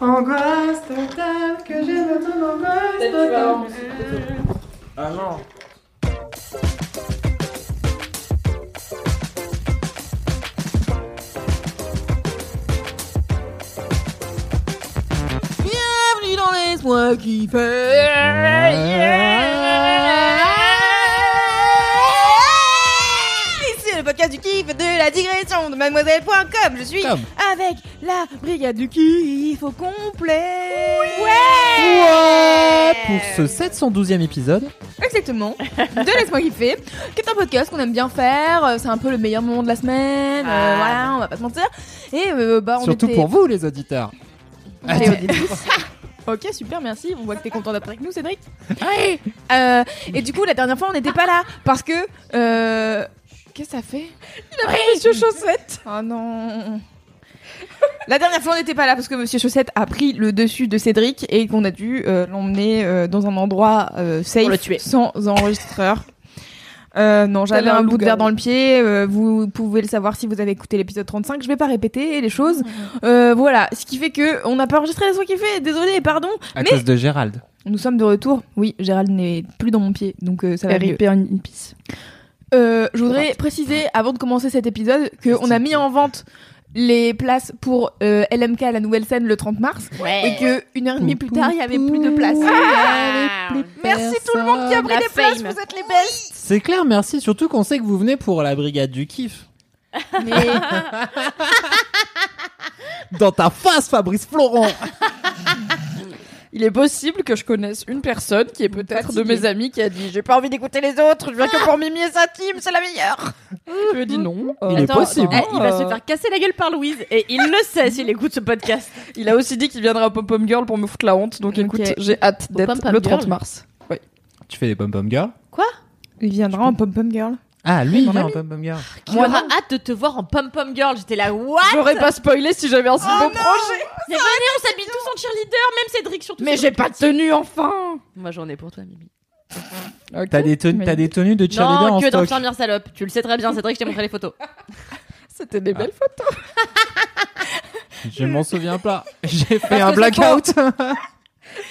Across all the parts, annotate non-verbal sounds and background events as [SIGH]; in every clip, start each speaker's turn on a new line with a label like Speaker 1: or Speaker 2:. Speaker 1: Angoisse totale, que j'ai de ton angoisse totale.
Speaker 2: Ah non
Speaker 3: Bienvenue dans Laisse-moi kiffer Yeah Ici le podcast du kiff et de la digression de mademoiselle.com Je suis
Speaker 4: Comme.
Speaker 3: avec la brigade du kiff au complet
Speaker 4: Ouais, Pour ce 712e épisode,
Speaker 3: Exactement, de Laisse-moi kiffer, qui est un podcast qu'on aime bien faire, euh, c'est un peu le meilleur moment de la semaine, euh, voilà, on va pas se mentir. Et euh, bah, on
Speaker 4: Ah. surtout
Speaker 3: était-
Speaker 4: pour vous les auditeurs.
Speaker 5: Ah,
Speaker 3: Et auditrice. Ok, super, merci. On voit que t'es content d'être avec
Speaker 5: [LAUGHS]
Speaker 3: nous, Cédric. Euh, et du coup, la dernière fois, on n'était pas là parce que. euh, Qu'est-ce que ça fait Il a pris Monsieur Chaussette Oh non La dernière fois, on n'était pas là parce que Monsieur Chaussette a pris le dessus de Cédric et qu'on a dû euh, l'emmener euh, dans un endroit euh, safe,
Speaker 5: Pour le tuer.
Speaker 3: sans enregistreur. Euh, non, j'avais
Speaker 5: T'avais un
Speaker 3: un bout
Speaker 5: loup-garou.
Speaker 3: de verre dans le pied. euh, vous pouvez le savoir si vous avez écouté l'épisode 35. Je vais pas répéter les choses.
Speaker 5: [LAUGHS]
Speaker 3: Euh, voilà, ce qui fait que on n'a pas enregistré la soirée qui fait. Désolé, pardon.
Speaker 4: À
Speaker 3: Mais-
Speaker 4: cause de Gérald.
Speaker 3: Nous sommes de retour. Oui, Gérald n'est plus dans mon pied, donc euh, ça va mieux.
Speaker 5: RIP en hippies.
Speaker 3: Euh, je voudrais préciser avant de commencer cet épisode que on a mis en vente les places pour euh, LMK à la nouvelle scène le 30 mars
Speaker 5: Eh.
Speaker 3: et que une heure et demie plus tard il y avait plus de places.
Speaker 4: Ah,
Speaker 3: Merci tout le monde qui a pris
Speaker 5: La
Speaker 3: des places,
Speaker 5: fame.
Speaker 3: vous êtes les best.
Speaker 4: C'est clair, merci. Surtout qu'on sait que vous venez pour la brigade du kiff. Dans ta face, Fabrice Florent
Speaker 5: Il est possible que je connaisse une personne qui est peut-être de mes amis qui a dit J'ai pas envie d'écouter les autres, je viens que pour Mimi et sa team, c'est la meilleure. Je lui ai dit non. Euh,
Speaker 4: Il est
Speaker 5: attends,
Speaker 4: possible.
Speaker 5: attends,
Speaker 4: Eh,
Speaker 5: il va se faire.
Speaker 3: casser la gueule par Louise.
Speaker 5: Et il le sait s'il écoute ce podcast. Il a aussi dit qu'il viendra à Pom Pom Girl pour me foutre la honte, donc
Speaker 3: Ok.
Speaker 5: écoute, j'ai hâte
Speaker 3: Au
Speaker 5: d'être
Speaker 3: Pom Pom
Speaker 5: le 30
Speaker 3: Girl.
Speaker 5: mars. Oui.
Speaker 4: [LAUGHS] Tu fais les pom-pom girls
Speaker 3: Il viendra en pom pom girl.
Speaker 4: Ah, lui, il vient en pom-pom girl.
Speaker 6: Qui aura hâte de te voir en Pom Pom Girl. J'étais là, what
Speaker 5: J'aurais pas spoilé si j'avais un
Speaker 3: Oh
Speaker 5: si beau projet.
Speaker 6: Mais venez, on s'habille tous en cheerleader, même Cédric surtout.
Speaker 5: Mais j'ai pas de tenue enfin.
Speaker 6: Moi j'en ai pour toi, Mimi.
Speaker 5: Ok.
Speaker 4: T'as des, tenues-
Speaker 5: Mais-
Speaker 4: t'as des tenues de cheerleader
Speaker 6: Non,
Speaker 4: en
Speaker 6: que
Speaker 4: stock.
Speaker 6: d'infirmière salope. Tu le sais très bien, Cédric, je t'ai montré les photos.
Speaker 5: C'était des belles photos.
Speaker 4: Je m'en souviens pas. J'ai fait un
Speaker 5: que c'est
Speaker 4: blackout.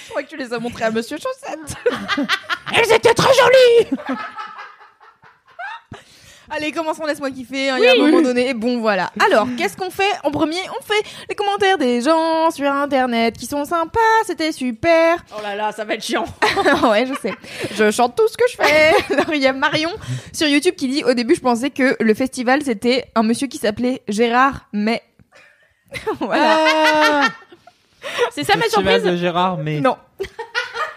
Speaker 5: Je crois que tu les as montrées à Monsieur Chaussette.
Speaker 3: [LAUGHS] Allez, commençons, laisse-moi kiffer. hein, Il y a un moment donné. Et Bon, voilà. Alors, qu'est-ce qu'on fait en premier On fait les commentaires des gens sur Internet qui sont sympas. C'était super. [LAUGHS]
Speaker 6: Oh là là, ça va être chiant.
Speaker 3: ouais, je sais. Je chante tout ce que je fais. [LAUGHS] Alors, il y a Marion sur YouTube qui dit Au début, je pensais que le festival, c'était un monsieur qui s'appelait Gérard May. [LAUGHS] voilà.
Speaker 4: Ah,
Speaker 6: C'est ça ma
Speaker 4: festival
Speaker 6: surprise
Speaker 4: de Gérard, mais...
Speaker 3: Non.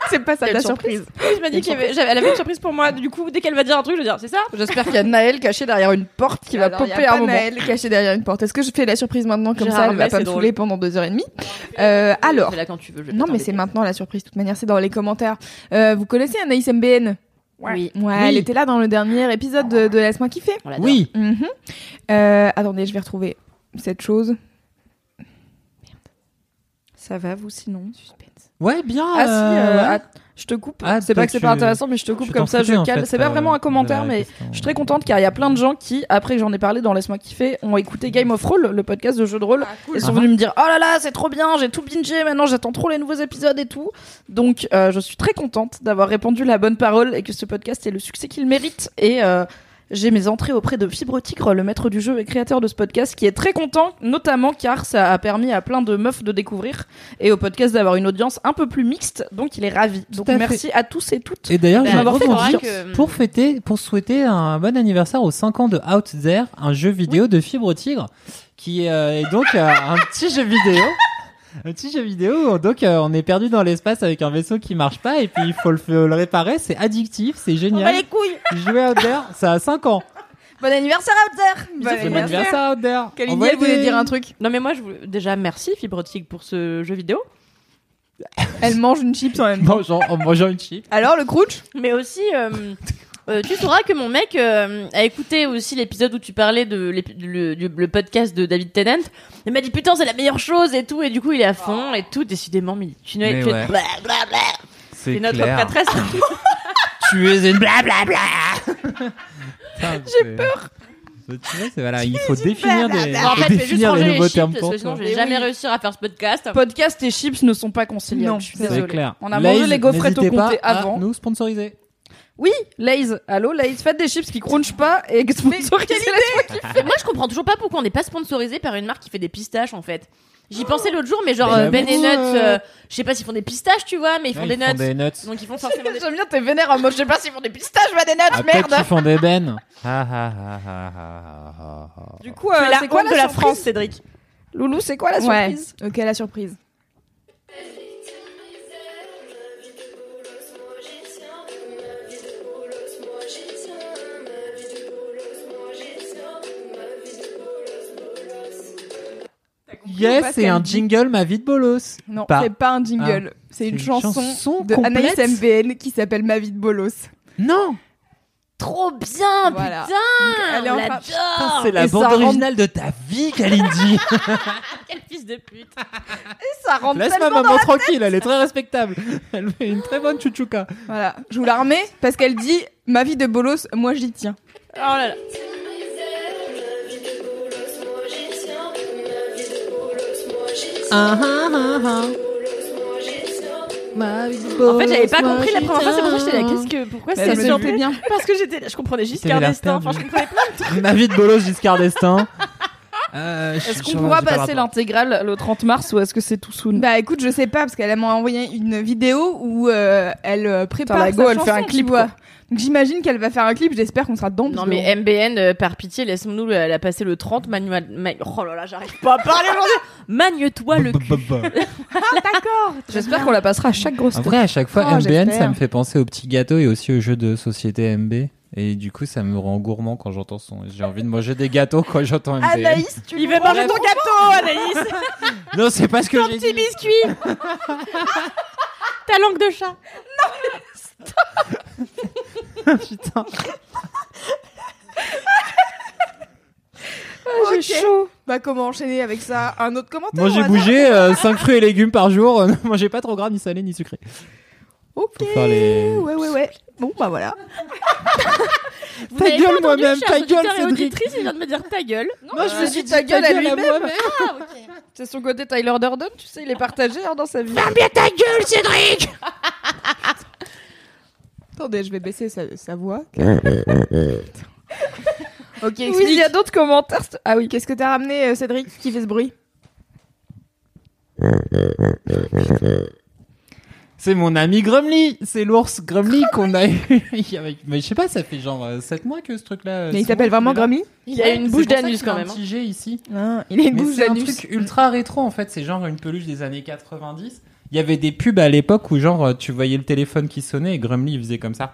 Speaker 3: C'est pas ça
Speaker 5: Quelle
Speaker 3: la surprise.
Speaker 6: Je m'a dit qu'elle avait, j'avais- elle avait une surprise pour moi. Du coup, dès qu'elle va dire un truc, je vais dire, c'est ça
Speaker 5: J'espère qu'il y a Naël caché derrière une porte qui va
Speaker 3: Alors, y a
Speaker 5: popper à
Speaker 3: pas
Speaker 5: un moment.
Speaker 3: Naël caché derrière une porte. Est-ce que je fais la surprise maintenant comme
Speaker 6: Gérard
Speaker 3: ça Elle va
Speaker 6: May,
Speaker 3: pas
Speaker 6: c'est
Speaker 3: me saouler pendant deux heures et demie. Euh, alors.
Speaker 6: Fais-la quand tu veux. je vais
Speaker 3: Non,
Speaker 6: pas
Speaker 3: mais c'est
Speaker 6: t'embêter.
Speaker 3: maintenant la surprise. De toute manière, c'est dans les commentaires. Euh, vous connaissez Anaïs MBN
Speaker 6: Oui.
Speaker 3: Ouais, elle était là dans le dernier épisode de, de Laisse-moi kiffer.
Speaker 6: On l'adore.
Speaker 4: Oui,
Speaker 3: Mhm. Euh, attendez, je vais retrouver cette chose.
Speaker 5: Ça va vous sinon
Speaker 4: ouais, bien.
Speaker 5: Ah si,
Speaker 4: euh,
Speaker 5: euh,
Speaker 4: ouais.
Speaker 5: att- je te coupe.
Speaker 4: Ah,
Speaker 5: c'est pas
Speaker 4: donc
Speaker 5: que c'est
Speaker 4: tu-
Speaker 5: pas intéressant, mais je te coupe
Speaker 4: Tu t'en
Speaker 5: comme ça, je
Speaker 4: foutais, en
Speaker 5: calme.
Speaker 4: fait,
Speaker 5: C'est pas
Speaker 4: euh,
Speaker 5: vraiment un commentaire,
Speaker 4: de la
Speaker 5: mais
Speaker 4: question.
Speaker 5: je suis très contente car il y a plein de gens qui, après que j'en ai parlé dans Laisse-moi kiffer, ont écouté Game of Roll, le podcast de jeux de rôle, et sont
Speaker 4: Ah.
Speaker 5: venus me dire Oh là là, c'est trop bien, j'ai tout bingé, maintenant j'attends trop les nouveaux épisodes et tout. Donc euh, je suis très contente d'avoir répandu la bonne parole et que ce podcast ait le succès qu'il mérite. Et euh, j'ai mes entrées auprès de Fibre Tigre, le maître du jeu et créateur de ce podcast, qui est très content, notamment car ça a permis à plein de meufs de découvrir et au podcast d'avoir une audience un peu plus mixte, donc il est ravi. Donc
Speaker 4: à fait.
Speaker 5: merci à tous et toutes.
Speaker 4: Et d'ailleurs,
Speaker 6: Bah,
Speaker 4: j'ai
Speaker 5: m'en
Speaker 6: c'est vrai
Speaker 4: rebondi
Speaker 6: que-
Speaker 4: pour fêter, pour souhaiter un bon anniversaire aux 5 ans de Out There, un jeu vidéo de Fibre Tigre, qui euh, est donc euh, un petit jeu vidéo. Un petit jeu vidéo, donc euh, on est perdu dans l'espace avec un vaisseau qui marche pas et puis il faut le, le réparer, c'est addictif, c'est génial.
Speaker 5: couilles
Speaker 4: Jouer Out There, ça a 5 ans.
Speaker 3: Bon anniversaire, Outzer
Speaker 4: Bon anniversaire out there.
Speaker 7: Quelle
Speaker 4: Envoyez
Speaker 7: idée, elle voulait
Speaker 4: des-
Speaker 7: dire un truc.
Speaker 6: Non, mais moi, je voulais- déjà, merci Fibrotique pour ce jeu vidéo.
Speaker 7: Elle mange une chips en même temps.
Speaker 4: Mangeant- en mangeant une chip.
Speaker 7: Alors, le crunch
Speaker 4: Ah
Speaker 6: Mais aussi, euh, euh, tu sauras que mon mec euh, a écouté aussi l'épisode où tu parlais de l'épi- de le, du- le podcast de David Tennant. Il m'a dit putain, c'est la meilleure chose et tout. Et du coup, il est à fond et tout, décidément. Mais tu n'es bah,
Speaker 4: Mais
Speaker 6: tu es-
Speaker 4: ouais.
Speaker 6: blablabla.
Speaker 4: C'est
Speaker 6: C'est notre
Speaker 4: [LAUGHS]
Speaker 6: patresse.
Speaker 4: Tu es une [LAUGHS] blablabla. J'ai peur. Tu vois, c'est voilà, il faut définir des,
Speaker 6: Bon, en
Speaker 4: faut
Speaker 6: fait, je vais juste
Speaker 4: définir
Speaker 6: ranger
Speaker 4: les
Speaker 6: les
Speaker 4: nouveaux
Speaker 6: chips
Speaker 4: termes
Speaker 6: parce
Speaker 4: pour
Speaker 6: que sinon,
Speaker 4: toi.
Speaker 6: je vais jamais réussir à faire ce podcast.
Speaker 3: Podcast et chips ne sont pas conciliables.
Speaker 7: Non,
Speaker 3: je suis
Speaker 7: c'est
Speaker 4: C'est
Speaker 3: désolée.
Speaker 4: clair.
Speaker 3: On a mangé
Speaker 4: Lays,
Speaker 3: les gaufrettes au
Speaker 4: n'hésitez
Speaker 3: comté
Speaker 4: pas à
Speaker 3: avant.
Speaker 4: Nous sponsoriser.
Speaker 3: Oui, Lays, allô, Lays, faites des chips qui crunchent pas et sponsorisez la
Speaker 6: Mais moi, je comprends toujours pas pourquoi on n'est pas sponsorisé par une marque qui fait des pistaches en fait. J'y pensais l'autre jour, mais genre
Speaker 4: Mais
Speaker 6: euh, Ben
Speaker 4: j'avoue,
Speaker 6: Nuts,
Speaker 4: euh,
Speaker 6: euh, je sais pas s'ils font des pistaches, tu vois, mais ils font
Speaker 4: Ouais,
Speaker 6: des
Speaker 4: ils font
Speaker 6: nuts.
Speaker 4: des nuts.
Speaker 6: Donc ils
Speaker 3: [LAUGHS]
Speaker 6: font forcément des
Speaker 3: J'aime bien tes vénères en mode, je sais pas s'ils font des pistaches, va des
Speaker 4: Ah,
Speaker 3: notes,
Speaker 4: peut-être
Speaker 3: merde
Speaker 4: qu'ils font des bennes. Ah, ah, ah, ah, ah, ah, ah.
Speaker 3: Du coup, euh,
Speaker 6: C'est la
Speaker 3: c'est quoi
Speaker 6: honte de la
Speaker 3: surprise
Speaker 6: France, Cédric.
Speaker 3: Loulou, c'est quoi la surprise
Speaker 7: Ouais. Ok, la surprise.
Speaker 4: Yes,
Speaker 7: pas ce
Speaker 4: c'est
Speaker 7: qu'elle
Speaker 4: un
Speaker 7: dit.
Speaker 4: jingle, ma vie de bolos.
Speaker 7: Non,
Speaker 4: Pas
Speaker 7: c'est pas un jingle. c'est une, chanson, de
Speaker 4: complète.
Speaker 7: Anaïs MVN qui s'appelle Ma vie de bolos.
Speaker 4: Non,
Speaker 6: Trop bien,
Speaker 7: Voilà.
Speaker 6: putain
Speaker 7: elle est
Speaker 6: on
Speaker 7: en train-
Speaker 6: l'adore. [LAUGHS]
Speaker 4: c'est la
Speaker 3: et ça
Speaker 4: bande
Speaker 3: rend-
Speaker 4: originale de ta vie, Kalindi.
Speaker 6: Quel fils de pute
Speaker 3: Ça rentre
Speaker 4: Laisse ma
Speaker 3: tellement dans-
Speaker 4: maman tranquille, elle est très respectable. Elle fait une très bonne chouchouka.
Speaker 7: Voilà, je vous la remets parce qu'elle dit Ma vie de bolos, moi j'y tiens.
Speaker 6: Oh là là En fait, j'avais pas compris la première fois, c'est pour ça que j'étais là. Qu'est-ce que. Pourquoi
Speaker 3: Bah,
Speaker 7: elle
Speaker 6: ça
Speaker 7: me
Speaker 6: se
Speaker 7: fait
Speaker 6: bien Parce que j'étais là, je comprenais juste
Speaker 4: T'avais
Speaker 6: qu'un
Speaker 4: l'air
Speaker 6: destin.
Speaker 4: perdu.
Speaker 6: Enfin, je comprenais pas.
Speaker 4: Ma vie de bolos, Giscard d'Estaing. Euh,
Speaker 3: Est-ce qu'on pourra passer l'intégrale le 30 mars ou est-ce que c'est tout soon
Speaker 7: Bah écoute, je sais pas parce qu'elle m'a envoyé une vidéo où euh, elle euh, prépare.
Speaker 3: la
Speaker 7: sa
Speaker 3: go, elle
Speaker 7: chanson,
Speaker 3: fait un
Speaker 7: tu
Speaker 3: clip,
Speaker 7: vois.
Speaker 3: quoi.
Speaker 7: Donc j'imagine qu'elle va faire un clip, j'espère qu'on sera dedans.
Speaker 6: Non,
Speaker 7: parce
Speaker 6: mais MBN, euh, par pitié, laisse-nous euh, la, la passer le 30. Manuel. ma- Oh là là, j'arrive pas à parler aujourd'hui Magne-toi le cul
Speaker 3: J'espère
Speaker 7: Ah.
Speaker 3: qu'on la passera à chaque grosse
Speaker 4: En vrai, à chaque fois,
Speaker 7: Oh,
Speaker 4: MBN, ça
Speaker 7: j'espère.
Speaker 4: me fait penser aux petits gâteaux et aussi aux jeux de société MB. Et du coup, ça me rend gourmand quand j'entends son. J'ai envie de manger des gâteaux quand j'entends MBN.
Speaker 3: Anaïs, tu
Speaker 6: Il veut manger ton gâteau, Oh, Anaïs
Speaker 4: Non, c'est pas ce que j'ai
Speaker 6: Petit
Speaker 4: dit.
Speaker 6: biscuit Ta langue de chat
Speaker 4: Putain.
Speaker 7: j'ai chaud. Bah comment enchaîner avec ça Un autre commentaire
Speaker 4: Manger
Speaker 7: on va dire.
Speaker 4: bougé, 5 fruits et légumes par jour. [LAUGHS] Euh, Mangez pas trop gras, ni salé, ni sucré.
Speaker 7: Ok.
Speaker 4: Faut faire les-
Speaker 7: Ouais ouais ouais. Bon bah voilà.
Speaker 6: Vous
Speaker 4: Ta
Speaker 6: n'avez pas
Speaker 4: gueule,
Speaker 6: entendu,
Speaker 4: moi-même,
Speaker 6: chers
Speaker 4: ta gueule,
Speaker 6: auditeurs et
Speaker 4: Cédric.
Speaker 6: auditrices, il vient de me dire ta gueule
Speaker 3: Moi, je me suis dit ta gueule à lui-même. C'est son côté Tyler Durden, tu sais, il est partagé hein, dans sa vie. [LAUGHS]
Speaker 7: Attendez, je vais baisser sa, sa voix.
Speaker 3: Ok, oui, il y a d'autres commentaires. c'est- Ah oui,
Speaker 7: Qu'est-ce que t'as ramené, euh, Cédric, qui fait ce bruit
Speaker 4: C'est mon ami Grumly. C'est l'ours Grumly qu'on a eu. [LAUGHS] avec- Mais je sais pas, ça fait genre 7 mois que ce truc-là. euh,
Speaker 7: Mais il
Speaker 4: c'est
Speaker 7: s'appelle
Speaker 4: bon,
Speaker 7: vraiment
Speaker 4: il est là.
Speaker 7: Grammy Ah,
Speaker 6: Il a une
Speaker 4: C'est
Speaker 6: bouche
Speaker 4: pour ça
Speaker 6: d'anus
Speaker 4: qu'il a
Speaker 6: quand même. hein.
Speaker 4: Un petit jet ici.
Speaker 7: Il a une
Speaker 4: Mais
Speaker 7: bouche
Speaker 4: c'est un
Speaker 7: d'anus.
Speaker 4: truc ultra rétro en fait, c'est genre une peluche des années 90. Il y avait des pubs à l'époque où genre euh, tu voyais le téléphone qui sonnait et Grumly il faisait comme ça.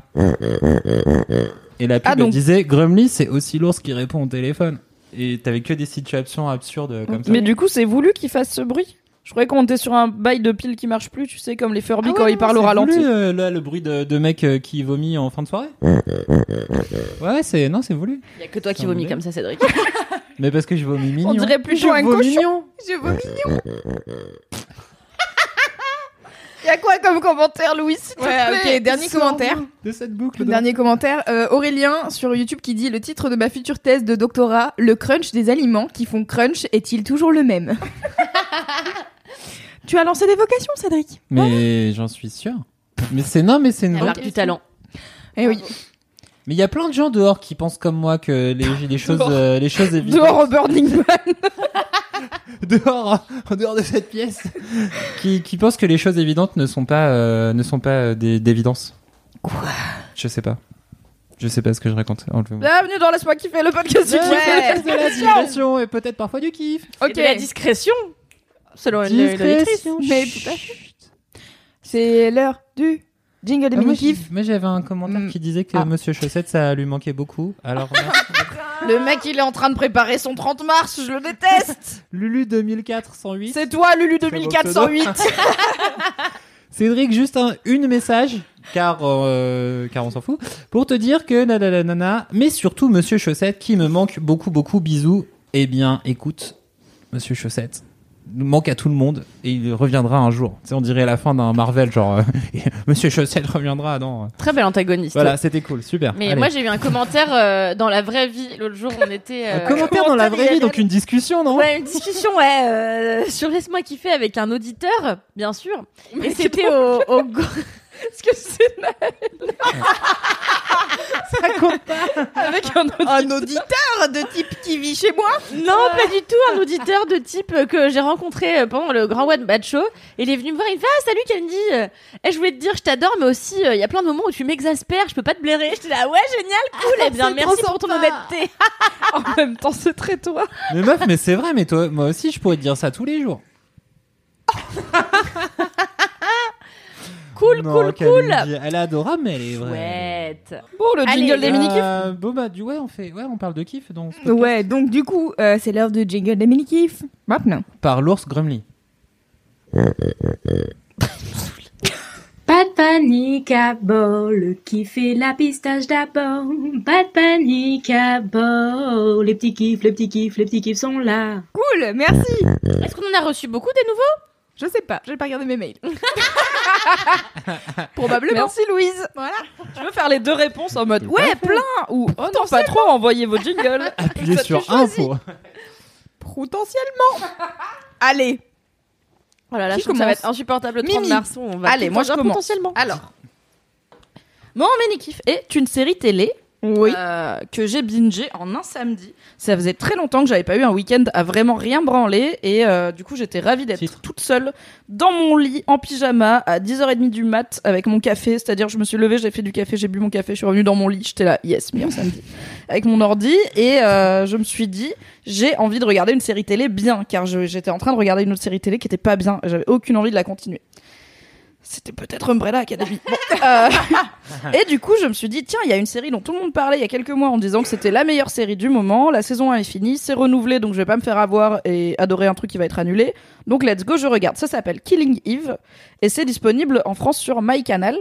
Speaker 4: Et la pub
Speaker 3: Ah, donc-
Speaker 4: elle disait Grumly c'est aussi l'ours qui répond au téléphone. Et t'avais que des situations absurdes euh, comme ça.
Speaker 3: mais du coup, c'est voulu qu'il fasse ce bruit Je croyais qu'on était sur un bail de pile qui marche plus, tu sais, comme les Furby
Speaker 4: Ah ouais,
Speaker 3: quand
Speaker 4: non,
Speaker 3: ils parlent au
Speaker 4: c'est
Speaker 3: ralenti.
Speaker 4: voulu, euh, là, le bruit de, de mec euh, qui vomit en fin de soirée. ouais, c'est non, c'est voulu.
Speaker 6: hein. Il y a que toi
Speaker 4: C'est
Speaker 6: qui
Speaker 4: un
Speaker 6: vomis
Speaker 4: boulet.
Speaker 6: comme ça, Cédric.
Speaker 4: Mais parce que je vomis mignon.
Speaker 3: On dirait plutôt
Speaker 4: je
Speaker 3: un
Speaker 4: vomis
Speaker 3: cochon.
Speaker 4: mignon.
Speaker 7: Je vomis.
Speaker 3: [LAUGHS] Il y a quoi comme commentaire, Louis s'il te
Speaker 7: Ouais,
Speaker 3: plaît
Speaker 7: ok, dernier
Speaker 3: Sors-nous.
Speaker 7: commentaire.
Speaker 4: de cette boucle.
Speaker 7: Le
Speaker 4: donc.
Speaker 7: Dernier commentaire, euh, Aurélien sur YouTube qui dit le titre de ma future thèse de doctorat, le crunch des aliments qui font crunch est-il toujours le même [LAUGHS] Tu as lancé des vocations, Cédric
Speaker 4: Mais j'en suis sûr. Mais c'est non, mais c'est une
Speaker 6: Elle
Speaker 3: Ah,
Speaker 4: vraie
Speaker 6: marque du talent.
Speaker 7: Eh oui.
Speaker 4: Mais il y a plein de gens dehors qui pensent comme moi que [LAUGHS] les, les choses, euh, les choses évidentes
Speaker 3: Dehors au
Speaker 7: [LAUGHS]
Speaker 3: Burning Man.
Speaker 4: [LAUGHS] dehors, en dehors de cette [LAUGHS] pièce, qui, qui pensent que les choses évidentes ne sont pas, euh, ne sont pas euh, des- d'évidence. Quoi Je sais pas. Je sais pas ce que je raconte. Enlevez-moi.
Speaker 3: Bienvenue dans Laisse-moi kiffer le podcast du
Speaker 4: Ouais,
Speaker 3: kiff.
Speaker 7: [LAUGHS]
Speaker 4: de la digression et peut-être parfois du kiff.
Speaker 6: Ok. la discrétion Selon une
Speaker 7: hein.
Speaker 4: Discrétion.
Speaker 7: Mais tout à fait. C'est l'heure du Jingle des
Speaker 4: Ah, moi,
Speaker 7: mini-kiffs.
Speaker 4: j'ai- Moi j'avais un commentaire
Speaker 7: Mm.
Speaker 4: qui disait que
Speaker 7: Ah.
Speaker 4: Monsieur Chaussette ça lui manquait beaucoup. Alors [LAUGHS]
Speaker 3: Le mec, il est en train de préparer son 30 mars, je le déteste
Speaker 4: Lulu 2004 108.
Speaker 3: C'est toi, Lulu
Speaker 4: bon
Speaker 3: 2408
Speaker 7: [LAUGHS]
Speaker 4: Cédric, juste un une message, car, euh, car on s'en fout, pour te dire que nanana, mais surtout Monsieur Chaussette qui me manque beaucoup, beaucoup, bisous. Eh bien, écoute, Monsieur Chaussette nous manque à tout le monde et il reviendra un jour. Tu sais, on dirait la fin d'un Marvel, genre euh, [LAUGHS] Monsieur Chaussette reviendra. Non,
Speaker 6: Très bel antagoniste.
Speaker 4: voilà, c'était cool, super.
Speaker 6: Mais
Speaker 4: Allez.
Speaker 6: moi, j'ai eu un commentaire euh, dans la vraie vie. L'autre jour, on était.
Speaker 4: un
Speaker 6: euh,
Speaker 4: commentaire dans la vraie vie, donc une discussion, non
Speaker 6: Ouais, une discussion, ouais, euh, sur Laisse-moi kiffer avec un auditeur, bien sûr. et c'était au, au go- [LAUGHS]
Speaker 3: Est-ce que c'est Naël Avec un autre.
Speaker 7: Un auditeur de type qui vit chez moi.
Speaker 6: Non, pas du tout, un auditeur de type euh, que j'ai rencontré euh, pendant le Grand One Bad Show. Il est venu me voir, il me fait Ah, salut Candy euh, eh, Je voulais te dire, je t'adore, mais aussi, euh, il y a plein de moments où tu m'exaspères, je peux pas te blairer. J'étais là, ouais, génial, cool, eh bien,
Speaker 3: c'est
Speaker 6: merci
Speaker 3: trop
Speaker 6: pour ton
Speaker 3: sympa.
Speaker 6: honnêteté. [LAUGHS]
Speaker 3: En même temps, c'est très toi.
Speaker 4: Mais meuf, mais c'est vrai, mais toi, moi aussi, je pourrais te dire ça tous les jours.
Speaker 6: Cool,
Speaker 4: Non,
Speaker 6: cool,
Speaker 4: qu'elle
Speaker 6: cool.
Speaker 4: me dit- Elle est adorable, mais elle est vraie.
Speaker 6: Chouette.
Speaker 3: Bon, le
Speaker 6: Allez,
Speaker 3: jingle des
Speaker 6: euh,
Speaker 3: mini
Speaker 4: Euh, Bon bah du ouais on fait ouais on parle de kiff donc
Speaker 7: Ouais, donc du coup, euh, c'est l'heure de jingle des mini-kiffs. Maintenant.
Speaker 4: par l'ours Grumly.
Speaker 8: Pas de panique à bord, le kiff et la pistache d'abord. Pas de panique à bord, les petits kiffs, les petits kiffs, les petits kiffs sont là.
Speaker 7: Cool, merci.
Speaker 6: Est-ce qu'on en a reçu beaucoup des nouveaux
Speaker 7: Je sais pas, j'ai pas regardé mes mails. [LAUGHS] Probablement.
Speaker 3: Merci Louise. Voilà. Je veux faire les deux réponses en mode ouais,
Speaker 4: Ouais,
Speaker 3: plein ou oh non, pas trop, envoyez vos
Speaker 7: [LAUGHS]
Speaker 3: jingles.
Speaker 4: Appuyez sur info.
Speaker 7: Potentiellement. Allez.
Speaker 6: Oh là là,
Speaker 7: Qui
Speaker 6: je trouve que ça va
Speaker 7: commence
Speaker 6: être insupportable le
Speaker 7: Mimi.
Speaker 6: 30 mars. On va
Speaker 3: Allez,
Speaker 6: tout
Speaker 3: moi, je
Speaker 6: faire
Speaker 3: commence.
Speaker 6: potentiellement.
Speaker 3: Alors, mon mini kiff est une série télé
Speaker 7: Oui.
Speaker 3: euh, que j'ai bingé en un samedi. Ça faisait très longtemps que j'avais pas eu un week-end à vraiment rien branler et euh, du coup j'étais ravie d'être
Speaker 4: Titre.
Speaker 3: toute seule dans mon lit en pyjama à 10h30 du mat avec mon café. C'est-à-dire je me suis levée, j'ai fait du café, j'ai bu mon café, je suis revenue dans mon lit, j'étais là, yes, bien samedi, avec mon ordi et euh, je me suis dit j'ai envie de regarder une série télé bien car je- j'étais en train de regarder une autre série télé qui était pas bien et j'avais aucune envie de la continuer. C'était peut-être Umbrella Academy. Bon, euh, [LAUGHS] et du coup, je me suis dit, tiens, il y a une série dont tout le monde parlait il y a quelques mois en disant que c'était la meilleure série du moment. La saison 1 est finie, c'est renouvelé, donc je vais pas me faire avoir et adorer un truc qui va être annulé. Donc let's go, je regarde. Ça s'appelle Killing Eve et c'est disponible en France sur MyCanal.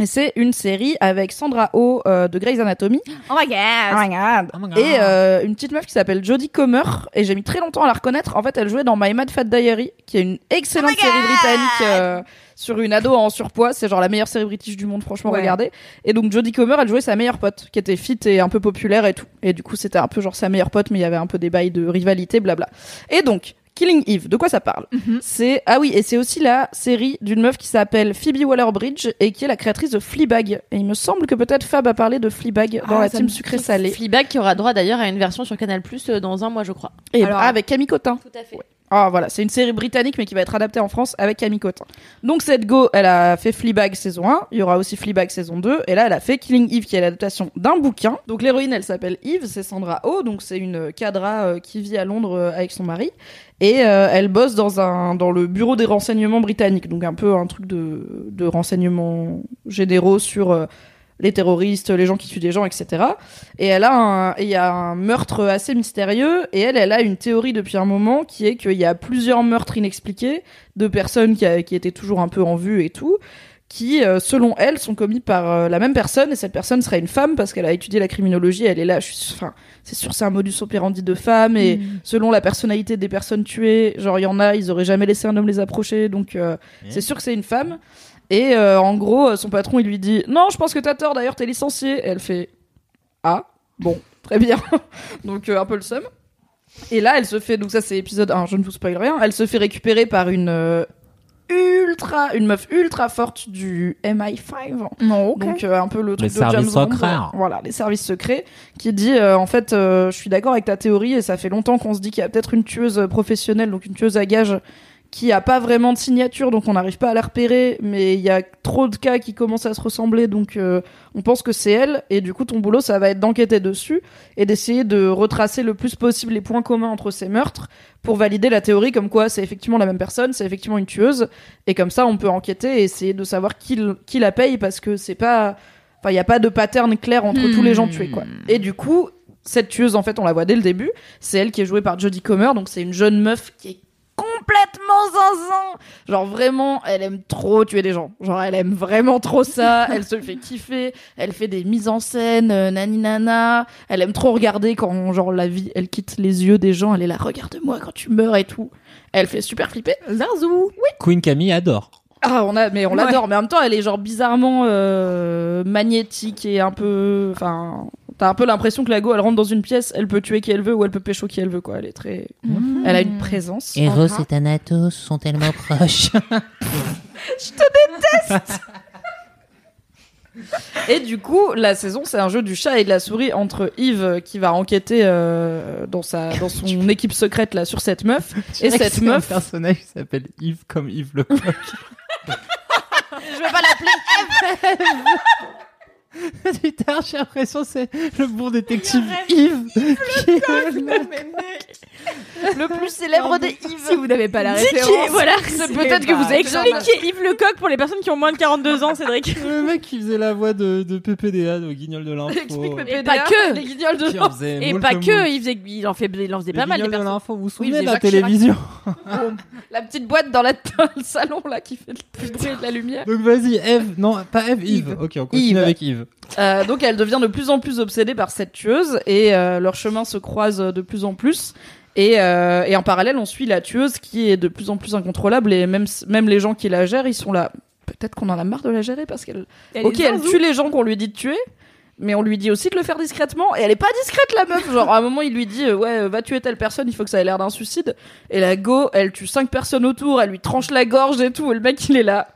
Speaker 3: Et c'est une série avec Sandra Oh euh, de Grey's Anatomy.
Speaker 7: Oh my
Speaker 6: Ah,
Speaker 7: god.
Speaker 4: Oh
Speaker 3: Et
Speaker 7: hein.
Speaker 3: euh, une petite meuf qui s'appelle Jodie Comer, et j'ai mis très longtemps à la reconnaître. En fait, elle jouait dans My Mad Fat Diary, qui est une excellente
Speaker 7: Oh my
Speaker 3: série
Speaker 7: God
Speaker 3: britannique euh, sur une ado en surpoids. C'est genre la meilleure série british du monde, franchement,
Speaker 7: Ouais.
Speaker 3: regardez. Et donc, Jodie Comer, elle jouait sa meilleure pote, qui était fit et un peu populaire et tout. Et du coup, c'était un peu genre sa meilleure pote, mais il y avait un peu des bails de rivalité, blabla. Et donc, Killing Eve, de quoi ça parle
Speaker 7: Mhm.
Speaker 3: C'est ah oui, et c'est aussi la série d'une meuf qui s'appelle Phoebe Waller-Bridge et qui est la créatrice de Fleabag. Et il me semble que peut-être Fab a parlé de Fleabag dans
Speaker 7: Ah,
Speaker 3: la
Speaker 7: ça
Speaker 3: team
Speaker 7: me dit
Speaker 3: sucré salé.
Speaker 6: Fleabag qui aura droit d'ailleurs à une version sur Canal Plus euh, dans un mois, je crois.
Speaker 3: Et
Speaker 7: Alors-
Speaker 3: bah, avec Camille Cotin.
Speaker 6: Tout à fait.
Speaker 3: Ah voilà, c'est une série britannique mais qui va être adaptée en France avec Camille Cotin. Donc cette go, elle a fait Fleabag saison 1, il y aura aussi Fleabag saison 2 et là elle a fait Killing Eve qui est l'adaptation d'un bouquin. Donc l'héroïne elle s'appelle Eve, c'est Sandra Oh, donc c'est une cadra euh, qui vit à Londres euh, avec son mari et euh, elle bosse dans un dans le bureau des renseignements britanniques, donc un peu un truc de de renseignements généraux sur euh, les terroristes, les gens qui tuent des gens, etc. Et elle a un, et il y a un meurtre assez mystérieux. Et elle, elle a une théorie depuis un moment qui est qu'il y a plusieurs meurtres inexpliqués de personnes qui, a- qui étaient toujours un peu en vue et tout, qui, euh, selon elle, sont commis par euh, la même personne. Et cette personne serait une femme parce qu'elle a étudié la criminologie. Elle est là, je suis, sûre- enfin, c'est sûr, c'est un modus operandi de femme. Et selon la personnalité des personnes tuées, genre il y en a, ils auraient jamais laissé un homme les approcher. Donc euh,
Speaker 4: Ouais.
Speaker 3: c'est sûr que c'est une femme. Et euh, en gros, euh, son patron, il lui dit Non, je pense que t'as tort, d'ailleurs, t'es licencié. Et elle fait Ah, bon, très bien. [LAUGHS] donc, euh, un peu le seum. Et là, elle se fait, donc ça, c'est épisode 1, je ne vous spoil rien. Elle se fait récupérer par une euh, ultra, une meuf ultra forte du MI5.
Speaker 7: Non,
Speaker 3: Donc, euh, un peu le truc
Speaker 4: Les
Speaker 3: de James
Speaker 4: services
Speaker 3: Bond.
Speaker 4: secrets.
Speaker 3: Voilà, les services secrets. Qui dit euh, En fait, euh, je suis d'accord avec ta théorie, et ça fait longtemps qu'on se dit qu'il y a peut-être une tueuse professionnelle, donc une tueuse à gages qui a pas vraiment de signature, donc on n'arrive pas à la repérer, mais il y a trop de cas qui commencent à se ressembler, donc euh, on pense que c'est elle, et du coup ton boulot ça va être d'enquêter dessus et d'essayer de retracer le plus possible les points communs entre ces meurtres pour valider la théorie comme quoi c'est effectivement la même personne, c'est effectivement une tueuse, et comme ça on peut enquêter et essayer de savoir qui, l- qui la paye parce que c'est pas... Enfin, il n'y a pas de pattern clair entre tous les gens tués, quoi. Et du coup, cette tueuse, en fait, on la voit dès le début. C'est elle qui est jouée par Jodie Comer, donc c'est une jeune meuf qui est complètement zinzin. Genre vraiment, elle aime trop tuer des gens. Genre elle aime vraiment trop ça. elle se fait kiffer. Elle fait des mises en scène, euh, nani nana. Elle aime trop regarder quand genre la vie, elle quitte les yeux des gens. Elle est là, regarde-moi quand tu meurs et tout. Elle fait super flipper.
Speaker 7: Zarzou
Speaker 4: Queen Camille adore.
Speaker 3: Ah, on a, mais on l'adore, mais en même temps, elle est genre bizarrement euh, magnétique et un peu, enfin, t'as un peu l'impression que la go, elle rentre dans une pièce, elle peut tuer qui elle veut ou elle peut pécho qui elle veut, quoi. Elle est très, elle a une présence.
Speaker 9: Eros et Thanatos sont tellement [LAUGHS] proches.
Speaker 3: Et du coup, la saison, c'est un jeu du chat et de la souris entre Yves euh, qui va enquêter euh, dans sa, dans son équipe secrète là sur cette meuf et cette
Speaker 4: C'est
Speaker 3: meuf.
Speaker 4: Un personnage qui s'appelle Yves comme Yves
Speaker 3: [LAUGHS]
Speaker 4: le Coq.
Speaker 6: Je veux pas l'appeler.
Speaker 4: [LAUGHS] Putain, j'ai l'impression que c'est le bon détective Yves. qui est là.
Speaker 3: Le plus célèbre des
Speaker 7: Si vous n'avez pas la référence.
Speaker 3: [LAUGHS]
Speaker 6: voilà.
Speaker 3: Peut-être que vous avez
Speaker 6: Expliquez Yves Lecoq pour les personnes qui ont moins de 42 ans, Cédric.
Speaker 4: [LAUGHS] le mec qui faisait la voix de, de PPDA, de Guignol de l'Info.
Speaker 3: Explique
Speaker 4: euh,
Speaker 3: PPDA.
Speaker 6: Et pas que.
Speaker 3: Les guignols de
Speaker 4: qui en faisait
Speaker 6: Et
Speaker 4: moult
Speaker 6: pas
Speaker 4: moult.
Speaker 6: que, il, faisait, il, en fait, il en faisait
Speaker 4: Les
Speaker 6: pas mal, les
Speaker 4: Guignols de
Speaker 6: personnes.
Speaker 4: l'info, vous vous
Speaker 3: Oui, il
Speaker 4: souvenez de
Speaker 3: faisait
Speaker 4: la
Speaker 3: Jacques Chirac.
Speaker 4: télévision
Speaker 3: La petite boîte dans, la [LAUGHS] dans le salon là qui fait le bruit de la lumière.
Speaker 4: Donc vas-y, Eve, non, pas Eve, Yves. Ok, on continue
Speaker 3: Yves.
Speaker 4: avec Yves.
Speaker 3: Euh, donc elle devient de plus en plus obsédée par cette tueuse et euh, leurs chemins se croisent de plus en plus. Et, euh, et en parallèle, on suit la tueuse qui est de plus en plus incontrôlable et même, même les gens qui la gèrent, ils sont là. Peut-être qu'on en a marre de la gérer parce qu'elle. Ok, elle tue les gens qu'on lui dit de tuer, mais on lui dit aussi de le faire discrètement. Et elle est pas discrète la meuf. Genre à un moment, il lui dit euh, ouais, euh, va tuer telle personne, il faut que ça ait l'air d'un suicide. Et la go, elle tue cinq personnes autour, elle lui tranche la gorge et tout. Et le mec, il est là.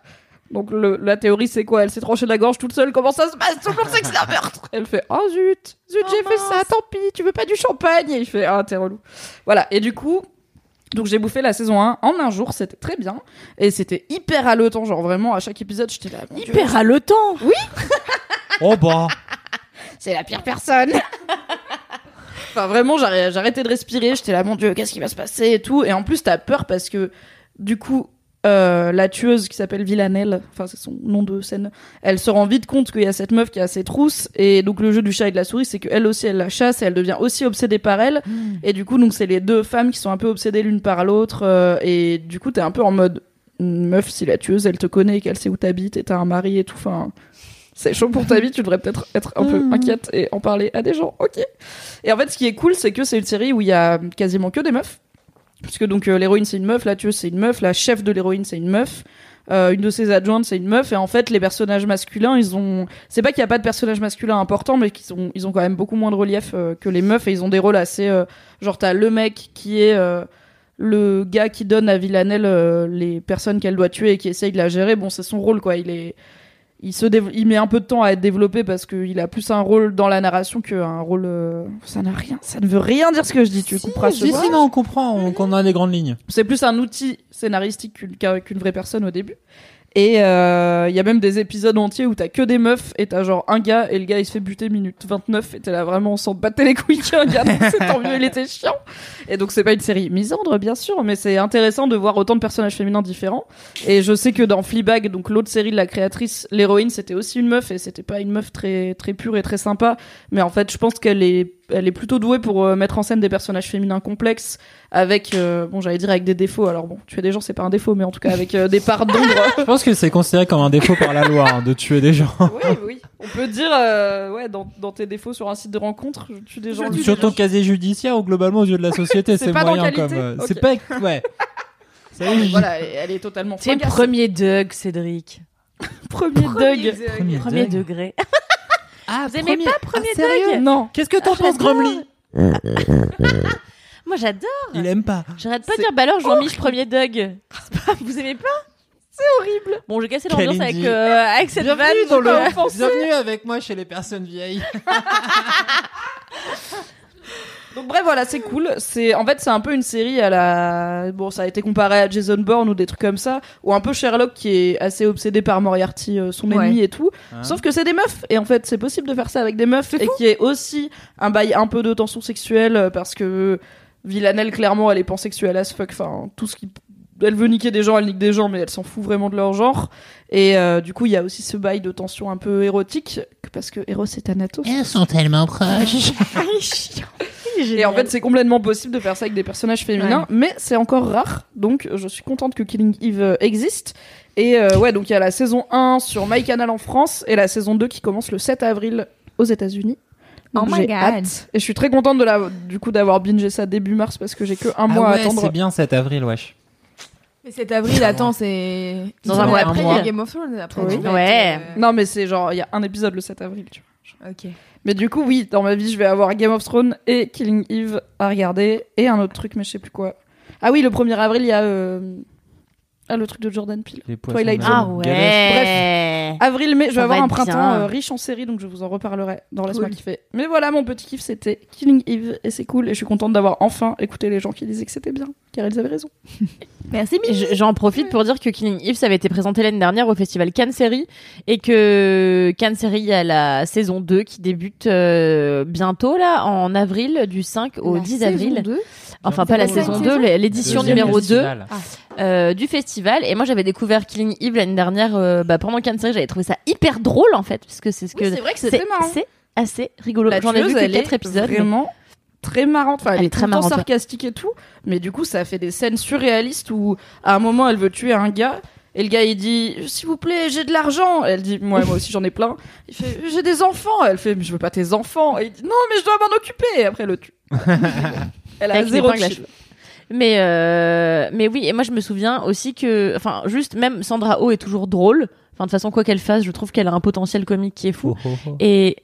Speaker 3: Donc le- la théorie c'est quoi Elle s'est tranchée la gorge toute seule, comment ça se passe Tout le monde sait que c'est un meurtre [LAUGHS] Oh, Elle fait « Oh zut, zut j'ai fait ça, tant pis, tu veux pas du champagne ?» Et il fait « Ah t'es relou ». Voilà, et du coup, donc j'ai bouffé la saison 1 en un jour, c'était très bien, et c'était hyper haletant, genre vraiment à chaque épisode j'étais là « Hyper
Speaker 6: haletant.
Speaker 4: Oh bah
Speaker 3: c'est la pire personne. enfin, vraiment, j'arr- j'arrêtais de respirer. J'étais là, mon Dieu, qu'est-ce qui va se passer et tout. Et en plus, t'as peur parce que, du coup, euh, la tueuse qui s'appelle Villanelle, enfin, c'est son nom de scène, elle se rend vite compte qu'il y a cette meuf qui a ses trousses. Et donc, le jeu du chat et de la souris, c'est qu'elle aussi, elle la chasse et elle devient aussi obsédée par elle. Et du coup, donc, c'est les deux femmes qui sont un peu obsédées l'une par l'autre. euh, et du coup, t'es un peu en mode. Meuf, si la tueuse, elle te connaît, et qu'elle sait où t'habites, et t'as un mari et tout, enfin, c'est chaud pour ta vie, tu devrais peut-être être un peu inquiète et en parler à des gens, ok. Et en fait, ce qui est cool, c'est que c'est une série où il y a quasiment que des meufs. Puisque donc euh, l'héroïne c'est une meuf, la tueuse c'est une meuf, la chef de l'héroïne c'est une meuf, euh, une de ses adjointes c'est une meuf, et en fait les personnages masculins ils ont, c'est pas qu'il y a pas de personnages masculins importants, mais qu'ils ont ils ont quand même beaucoup moins de relief euh, que les meufs et ils ont des rôles assez euh, genre t'as le mec qui est euh, le gars qui donne à Villanelle euh, les personnes qu'elle doit tuer et qui essaye de la gérer, bon c'est son rôle quoi, il est il se dév- il met un peu de temps à être développé parce qu'il a plus un rôle dans la narration qu'un rôle euh, ça n'a rien ça ne veut rien dire ce que [LAUGHS] je dis tu couperas ce
Speaker 4: Si,
Speaker 3: bois.
Speaker 4: si, non, on comprend, on, on a les grandes lignes.
Speaker 3: c'est plus un outil scénaristique qu'une qu'un- qu'une vraie personne au début et euh, il y a même des épisodes entiers où t'as que des meufs et t'as genre un gars et le gars il se fait buter minute 29 et t'es là vraiment on s'en battait les couilles qu'un gars donc c'est tant mieux il était chiant et donc c'est pas une série misandre bien sûr mais c'est intéressant de voir autant de personnages féminins différents et je sais que dans Fleabag donc l'autre série de la créatrice l'héroïne c'était aussi une meuf et c'était pas une meuf très très pure et très sympa mais en fait je pense qu'elle est elle est plutôt douée pour euh, mettre en scène des personnages féminins complexes avec euh, bon j'allais dire avec des défauts alors bon tuer des gens c'est pas un défaut mais en tout cas avec euh, des parts d'ombre
Speaker 4: Je pense que c'est considéré comme un défaut par la loi hein, de tuer des gens.
Speaker 3: oui, oui. On peut dire, euh, ouais, dans, dans tes défauts sur un site de rencontre, je tue des gens.
Speaker 4: Sur ton casier judiciaire ou globalement aux yeux de la société,
Speaker 3: Ah, C'est
Speaker 4: c'est
Speaker 3: pas dans
Speaker 4: moyen
Speaker 3: qualité,
Speaker 4: comme. euh,
Speaker 3: ok.
Speaker 4: C'est pas. Ouais. Ça y est,
Speaker 3: [LAUGHS]
Speaker 4: j'y-
Speaker 3: Voilà, et elle est totalement
Speaker 6: C'est le
Speaker 3: fracasse.
Speaker 6: premier Doug, Cédric.
Speaker 3: premier Doug.
Speaker 4: Premier degré.
Speaker 6: Premier degré.
Speaker 4: Ah,
Speaker 6: Vous aimez pas premier
Speaker 4: Ah, sérieux
Speaker 6: Doug
Speaker 3: Non.
Speaker 4: Qu'est-ce que t'en penses, Grumly
Speaker 6: [LAUGHS] Moi j'adore.
Speaker 4: Il aime pas.
Speaker 6: J'arrête pas de dire, bah alors Jean-Mich, premier Doug. C'est pas- Vous aimez pas C'est horrible. Bon, j'ai cassé
Speaker 4: Quelle
Speaker 6: l'ambiance avec,
Speaker 4: indie.
Speaker 6: euh, avec cette vanne.
Speaker 4: Bienvenue dans
Speaker 6: donc, euh,
Speaker 4: le. Bienvenue avec moi chez les personnes vieilles.
Speaker 3: Donc bref, voilà, c'est cool. C'est en fait c'est un peu une série à la bon, ça a été comparé à Jason Bourne ou des trucs comme ça, ou un peu Sherlock qui est assez obsédé par Moriarty, euh, son
Speaker 7: Ouais.
Speaker 3: ennemi et tout.
Speaker 4: Hein
Speaker 3: Sauf que c'est des meufs et en fait c'est possible de faire ça avec des meufs et qui est aussi un bail un peu de tension sexuelle euh, parce que Villanelle clairement elle est pansexuelle as fuck, enfin tout ce qui elle veut niquer des gens, elle nique des gens, mais elle s'en fout vraiment de leur genre. Et euh, du coup, il y a aussi ce bail de tension un peu érotique, parce que Eros est Thanatos.
Speaker 9: Elles sont tellement proches.
Speaker 3: Et en fait, c'est complètement possible de faire ça avec des personnages féminins, mais c'est encore rare. Donc, je suis contente que Killing Eve euh, existe. Et euh, ouais, donc il y a la saison 1 sur MyCanal en France et la saison 2 qui commence le 7 avril aux États-Unis. Donc,
Speaker 7: Oh my
Speaker 3: j'ai
Speaker 7: God.
Speaker 3: hâte. Et je suis très contente de la, du coup d'avoir bingé ça début mars parce que j'ai que un
Speaker 4: Ah
Speaker 3: mois à
Speaker 4: ouais,
Speaker 3: attendre.
Speaker 4: c'est bien cet avril, wesh.
Speaker 7: Mais cet avril, attends, c'est.
Speaker 6: Dans un
Speaker 7: Ouais,
Speaker 6: mois
Speaker 4: après,
Speaker 7: après, il y a
Speaker 6: ouais.
Speaker 7: Game of Thrones. Après,
Speaker 3: Oui.
Speaker 7: tu vas être,
Speaker 6: Ouais.
Speaker 7: euh,
Speaker 3: Non, mais c'est genre il y a un épisode le 7 avril, tu vois.
Speaker 7: Ok.
Speaker 3: Mais du coup, oui, dans ma vie, je vais avoir Game of Thrones et Killing Eve à regarder et un autre truc, mais je sais plus quoi. Ah oui, le 1er avril, il y a euh, ah, le truc de Jordan Peele.
Speaker 4: Les poissons
Speaker 3: Twilight
Speaker 4: de
Speaker 3: Zone.
Speaker 4: la
Speaker 6: Ah
Speaker 4: Galaxie.
Speaker 6: ouais.
Speaker 3: Avril, mai, je vais
Speaker 6: Ça
Speaker 3: avoir
Speaker 6: va
Speaker 3: un
Speaker 6: être
Speaker 3: printemps
Speaker 6: bien.
Speaker 3: euh, riche en séries, donc je vous en reparlerai dans la semaine
Speaker 7: Cool.
Speaker 3: qui fait. Mais voilà, mon petit kiff, c'était Killing Eve, et c'est cool, et je suis contente d'avoir enfin écouté les gens qui disaient que c'était bien, car ils avaient raison.
Speaker 7: Merci,
Speaker 6: Et je- J'en profite pour dire que Killing Eve, ça avait été présenté l'année dernière au festival Cannes Série et que Cannes Série, il y a la saison 2 qui débute euh, bientôt, là, en avril, du 5 au 10 avril. Enfin, pas la
Speaker 7: Saison
Speaker 6: saison
Speaker 7: deux.
Speaker 6: 2, l'é- l'édition
Speaker 4: Deuxième
Speaker 6: numéro 2
Speaker 4: festival. Ah,
Speaker 6: euh, du festival. Et moi, j'avais découvert Killing Eve l'année dernière euh, bah, pendant Cannes Série. J'avais trouvé ça hyper drôle, en fait, parce que c'est ce que...
Speaker 3: vrai que hein.
Speaker 6: c'est c'est assez rigolo.
Speaker 3: La
Speaker 6: J'en ai Bah,
Speaker 3: tueuse,
Speaker 6: vu que
Speaker 3: Bah, elle
Speaker 6: 4
Speaker 3: est
Speaker 6: épisodes. mais-
Speaker 3: Vraiment très marrante. Enfin, elle,
Speaker 6: Elle
Speaker 3: est,
Speaker 6: est très
Speaker 3: tout le temps
Speaker 6: marrante, ouais.
Speaker 3: sarcastique et tout. Mais du coup, ça fait des scènes surréalistes où, à un moment, elle veut tuer un gars. Et le gars, il dit, s'il vous plaît, j'ai de l'argent. Elle dit, moi, moi aussi, j'en ai plein. Il fait, j'ai des enfants. Elle fait, mais je veux pas tes enfants. Et il dit, non, mais je dois m'en occuper. Et après, elle le
Speaker 6: [LAUGHS]
Speaker 3: tue. elle a
Speaker 6: Avec
Speaker 3: zéro
Speaker 6: l'épingle à
Speaker 3: chill.
Speaker 6: Mais euh, mais oui, et moi je me souviens aussi que, enfin, juste même Sandra Oh est toujours drôle. Enfin, de toute façon, quoi qu'elle fasse, je trouve qu'elle a un potentiel comique qui est fou.
Speaker 4: Oh, oh, oh.
Speaker 6: Et,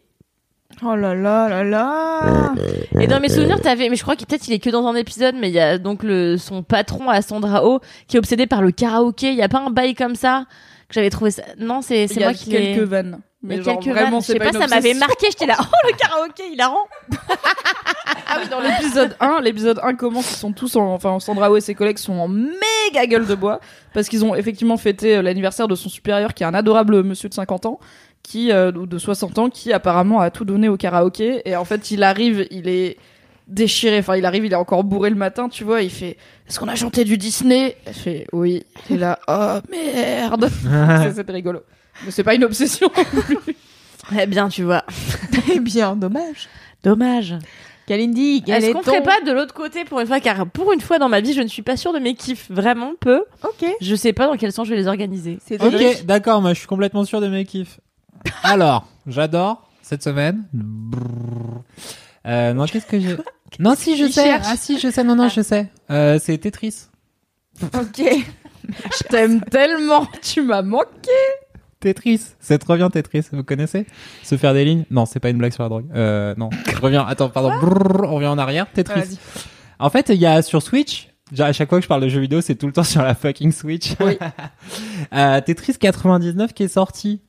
Speaker 7: Oh là là là là
Speaker 6: et dans mes souvenirs, t'avais, mais je crois que peut-être il est que dans un épisode, mais il y a donc le, son patron à Sandra Oh qui est obsédé par le karaoké. Il y a pas un bail comme ça que j'avais trouvé ça. Non, c'est
Speaker 3: Il
Speaker 6: c'est
Speaker 3: y a
Speaker 6: moi qui l'ai.
Speaker 3: quelques vannes.
Speaker 6: il y a
Speaker 3: Mais genre,
Speaker 6: quelques
Speaker 3: vraiment,
Speaker 6: vannes. je
Speaker 3: c'est
Speaker 6: sais pas,
Speaker 3: une
Speaker 6: ça m'avait
Speaker 3: obsession.
Speaker 6: marqué. J'étais là, oh le karaoké, il la rend. [LAUGHS]
Speaker 3: Ah oui, dans l'épisode 1, l'épisode 1 commence, ils sont tous en, enfin, Sandra Oh et ses collègues sont en méga gueule de bois parce qu'ils ont effectivement fêté euh, l'anniversaire de son supérieur qui est un adorable monsieur de 50 ans qui euh, ou de 60 ans qui apparemment a tout donné au karaoké et en fait, il arrive, il est déchiré, enfin il arrive, il est encore bourré le matin, tu vois, il fait est-ce qu'on a chanté du Disney Elle fait oui, et là oh merde. Ça, C'était rigolo. Mais c'est pas une obsession.
Speaker 6: Eh bien, tu vois.
Speaker 7: Eh bien, dommage.
Speaker 6: Dommage.
Speaker 7: Kalindi, quel
Speaker 6: Est-ce
Speaker 7: est
Speaker 6: qu'on
Speaker 7: ton-
Speaker 6: ferait pas de l'autre côté pour une fois Car pour une fois dans ma vie, je ne suis pas sûre de mes kiffs. Vraiment peu.
Speaker 7: Ok.
Speaker 6: Je sais pas dans quel sens je vais les organiser.
Speaker 7: C'est
Speaker 4: Ok, d'accord, moi je suis complètement sûr de mes kiffs. Alors, j'adore cette semaine. Brrr. Euh, non, qu'est-ce que j'ai Non, si je
Speaker 7: Il
Speaker 4: sais.
Speaker 7: cherche.
Speaker 4: Ah si, je sais. Non, non, je sais. Euh, c'est Tetris.
Speaker 7: Ok.
Speaker 3: Je t'aime tellement, tu m'as manqué.
Speaker 4: Tetris, c'est trop bien Tetris, vous connaissez Se faire des lignes Non, c'est pas une blague sur la drogue. Euh, non, je [LAUGHS] reviens, attends, pardon, Brrr, on revient en arrière, Tetris.
Speaker 7: Vas-y.
Speaker 4: En fait, il y a sur Switch, déjà, à chaque fois que je parle de jeux vidéo, c'est tout le temps sur la fucking Switch.
Speaker 3: Oui.
Speaker 4: [LAUGHS] Euh, Tetris 99 qui est sorti.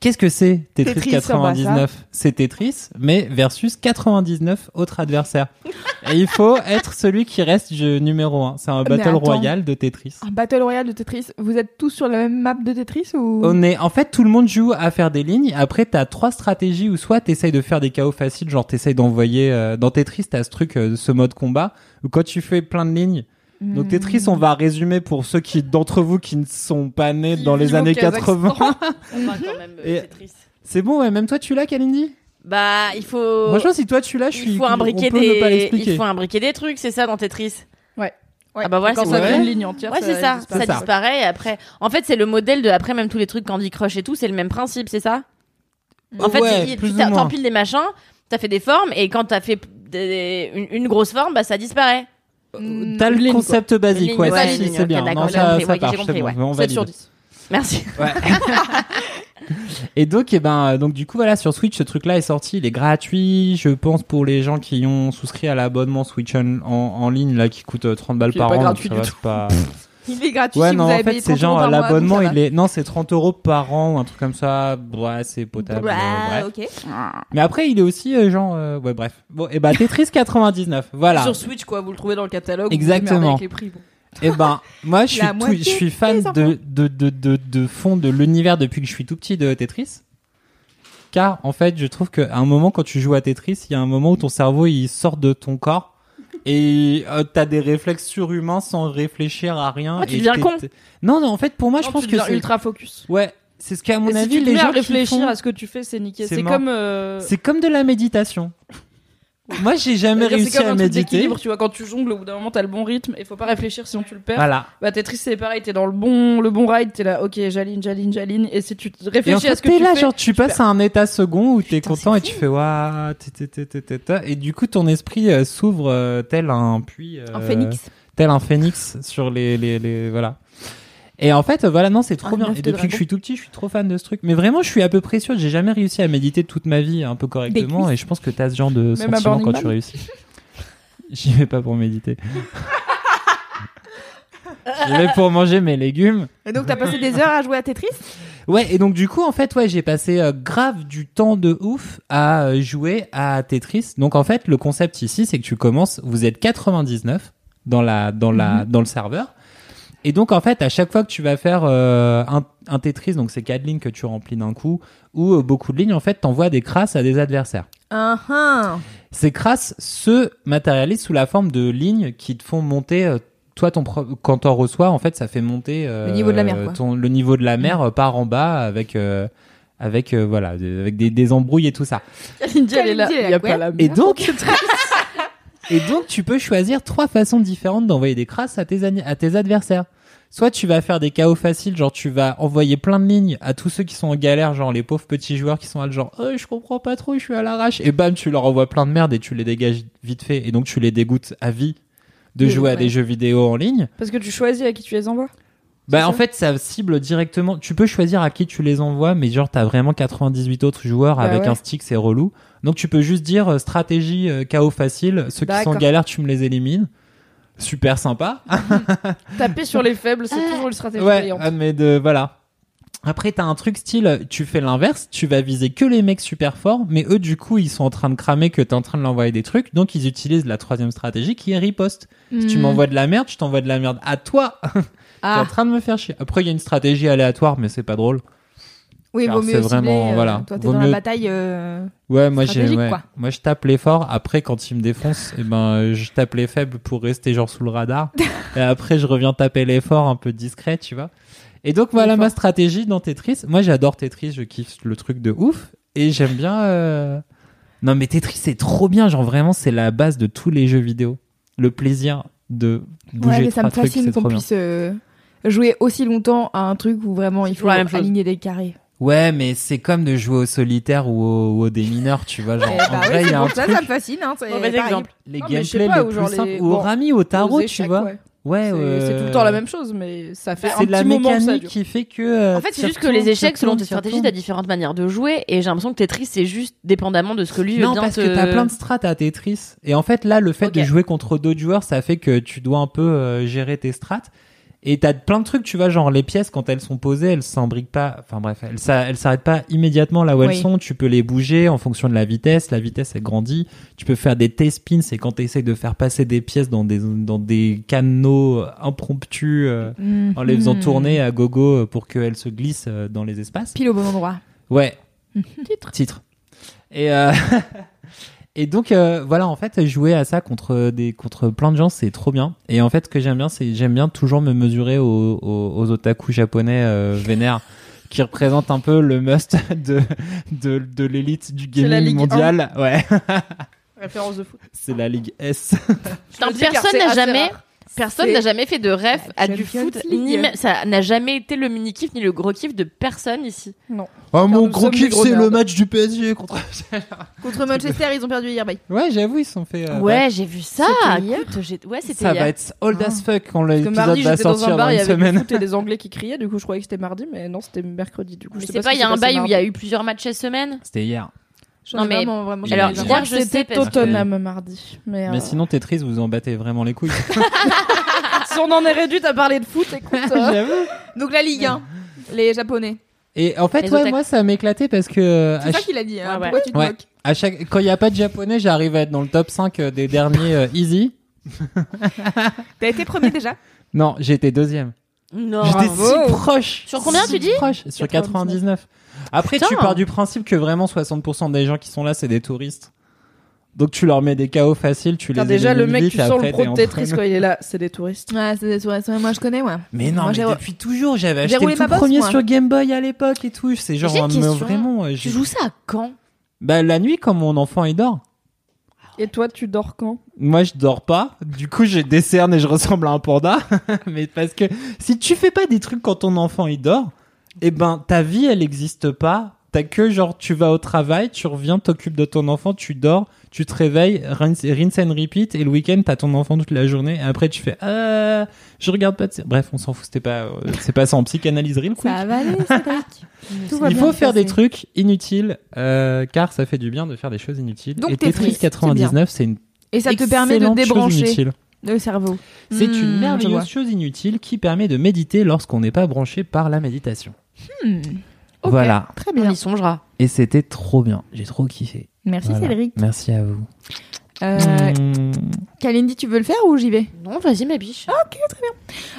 Speaker 4: Qu'est-ce que c'est Tetris,
Speaker 7: Tetris, oh bah ça.
Speaker 4: 99 C'est Tetris, mais versus 99 autres adversaires. Et il
Speaker 7: [LAUGHS]
Speaker 4: faut être celui qui reste jeu numéro 1. C'est un
Speaker 7: Ah, Mais
Speaker 4: battle
Speaker 7: attends.
Speaker 4: royal de Tetris.
Speaker 7: Un battle royale de Tetris. Vous êtes tous sur la même map de Tetris ou
Speaker 4: On est, en fait, tout le monde joue à faire des lignes. Après, t'as trois stratégies où soit t'essayes de faire des chaos faciles, genre t'essayes d'envoyer, euh, dans Tetris, t'as ce truc, euh, ce mode combat, où quand tu fais plein de lignes.
Speaker 7: Hmm.
Speaker 4: Donc Tetris, on va résumer pour ceux qui, d'entre vous qui ne sont pas nés dans les
Speaker 3: vivent au
Speaker 4: années
Speaker 3: Kazakhstan.
Speaker 6: [LAUGHS]
Speaker 4: 80.
Speaker 6: Enfin, quand même, euh,
Speaker 4: Et-
Speaker 6: c'est triste.
Speaker 4: C'est bon, ouais, même toi tu l'as, Kalindi?
Speaker 6: Bah, il faut.
Speaker 4: Franchement, si toi tu l'as, je suis,
Speaker 6: il faut
Speaker 4: on
Speaker 6: imbriquer
Speaker 4: peut ne pas
Speaker 6: des.
Speaker 4: l'expliquer.
Speaker 6: Il faut imbriquer des trucs, c'est ça dans Tetris.
Speaker 3: Ouais.
Speaker 6: Ah bah voilà,
Speaker 3: quand
Speaker 6: c'est
Speaker 3: ça
Speaker 4: vrai.
Speaker 3: fait une ligne entière.
Speaker 6: Ouais,
Speaker 7: euh,
Speaker 6: c'est ça.
Speaker 3: disparaît.
Speaker 6: Ça,
Speaker 4: C'est ça.
Speaker 6: disparaît et après. En fait, c'est le modèle de après même tous les trucs Candy Crush et tout, c'est le même principe, c'est ça.
Speaker 7: Mm.
Speaker 6: En fait,
Speaker 4: Ouais,
Speaker 6: il-
Speaker 4: plus
Speaker 6: tu
Speaker 4: ou
Speaker 6: t'as-
Speaker 4: moins.
Speaker 6: t'empiles des machins, t'as fait des formes et quand t'as fait des- une, une grosse forme, bah ça disparaît.
Speaker 4: T'as le
Speaker 3: Une ligne,
Speaker 4: concept basique,
Speaker 6: Une
Speaker 4: ouais,
Speaker 6: ligne, ouais,
Speaker 4: si,
Speaker 6: une ligne,
Speaker 4: c'est
Speaker 6: ok,
Speaker 4: bien.
Speaker 6: d'accord,
Speaker 4: Non,
Speaker 6: j'ai
Speaker 4: ça,
Speaker 6: compris,
Speaker 4: ça
Speaker 6: ouais, j'ai
Speaker 4: marche,
Speaker 6: compris,
Speaker 4: c'est bon,
Speaker 6: ouais.
Speaker 4: on
Speaker 3: 7 sur
Speaker 4: valide.
Speaker 3: 10.
Speaker 7: [LAUGHS]
Speaker 6: Merci.
Speaker 4: Et donc, eh ben, euh, donc du coup, voilà, sur Switch, ce truc-là est sorti. Il est gratuit, je pense, pour les gens qui ont souscrit à l'abonnement Switch en, en, en ligne, là, qui coûte euh, 30 balles
Speaker 3: Qui est
Speaker 4: par
Speaker 3: pas
Speaker 4: an. donc
Speaker 3: gratuit
Speaker 4: ça
Speaker 3: du
Speaker 4: va,
Speaker 3: tout.
Speaker 4: c'est pas-
Speaker 7: Il est gratuit
Speaker 4: Ouais,
Speaker 7: si
Speaker 4: non,
Speaker 7: vous
Speaker 4: en
Speaker 7: avez
Speaker 4: fait,
Speaker 7: payé
Speaker 4: c'est
Speaker 7: 30 euros
Speaker 4: genre
Speaker 7: par mois,
Speaker 4: l'abonnement,
Speaker 7: donc ça
Speaker 4: il est. Non, c'est 30 euros par an ou un truc comme ça. Ouais, c'est potable.
Speaker 7: va.
Speaker 4: euh, bref.
Speaker 7: Ah, ok.
Speaker 4: Mais après, il est aussi euh, genre. euh, ouais, bref. Bon, et bah, Tetris 99. Voilà.
Speaker 3: Sur Switch, quoi, vous le trouvez dans le catalogue. vous
Speaker 4: Exactement.
Speaker 3: vous merdez avec les prix, bon.
Speaker 4: Et ben, moi,
Speaker 7: [LAUGHS]
Speaker 4: je suis,
Speaker 7: La
Speaker 4: tout-
Speaker 7: moitié
Speaker 4: je suis fan
Speaker 7: des enfants.
Speaker 4: de, de, de, de, de fond de l'univers depuis que je suis tout petit de Tetris. Car, en fait, je trouve qu'à un moment, quand tu joues à Tetris, il y a un moment où ton cerveau, il sort de ton corps. Et euh, t'as des réflexes surhumains sans réfléchir à rien.
Speaker 3: Ah, tu
Speaker 4: et
Speaker 3: deviens
Speaker 4: t'es-
Speaker 3: con.
Speaker 4: t'es- Non, non, en fait, pour moi, je
Speaker 3: Non,
Speaker 4: pense
Speaker 3: tu
Speaker 4: que
Speaker 3: deviens
Speaker 4: c'est.
Speaker 3: ultra focus.
Speaker 4: Ouais, c'est ce qu'à mon
Speaker 3: Et si
Speaker 4: avis,
Speaker 3: tu te
Speaker 4: les
Speaker 3: mets à
Speaker 4: gens. qui
Speaker 3: réfléchir
Speaker 4: font-
Speaker 3: à ce que tu fais, c'est niqué.
Speaker 4: c'est
Speaker 3: C'est
Speaker 4: mort.
Speaker 3: comme. euh,
Speaker 4: C'est comme de la méditation. Moi, j'ai jamais
Speaker 3: c'est-à-dire,
Speaker 4: réussi
Speaker 3: c'est comme
Speaker 4: à
Speaker 3: un truc
Speaker 4: méditer.
Speaker 3: d'équilibre, tu vois, quand tu jongles, au bout d'un moment, t'as le bon rythme et faut pas réfléchir sinon tu le perds.
Speaker 4: Voilà.
Speaker 3: Bah, Tetris, c'est pareil, t'es dans le bon, le bon ride, t'es là, ok, j'aligne, j'aligne, j'aligne, et si tu te
Speaker 4: Et en
Speaker 3: réfléchis à
Speaker 4: fait,
Speaker 3: ce que
Speaker 4: t'es
Speaker 3: tu
Speaker 4: là,
Speaker 3: fais.
Speaker 4: genre, tu passes à un état second où t'es
Speaker 3: Putain,
Speaker 4: content
Speaker 3: c'est
Speaker 4: et tu fais waouh, ta, ta, ta, ta, ta, ta. et du coup, ton esprit euh, s'ouvre euh, tel un puits, euh,
Speaker 7: Un phénix.
Speaker 4: tel un phénix sur les, les, les- voilà. Et en fait, euh, voilà, non, c'est trop
Speaker 3: Un
Speaker 4: bien.
Speaker 3: œuf
Speaker 4: Et
Speaker 3: de
Speaker 4: depuis que
Speaker 3: dragon.
Speaker 4: je suis tout petit, je suis trop fan de ce truc. Mais vraiment, je suis à peu près sûr, que j'ai jamais réussi à méditer toute ma vie un peu correctement, et je pense que t'as ce genre
Speaker 3: Même
Speaker 4: de
Speaker 3: à
Speaker 4: sentiment
Speaker 3: Burning
Speaker 4: quand
Speaker 3: Man.
Speaker 4: tu réussis. [LAUGHS] J'y vais pas pour
Speaker 3: [LAUGHS]
Speaker 4: méditer. J'y vais pour manger mes légumes.
Speaker 7: Et donc, t'as passé des heures à jouer à Tetris
Speaker 4: Ouais, et donc du coup, en fait, ouais, j'ai passé euh, grave du temps de ouf à euh, jouer à Tetris. Donc en fait, le concept ici, c'est que tu commences, vous êtes 99 dans la dans
Speaker 7: Mhm.
Speaker 4: la dans le serveur. Et donc en fait, à chaque fois que tu vas faire euh, un, un Tetris, donc c'est quatre lignes que tu remplis d'un coup ou euh, beaucoup de lignes, en fait, t'envoies des crasses à des adversaires.
Speaker 7: Ah ah.
Speaker 4: Ces crasses se matérialisent sous la forme de lignes qui te font monter. euh, toi, ton pro- quand t'en reçois, en fait, ça fait monter euh,
Speaker 7: Le niveau de la mer, quoi. Mhm.
Speaker 4: ton- le niveau de la mer euh, par en bas avec euh, avec euh, voilà de- avec des, des embrouilles et tout ça.
Speaker 3: Kalindi, elle est là.
Speaker 7: Kalindi, elle est
Speaker 3: Y a
Speaker 7: là,
Speaker 3: pas
Speaker 7: ouais.
Speaker 3: la [LAUGHS]
Speaker 4: Et donc et donc tu peux choisir trois façons différentes d'envoyer des crasses à tes ani- à tes adversaires. Soit tu vas faire des chaos faciles, genre tu vas envoyer plein de lignes à tous ceux qui sont en galère, genre les pauvres petits joueurs qui sont là, genre Euh, je comprends pas trop, je suis à l'arrache. Et bam, tu leur envoies plein de merde et tu les dégages vite fait. Et donc tu les dégoûtes à vie de
Speaker 7: Oui,
Speaker 4: jouer à
Speaker 7: ouais.
Speaker 4: des jeux vidéo en ligne.
Speaker 3: Parce que tu choisis à qui tu les envoies.
Speaker 4: Bah
Speaker 3: ça
Speaker 4: en fait ça cible directement. Tu peux choisir à qui tu les envoies, mais genre t'as vraiment 98 autres joueurs
Speaker 3: Bah
Speaker 4: avec
Speaker 3: ouais.
Speaker 4: un stick, c'est relou. Donc tu peux juste dire euh, stratégie euh, chaos facile, ceux qui sont en
Speaker 3: D'accord.
Speaker 4: galère tu me les élimines. Super sympa.
Speaker 3: Taper sur les faibles, c'est toujours une stratégie
Speaker 4: ouais,
Speaker 3: payante.
Speaker 4: ah, mais de voilà. Après t'as un truc style, euh, tu fais l'inverse, tu vas viser que les mecs super forts, mais eux du coup ils sont en train de cramer que t'es en train de l'envoyer des trucs, donc ils utilisent la troisième stratégie qui est riposte. Si tu
Speaker 7: Hmm.
Speaker 4: m'envoies de la merde, je t'envoie de la merde à toi. [LAUGHS] T'es en
Speaker 7: Ah,
Speaker 4: train de me faire chier. Après il y a une stratégie aléatoire, mais c'est pas drôle.
Speaker 7: oui,
Speaker 4: Alors,
Speaker 7: vaut mieux
Speaker 4: c'est
Speaker 7: cibler,
Speaker 4: vraiment,
Speaker 7: euh,
Speaker 4: voilà,
Speaker 7: Toi, t'es
Speaker 4: vaut
Speaker 7: dans
Speaker 4: mieux-
Speaker 7: la bataille. euh,
Speaker 4: Ouais, moi j'ai,
Speaker 7: Stratégique,
Speaker 4: ouais.
Speaker 7: quoi.
Speaker 4: moi je tape les forts. Après, quand ils me défoncent, eh ben euh, je tape les faibles pour rester genre sous le
Speaker 7: [LAUGHS]
Speaker 4: radar. et après, je reviens taper les forts un peu discret, tu vois. Et donc voilà
Speaker 7: Les
Speaker 4: ma stratégie dans Tetris. Moi, j'adore Tetris, je kiffe le truc de ouf et j'aime bien. euh, Non, mais Tetris c'est trop bien, genre vraiment c'est la base de tous les jeux vidéo. Le plaisir de bouger
Speaker 7: Ouais, mais ça
Speaker 4: trois
Speaker 7: me
Speaker 4: trucs,
Speaker 7: fascine
Speaker 4: c'est
Speaker 7: qu'on
Speaker 4: trop bien.
Speaker 7: puisse euh, jouer aussi longtemps à un truc où vraiment il faut
Speaker 6: toujours la même chose.
Speaker 7: aligner des carrés.
Speaker 4: Ouais, mais c'est comme de jouer au solitaire ou au, ou au démineur, tu vois. Genre,
Speaker 7: Eh
Speaker 4: en
Speaker 7: bah
Speaker 4: vrai, il y
Speaker 7: oui, c'est
Speaker 4: a un
Speaker 7: pour ça,
Speaker 4: truc.
Speaker 7: ça me fascine. Hein, c'est
Speaker 6: Mauvais
Speaker 7: pareil.
Speaker 6: exemple.
Speaker 4: Les
Speaker 3: Non, mais je sais
Speaker 4: gameplays
Speaker 3: pas,
Speaker 4: les
Speaker 3: ou
Speaker 4: plus
Speaker 3: genre
Speaker 4: simples.
Speaker 3: les-
Speaker 4: Ou au
Speaker 3: bon,
Speaker 4: rami, au tarot,
Speaker 3: Aux
Speaker 4: tu
Speaker 3: échecs,
Speaker 4: vois.
Speaker 3: ouais.
Speaker 4: Ouais,
Speaker 3: C'est
Speaker 4: euh,
Speaker 3: c'est tout le temps la même chose, mais ça fait un
Speaker 4: C'est
Speaker 3: petit
Speaker 4: de la
Speaker 3: moment que ça
Speaker 4: mécanique
Speaker 3: dure.
Speaker 4: qui fait que. euh,
Speaker 6: En fait, c'est
Speaker 4: tu
Speaker 6: juste que les
Speaker 4: retournes,
Speaker 6: échecs,
Speaker 4: tu
Speaker 6: selon tes
Speaker 4: retournes, tu
Speaker 6: stratégies, t'as
Speaker 4: retournes.
Speaker 6: différentes manières de jouer, et j'ai l'impression que Tetris, c'est juste dépendamment de ce que lui
Speaker 4: Non,
Speaker 6: vient
Speaker 4: parce
Speaker 6: te-
Speaker 4: que t'as plein de strates à Tetris. Et en fait, là, le fait de
Speaker 6: Ok.
Speaker 4: jouer contre d'autres joueurs, ça fait que tu dois un peu euh, gérer tes strates. Et t'as plein de trucs, tu vois, genre les pièces, quand elles sont posées, elles s'embriquent pas. Enfin bref, elles s'a- elles s'arrêtent pas immédiatement là où elles
Speaker 7: Oui.
Speaker 4: sont. Tu peux les bouger en fonction de la vitesse. La vitesse, elle grandit. Tu peux faire des T-spins. Et quand t'essayes de faire passer des pièces dans des, dans des canaux euh, impromptus, euh,
Speaker 7: Mhm.
Speaker 4: en les faisant
Speaker 6: Hmm.
Speaker 4: tourner à gogo euh, pour qu'elles se glissent euh, dans les espaces.
Speaker 7: Pile au bon endroit.
Speaker 3: [LAUGHS]
Speaker 4: Ouais. Titre. Titre. Et, euh, [LAUGHS] et donc, euh, voilà, en fait, jouer à ça contre, des, contre plein de gens, c'est trop bien. Et en fait, ce que j'aime bien, c'est j'aime bien toujours me mesurer aux, aux, aux otaku japonais euh, vénères qui représentent un peu le must de, de, de l'élite du
Speaker 3: la
Speaker 4: gaming
Speaker 3: Ligue
Speaker 4: mondial. Ouais, [LAUGHS]
Speaker 3: Référence de foot.
Speaker 4: c'est la Ligue S.
Speaker 6: Putain,
Speaker 3: Je le dis car
Speaker 6: personne
Speaker 3: c'est
Speaker 6: n'a
Speaker 3: assez
Speaker 6: jamais.
Speaker 3: rare.
Speaker 6: Personne
Speaker 7: C'est
Speaker 6: n'a jamais fait de ref
Speaker 7: la
Speaker 6: à du
Speaker 7: Champions
Speaker 6: foot, ni
Speaker 7: League.
Speaker 6: même- ça n'a jamais été le mini kiff ni le gros kiff de personne ici.
Speaker 3: mon
Speaker 4: Oh,
Speaker 3: nous gros sommes des kiff, gros c'est le merdes.
Speaker 4: match du PSG contre.
Speaker 7: Contre Manchester, ils ont perdu hier. bye.
Speaker 4: Ouais, j'avoue, ils se sont fait. euh,
Speaker 6: ouais, j'ai vu ça.
Speaker 7: C'était hier
Speaker 6: Écoute, j'ai- ouais, c'était
Speaker 4: Ça
Speaker 6: hier.
Speaker 4: va être old as fuck quand
Speaker 3: Ah. Parce que
Speaker 4: l'épisode
Speaker 3: mardi,
Speaker 4: va
Speaker 3: j'étais dans
Speaker 4: sortir
Speaker 3: un
Speaker 4: dans
Speaker 3: bar, il
Speaker 4: une
Speaker 3: y avait du
Speaker 4: semaine.
Speaker 3: foot et des Anglais qui criaient, du coup, je croyais que c'était mardi, mais non, c'était mercredi. Du coup,
Speaker 6: Mais
Speaker 3: je sais
Speaker 6: c'est
Speaker 3: pas,
Speaker 6: pas,
Speaker 3: ce
Speaker 6: il
Speaker 3: qui
Speaker 6: y a
Speaker 3: s'est
Speaker 6: un
Speaker 3: passé
Speaker 6: bail où il y a
Speaker 3: mardi.
Speaker 6: eu plusieurs matchs cette semaine.
Speaker 4: C'était hier.
Speaker 7: J'en
Speaker 6: Non,
Speaker 7: ai
Speaker 6: mais-
Speaker 7: vraiment, vraiment, j'en ai
Speaker 6: Alors,
Speaker 7: marre.
Speaker 6: hier, je sais
Speaker 3: C'était
Speaker 6: parce que-
Speaker 3: Tottenham mardi. Mais, euh,
Speaker 4: Mais sinon, Tetris, vous en battez vraiment les couilles.
Speaker 3: [LAUGHS] si on en est réduit à parler de foot,
Speaker 7: [LAUGHS]
Speaker 3: écoute. euh,
Speaker 4: J'avoue.
Speaker 7: Donc la Ligue 1, les Japonais.
Speaker 4: Et en fait,
Speaker 6: Les
Speaker 4: ouais,
Speaker 6: otaku.
Speaker 4: moi, ça m'éclatait parce que euh,
Speaker 3: Ah,
Speaker 4: à,
Speaker 7: C'est ça
Speaker 4: ch-
Speaker 7: qu'il a dit.
Speaker 6: Ouais,
Speaker 7: hein.
Speaker 6: ouais.
Speaker 7: Pourquoi tu te
Speaker 4: Ouais.
Speaker 7: moques
Speaker 4: à chaque quand il y a pas de japonais, j'arrive à être dans le top 5 euh, des derniers euh, easy.
Speaker 7: T'as été premier déjà
Speaker 4: Non, j'étais deuxième.
Speaker 3: Oh,
Speaker 6: Non. Ah,
Speaker 4: J'étais si proche.
Speaker 6: Sur combien,
Speaker 4: Si
Speaker 6: tu dis
Speaker 4: proche, Sur 99. Après, tu
Speaker 6: Putain.
Speaker 4: pars du principe que vraiment 60% des gens qui sont là, c'est des touristes. Donc tu leur mets des KO faciles, tu
Speaker 3: [LAUGHS]
Speaker 4: les
Speaker 3: Putain, déjà, le
Speaker 4: élimines
Speaker 3: mec,
Speaker 4: vite,
Speaker 3: tu
Speaker 4: et
Speaker 3: sens
Speaker 4: après,
Speaker 3: le pro de
Speaker 4: t'es en
Speaker 3: Tetris,
Speaker 4: train
Speaker 3: quoi, il est là, c'est des touristes.
Speaker 7: Ouais, c'est des soirées, moi je connais, ouais.
Speaker 4: Mais non,
Speaker 7: Moi,
Speaker 4: mais
Speaker 7: j'ai-
Speaker 4: depuis toujours, j'avais
Speaker 7: j'ai
Speaker 4: acheté
Speaker 7: roulé
Speaker 4: le tout
Speaker 7: ma bosse,
Speaker 4: premier
Speaker 7: moi.
Speaker 4: sur Game Boy à l'époque et tout. C'est genre
Speaker 6: J'ai une
Speaker 4: un- mais
Speaker 6: question.
Speaker 4: vraiment. euh,
Speaker 6: Tu
Speaker 4: j'ai-
Speaker 6: joues ça à quand
Speaker 4: Bah la nuit, quand mon enfant il dort,
Speaker 3: Et toi, tu dors quand
Speaker 4: moi je dors pas. Du coup, j'ai des cernes et je ressemble à un panda. [LAUGHS] mais parce que si tu fais pas des trucs quand ton enfant il dort, eh ben ta vie elle existe pas. T'as que genre tu vas au travail, tu reviens, t'occupes de ton enfant, tu dors, tu te réveilles, rinse, rinse and repeat et le week-end t'as ton enfant toute la journée. Et après tu fais euh, je regarde pas de sé- Bref, on s'en fout. C'était pas euh, c'est pas ça en psychanalyse real quick.
Speaker 7: Ça
Speaker 4: [LAUGHS]
Speaker 7: va aller, Cédric. Tout va
Speaker 4: Il
Speaker 7: bien
Speaker 4: faut
Speaker 7: se
Speaker 4: faire des
Speaker 7: passer.
Speaker 4: trucs inutiles, euh, car ça fait du bien de faire des choses inutiles.
Speaker 7: Donc
Speaker 4: et
Speaker 7: Tetris,
Speaker 4: Tetris
Speaker 7: c'est
Speaker 4: 99, c'est une
Speaker 7: Et ça te permet de
Speaker 4: excellente chose
Speaker 7: débrancher
Speaker 4: inutile.
Speaker 7: le cerveau.
Speaker 4: C'est une
Speaker 7: Hmm, je vois.
Speaker 4: merveilleuse chose inutile qui permet de méditer lorsqu'on n'est pas branché par la méditation.
Speaker 7: Hmm, Ok.
Speaker 4: Voilà.
Speaker 7: Très
Speaker 6: On
Speaker 7: bien.
Speaker 6: y songera.
Speaker 4: Et c'était trop bien. J'ai trop kiffé.
Speaker 7: Merci
Speaker 4: Voilà.
Speaker 7: Cédric.
Speaker 4: Merci à vous.
Speaker 7: Euh,
Speaker 4: Mmh.
Speaker 7: Kalindi, tu veux le faire ou j'y vais
Speaker 6: Non, vas-y, ma biche.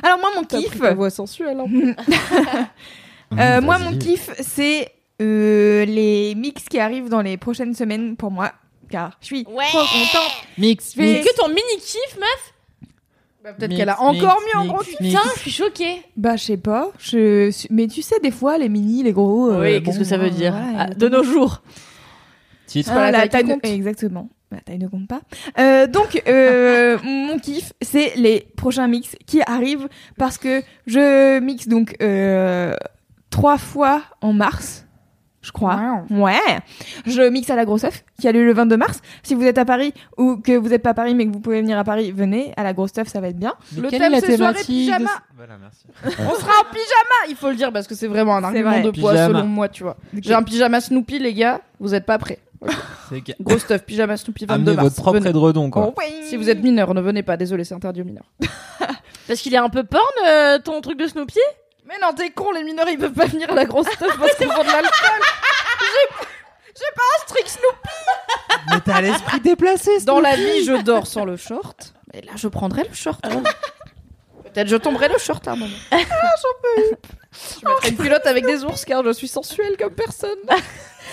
Speaker 7: Alors moi mon
Speaker 3: T'as
Speaker 7: kiff,
Speaker 3: pris ta voix sensuelle, hein. [LAUGHS]
Speaker 4: Mmh,
Speaker 7: euh, moi
Speaker 4: vas-y.
Speaker 7: mon kiff, c'est euh, les mix qui arrivent dans les prochaines semaines pour moi, car je suis
Speaker 6: Ouais.
Speaker 7: trop contente.
Speaker 4: Mix.
Speaker 7: Mais
Speaker 4: mix,
Speaker 6: que ton mini kiff, meuf
Speaker 3: Bah, Peut-être
Speaker 4: mix,
Speaker 3: qu'elle a
Speaker 4: mix,
Speaker 3: encore mis en
Speaker 4: mix,
Speaker 3: gros.
Speaker 4: mix.
Speaker 6: Putain, je suis choquée.
Speaker 7: Bah je sais pas, je... suis- mais tu sais des fois les mini, les gros. euh,
Speaker 6: oui, qu'est-ce
Speaker 7: bon,
Speaker 6: que ça veut
Speaker 7: euh,
Speaker 6: dire
Speaker 7: voilà,
Speaker 6: Ah, De nos jours.
Speaker 4: Titre.
Speaker 3: Ah, pas la
Speaker 7: Voilà,
Speaker 3: taille qui
Speaker 7: taille
Speaker 3: compte.
Speaker 7: ne- Exactement. Bah, La taille ne compte pas. Euh, donc,
Speaker 3: [LAUGHS]
Speaker 7: euh, mon kiff, c'est les prochains mix qui arrivent parce que je mixe donc euh, trois fois en mars, je crois. Ouais. Je mixe à la Grosse Œuf qui a lieu le 22 mars. Si vous êtes à Paris ou que vous n'êtes pas à Paris mais que vous pouvez venir à Paris, venez à la Grosse Œuf, ça va être bien.
Speaker 4: Mais
Speaker 3: Le
Speaker 4: quelle
Speaker 3: thème,
Speaker 4: est la
Speaker 3: c'est soirée
Speaker 4: thématique
Speaker 3: pyjama.
Speaker 4: de- Voilà, merci.
Speaker 3: On sera en pyjama, il faut le dire, parce que c'est vraiment un
Speaker 7: C'est
Speaker 3: argument
Speaker 7: vrai.
Speaker 3: de poids
Speaker 4: Pyjama.
Speaker 3: selon moi, tu vois. J'ai un pyjama Snoopy, les gars, vous êtes pas prêts.
Speaker 4: C'est que-
Speaker 3: Gros stuff, pyjama Snoopy 22
Speaker 4: Amenez
Speaker 3: mars.
Speaker 4: votre propre
Speaker 3: Venez.
Speaker 4: édredon,
Speaker 7: Oh.
Speaker 4: quoi.
Speaker 3: Si vous êtes mineur, ne venez pas, désolé, c'est interdit aux mineurs.
Speaker 6: Parce qu'il est un peu porn, euh, ton truc de Snoopy
Speaker 3: Mais non, t'es con, les mineurs ils peuvent pas venir à la grosse stuff parce qu'ils font de l'alcool. [LAUGHS]
Speaker 4: Mais t'as l'esprit déplacé,
Speaker 3: Dans la vie, je dors sans le short, mais là je prendrai le short. hein. Peut-être je tomberai le short à un moment. [LAUGHS] Ah, j'en peux plus. Je mettrai une culotte avec des ours car je suis sensuelle comme personne.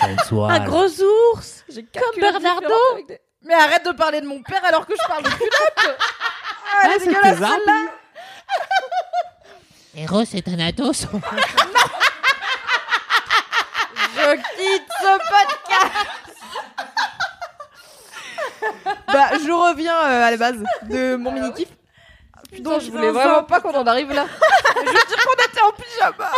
Speaker 6: Un gros ours
Speaker 3: J'ai quatre
Speaker 6: Comme
Speaker 3: culottes
Speaker 6: Bernardo.
Speaker 3: différentes avec des- Mais arrête de parler de mon père alors que je parle [LAUGHS] de culotte. Ah, elle est dégueulasse.
Speaker 9: Eros et Thanatos.
Speaker 3: Je quitte ce podcast.
Speaker 7: Bah, je reviens euh, à la base de mon mini kiff.
Speaker 3: Putain, je voulais vraiment pas qu'on en arrive là.
Speaker 7: Je veux dire qu'on était en pyjama.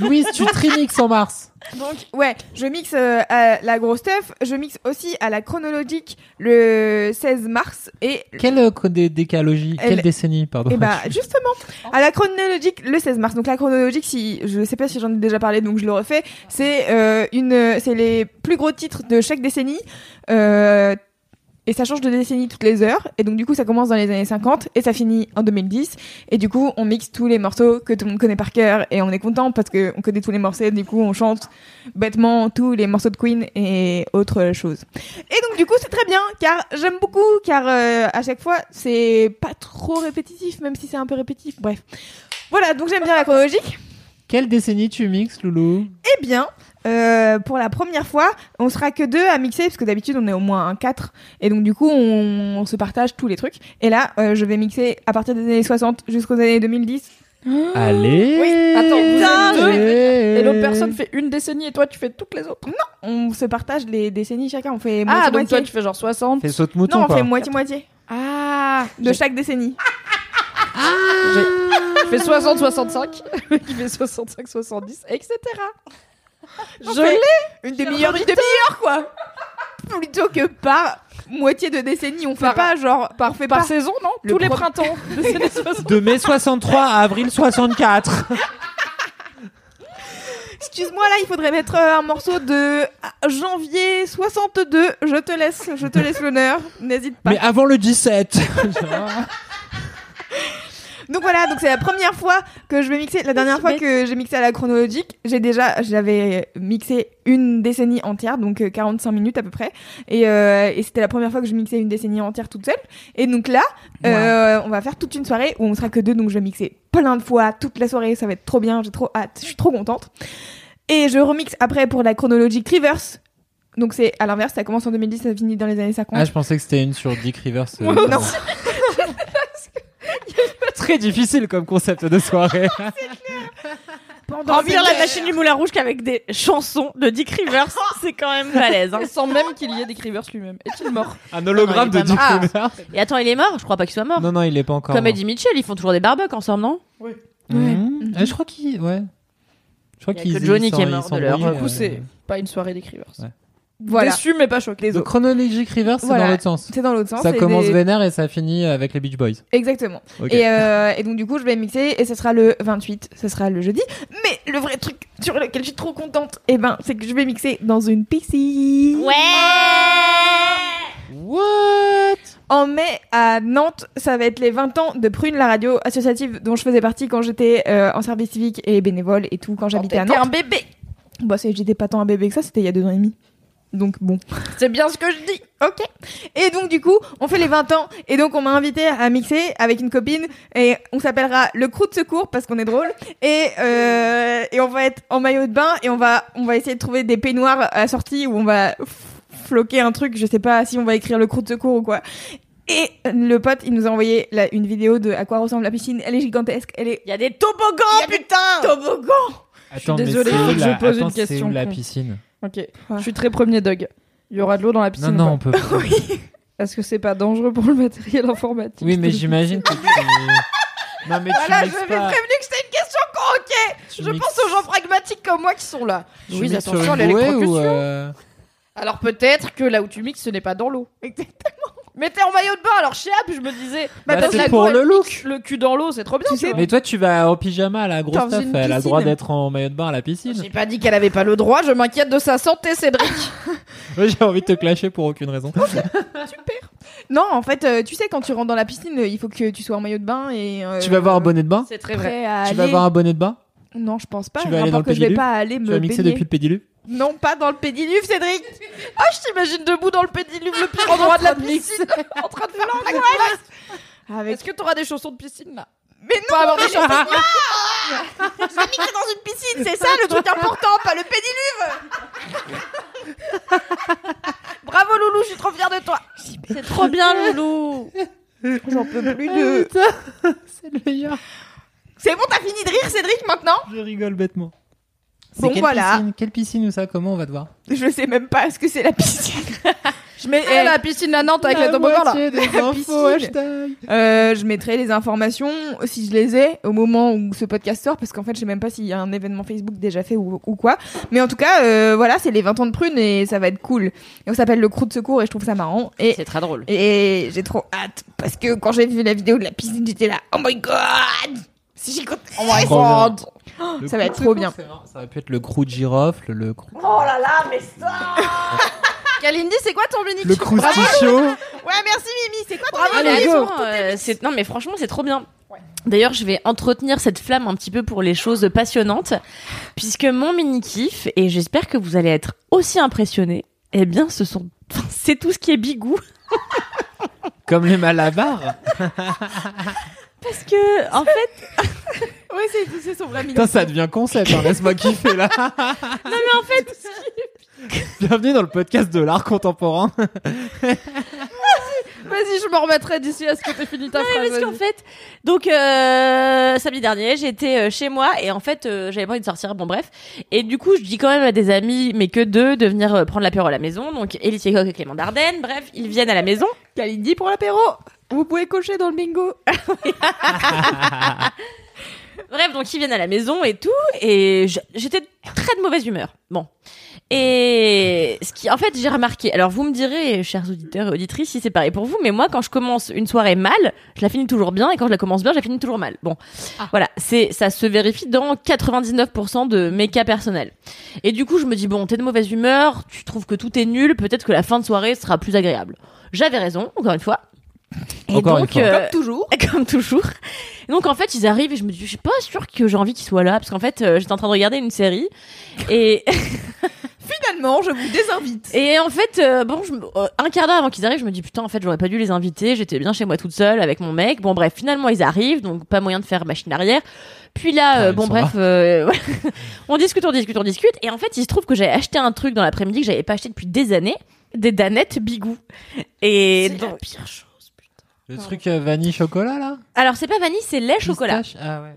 Speaker 4: Louise, tu trimixes en mars.
Speaker 7: Donc ouais, je mixe euh, à la grosse stuff, je mixe aussi à la chronologique le 16 mars et
Speaker 4: Quelle euh, co- dé- décalogie
Speaker 7: Elle-
Speaker 4: Quelle décennie, pardon
Speaker 7: et
Speaker 4: [LAUGHS]
Speaker 7: bah justement à la chronologique le 16 mars. Donc la chronologique si je sais pas si j'en ai déjà parlé donc je le refais, c'est euh, une euh, c'est les plus gros titres de chaque décennie euh, et ça change de décennie toutes les heures et donc du coup ça commence dans les années 50 et ça finit en 2010 et du coup on mixe tous les morceaux que tout le monde connaît par cœur et on est content parce que on connaît tous les morceaux et du coup on chante bêtement tous les morceaux de Queen et autres choses. Et donc du coup c'est très bien car j'aime beaucoup car euh, à chaque fois c'est pas trop répétitif même si c'est un peu répétitif bref. Voilà donc j'aime bien la chronologique.
Speaker 4: Quelle décennie tu mixes, Loulou
Speaker 7: Eh bien euh, pour la première fois on sera que deux à mixer parce que d'habitude on est au moins un quatre et donc du coup on, on se partage tous les trucs et là euh, je vais mixer à partir des années 60 jusqu'aux années 2010. Ah.
Speaker 4: Allez
Speaker 3: attends, vous
Speaker 7: Putain,
Speaker 3: êtes deux.
Speaker 4: Et
Speaker 3: Et l'autre personne fait
Speaker 7: Euh,
Speaker 3: une décennie et toi tu fais toutes les autres.
Speaker 7: On se partage les décennies chacun on fait
Speaker 3: Ah,
Speaker 7: moitié
Speaker 3: donc toi
Speaker 7: moitié.
Speaker 3: tu fais genre 60.
Speaker 4: Fait saute mouton,
Speaker 7: non on
Speaker 4: quoi.
Speaker 7: fait moitié moitié
Speaker 3: Ah,
Speaker 7: de chaque décennie.
Speaker 3: [LAUGHS] tu fais 60, 65. [LAUGHS] Il fait 65, 70, etc.
Speaker 7: [LAUGHS]
Speaker 3: Je l'ai.
Speaker 7: Une demi-heure, une demi-heure, quoi Ah, Plutôt que par moitié de décennie, on fait
Speaker 3: Par-
Speaker 7: pas genre parfait
Speaker 3: Par
Speaker 7: par
Speaker 3: saison, non
Speaker 7: Le
Speaker 3: Tous les
Speaker 7: pro-
Speaker 3: printemps. des années 60.
Speaker 4: De mai 63 à avril 64.
Speaker 7: Ce Excuse-moi, là, il faudrait mettre euh, un morceau de ah, janvier 62. Je te laisse, je te laisse l'honneur. N'hésite pas.
Speaker 4: Mais avant le [LAUGHS]
Speaker 7: [LAUGHS]
Speaker 4: 17
Speaker 7: Donc voilà, donc c'est la première fois que je vais mixer. La dernière fois que j'ai mixé à la chronologique, j'ai déjà, j'avais mixé une décennie entière, donc euh, 45 minutes à peu près. Et, euh, et c'était la première fois que je mixais une décennie entière toute seule. Et donc là, euh, on va faire toute une soirée où on sera que deux, donc je vais mixer plein de fois toute la soirée. Ça va être trop bien, j'ai trop hâte, je suis trop contente. Et je remixe après pour la chronologique reverse. Donc c'est à l'inverse, ça commence en 2010, ça finit dans les années 50.
Speaker 4: Ah, je pensais que c'était une sur Dick Rivers. euh,
Speaker 7: Moi aussi.
Speaker 4: pardon. Très difficile comme concept de soirée.
Speaker 6: Remplir la machine du Moulin Rouge qu'avec des chansons de Dick Rivers, [LAUGHS] c'est quand même balèze. hein.
Speaker 3: Sans même qu'il y ait des Crivers lui-même. Est-il mort
Speaker 4: Un hologramme
Speaker 6: Non,
Speaker 4: de
Speaker 6: il est
Speaker 4: Dick
Speaker 6: pas Ah.
Speaker 4: Rivers.
Speaker 6: Et attends, il est mort Je crois pas qu'il soit mort.
Speaker 4: Non, non, il est pas encore.
Speaker 6: Comme Eddie Mitchell, ils font toujours des barbecues ensemble, non
Speaker 4: Mhm. Ah, je crois qu'il. Ouais. Je crois
Speaker 6: Il y a
Speaker 4: qu'ils.
Speaker 6: que Johnny
Speaker 4: ils
Speaker 6: qui est
Speaker 4: s'en-
Speaker 6: mort
Speaker 4: ils
Speaker 6: de
Speaker 4: s'embrouillent,
Speaker 6: leur-
Speaker 4: euh,
Speaker 3: Du coup, c'est pas une soirée des Crivers.
Speaker 7: Voilà,
Speaker 3: Déçu, mais pas choqué.
Speaker 4: Donc chronologique Rivers, c'est
Speaker 7: Voilà.
Speaker 4: dans l'autre sens.
Speaker 7: c'est dans l'autre sens.
Speaker 4: Ça
Speaker 7: c'est
Speaker 4: commence
Speaker 7: des-
Speaker 4: vénère et ça finit avec les Beach Boys.
Speaker 7: Exactement.
Speaker 4: Ok.
Speaker 7: Et, euh, et donc du coup, je vais mixer et ce sera le 28, ce sera le jeudi. Mais le vrai truc sur lequel je suis trop contente, et ben, c'est que je vais mixer dans une piscine.
Speaker 4: What
Speaker 7: En mai à Nantes, ça va être les 20 ans de Prune, la radio associative dont je faisais partie quand j'étais euh, en service civique et bénévole et tout quand j'habitais à
Speaker 3: t'étais
Speaker 7: Nantes. un bébé. Bah c'est, j'étais pas tant un bébé que ça, c'était il y a deux ans et demi. Donc bon.
Speaker 3: C'est bien ce que je dis.
Speaker 7: Ok. Et donc du coup, on fait les 20 ans et donc on m'a invité à mixer avec une copine et on s'appellera le crew de secours parce qu'on est drôle et euh, et on va être en maillot de bain et on va on va essayer de trouver des peignoirs à la sortie où on va f- floquer un truc, je sais pas si on va écrire le crew de secours ou quoi. Et le pote, il nous a envoyé la- une vidéo de à quoi ressemble la piscine. Elle est gigantesque, elle est
Speaker 6: Il y a des toboggans, putain
Speaker 7: toboggan.
Speaker 4: Attends,
Speaker 3: désolée,
Speaker 4: mais
Speaker 3: faut
Speaker 4: c'est où
Speaker 3: que
Speaker 4: la-
Speaker 3: je pose une
Speaker 4: attends, c'est où
Speaker 3: question
Speaker 4: la
Speaker 3: con.
Speaker 4: piscine.
Speaker 3: Ok. Je suis très premier dog. Il y aura de l'eau dans la piscine.
Speaker 4: Non, non,
Speaker 3: ou
Speaker 4: on
Speaker 3: pas
Speaker 4: peut pas.
Speaker 3: Est-ce que c'est pas dangereux pour le matériel informatique
Speaker 4: Oui, mais j'imagine que tu. Non, mais
Speaker 3: Voilà, je
Speaker 4: tu mixes
Speaker 3: vais
Speaker 4: pas.
Speaker 3: Ah prévenu que c'était une question con, ok
Speaker 4: tu
Speaker 3: Je
Speaker 4: mixes-
Speaker 3: pense aux gens pragmatiques comme moi qui sont là.
Speaker 4: tu
Speaker 3: Oui,
Speaker 4: mixes sur
Speaker 3: attention à
Speaker 4: une bouée
Speaker 3: l'électrocution.
Speaker 4: ou, euh,
Speaker 3: Alors peut-être que là où tu mixes, ce n'est pas dans [LAUGHS] l'eau. Exactement. Mais t'es en maillot de bain, alors chez App, je me disais.
Speaker 4: Bah,
Speaker 3: peut-être
Speaker 4: c'est
Speaker 3: la
Speaker 4: pour
Speaker 3: go, elle
Speaker 4: le look.
Speaker 3: mixe Le cul dans l'eau, c'est trop bien, tu sais.
Speaker 4: Mais toi, tu vas en pyjama à la grosse
Speaker 3: Dans
Speaker 4: teuf.
Speaker 3: une
Speaker 4: Elle a le droit
Speaker 3: piscine.
Speaker 4: d'être en maillot de bain à la piscine.
Speaker 3: J'ai pas dit qu'elle avait pas le droit, je m'inquiète de sa santé, [LAUGHS] Cédric.
Speaker 4: Ouais, [LAUGHS] J'ai envie de te clasher pour aucune
Speaker 7: [LAUGHS]
Speaker 4: raison.
Speaker 7: Euh, Non, en fait, euh, tu sais quand tu rentres dans la piscine, il faut que tu sois en maillot de bain et euh,
Speaker 4: Tu vas avoir un bonnet de bain
Speaker 3: C'est très vrai.
Speaker 7: prêt à
Speaker 4: Tu vas
Speaker 7: aller-
Speaker 4: avoir un bonnet de bain
Speaker 7: Non, je pense pas.
Speaker 4: Tu vas aller dans
Speaker 7: Rapport
Speaker 4: le
Speaker 7: que je vais
Speaker 4: pédiluve
Speaker 7: pas aller
Speaker 4: Tu
Speaker 7: me
Speaker 4: vas mixer
Speaker 7: baigner.
Speaker 4: depuis le
Speaker 7: [LAUGHS]
Speaker 4: pédiluve
Speaker 7: Non, pas dans le pédiluve, [LAUGHS] Cédric.
Speaker 3: Ah, je t'imagine debout dans le pédiluve, le
Speaker 7: [LAUGHS]
Speaker 3: pire endroit de la piscine, en train de faire la glace.
Speaker 7: Avec
Speaker 3: Est-ce que t'auras des chaussons de piscine là
Speaker 7: Mais non,
Speaker 3: Pas avoir des chaussons de [LAUGHS] piscine.
Speaker 7: mixer dans une piscine, c'est ça le truc important, pas le pédiluve.
Speaker 3: [LAUGHS] Bravo Loulou, je suis trop fière de toi.
Speaker 6: C'est trop bien, [LAUGHS] Loulou
Speaker 7: J'en peux plus de.
Speaker 4: C'est le meilleur.
Speaker 7: [LAUGHS] C'est bon, t'as fini de rire, Cédric, maintenant
Speaker 4: Je rigole bêtement. C'est
Speaker 7: Bon,
Speaker 4: quelle
Speaker 7: voilà.
Speaker 4: Piscine, quelle piscine ou ça Comment on va te
Speaker 7: [LAUGHS]
Speaker 4: voir
Speaker 7: Je sais même pas ce que c'est la piscine. Ah,
Speaker 3: Je mets eh, la piscine à Nantes avec les toboggans là.
Speaker 4: moitié des infos,
Speaker 7: piscine.
Speaker 4: hashtag.
Speaker 7: Euh, je mettrai les informations si je les ai au moment où ce podcast sort, parce qu'en fait, je sais même pas s'il y a un événement Facebook déjà fait ou, ou quoi. Mais en tout cas, euh, voilà, c'est les 20 ans de prune et ça va être cool. Et on s'appelle le crew de secours et je trouve ça marrant. Et
Speaker 6: C'est très drôle.
Speaker 7: Et j'ai trop hâte parce que quand j'ai vu la vidéo de la piscine, j'étais là, oh my god! Si j'y compte- oh my
Speaker 4: Trop bien.
Speaker 7: god!
Speaker 4: Le
Speaker 7: Ça
Speaker 4: crew
Speaker 7: va être
Speaker 4: de
Speaker 7: trop
Speaker 4: secours,
Speaker 7: bien. Oh,
Speaker 4: c'est marrant. Ça va peut être le crew de girofle, le crew,
Speaker 3: Kalindi, c'est quoi ton mini
Speaker 4: le crew stichot.
Speaker 7: Ouais, merci Mimi, c'est quoi ton
Speaker 6: Bravo,
Speaker 7: avis
Speaker 6: les raisons, euh, c'est- Non, mais franchement, c'est trop bien. D'ailleurs, je vais entretenir cette flamme un petit peu pour les choses passionnantes, puisque mon mini-kiff, et j'espère que vous allez être aussi impressionnés, eh bien, ce sont... c'est tout ce qui est bigou.
Speaker 4: Comme les malabars.
Speaker 6: Parce que, en fait,
Speaker 7: Ouais, c'est, c'est son vrai Mimi.
Speaker 4: Putain, ça devient concept. hein. Laisse-moi kiffer là. [LAUGHS] Bienvenue dans le podcast de l'art contemporain.
Speaker 3: Vas-y, je me remettrai d'ici à ce que t'aies fini ta phrase.
Speaker 6: parce qu'en
Speaker 3: vas-y.
Speaker 6: fait, donc euh, samedi dernier, j'étais euh, chez moi et en fait, euh, j'avais pas envie de sortir. Bon bref, et du coup, je dis quand même à des amis, mais que deux, de venir euh, prendre l'apéro à la maison. Donc, Élise Coq et Clément Dardenne. Bref, ils viennent à la maison.
Speaker 7: Kalindi pour l'apéro! Vous pouvez cocher dans le bingo!
Speaker 6: Bref, donc ils viennent à la maison et tout, et je- j'étais de très de mauvaise humeur. Bon. Et ce qui, en fait, j'ai remarqué. Alors, vous me direz, chers auditeurs et auditrices, si c'est pareil pour vous, mais moi, quand je commence une soirée mal, je la finis toujours bien, et quand je la commence bien, je la finis toujours mal. Bon,
Speaker 7: Ah.
Speaker 6: voilà, c'est ça se vérifie dans 99% de mes cas personnels. Et du coup, je me dis bon, t'es de mauvaise humeur, tu trouves que tout est nul, peut-être que la fin de soirée sera plus agréable. J'avais raison, encore une fois. Et
Speaker 4: Encore une
Speaker 6: donc,
Speaker 4: fois.
Speaker 6: euh,
Speaker 7: Comme toujours.
Speaker 6: [LAUGHS] comme toujours. Et donc en fait, ils arrivent et je me dis, je suis pas sûre que j'ai envie qu'ils soient là parce qu'en fait, euh, j'étais en train de regarder une série et
Speaker 7: Finalement, je vous désinvite.
Speaker 6: et en fait, euh, bon, je me- euh, un quart d'heure avant qu'ils arrivent, je me dis putain, en fait, j'aurais pas dû les inviter. J'étais bien chez moi toute seule avec mon mec. Bon bref, finalement ils arrivent, donc pas moyen de faire machine arrière. Puis là, euh,
Speaker 4: Ah, ils
Speaker 6: bon
Speaker 4: sont
Speaker 6: bref, euh, [LAUGHS] voilà. on discute, on discute, on discute. Et en fait, il se trouve que j'avais acheté un truc dans l'après-midi que j'avais pas acheté depuis des années, des danettes Bigou. Et
Speaker 3: C'est la
Speaker 6: donc,
Speaker 4: Le truc euh, vanille chocolat là
Speaker 6: alors c'est pas vanille, c'est lait chocolat,
Speaker 4: Pistache Ah ouais.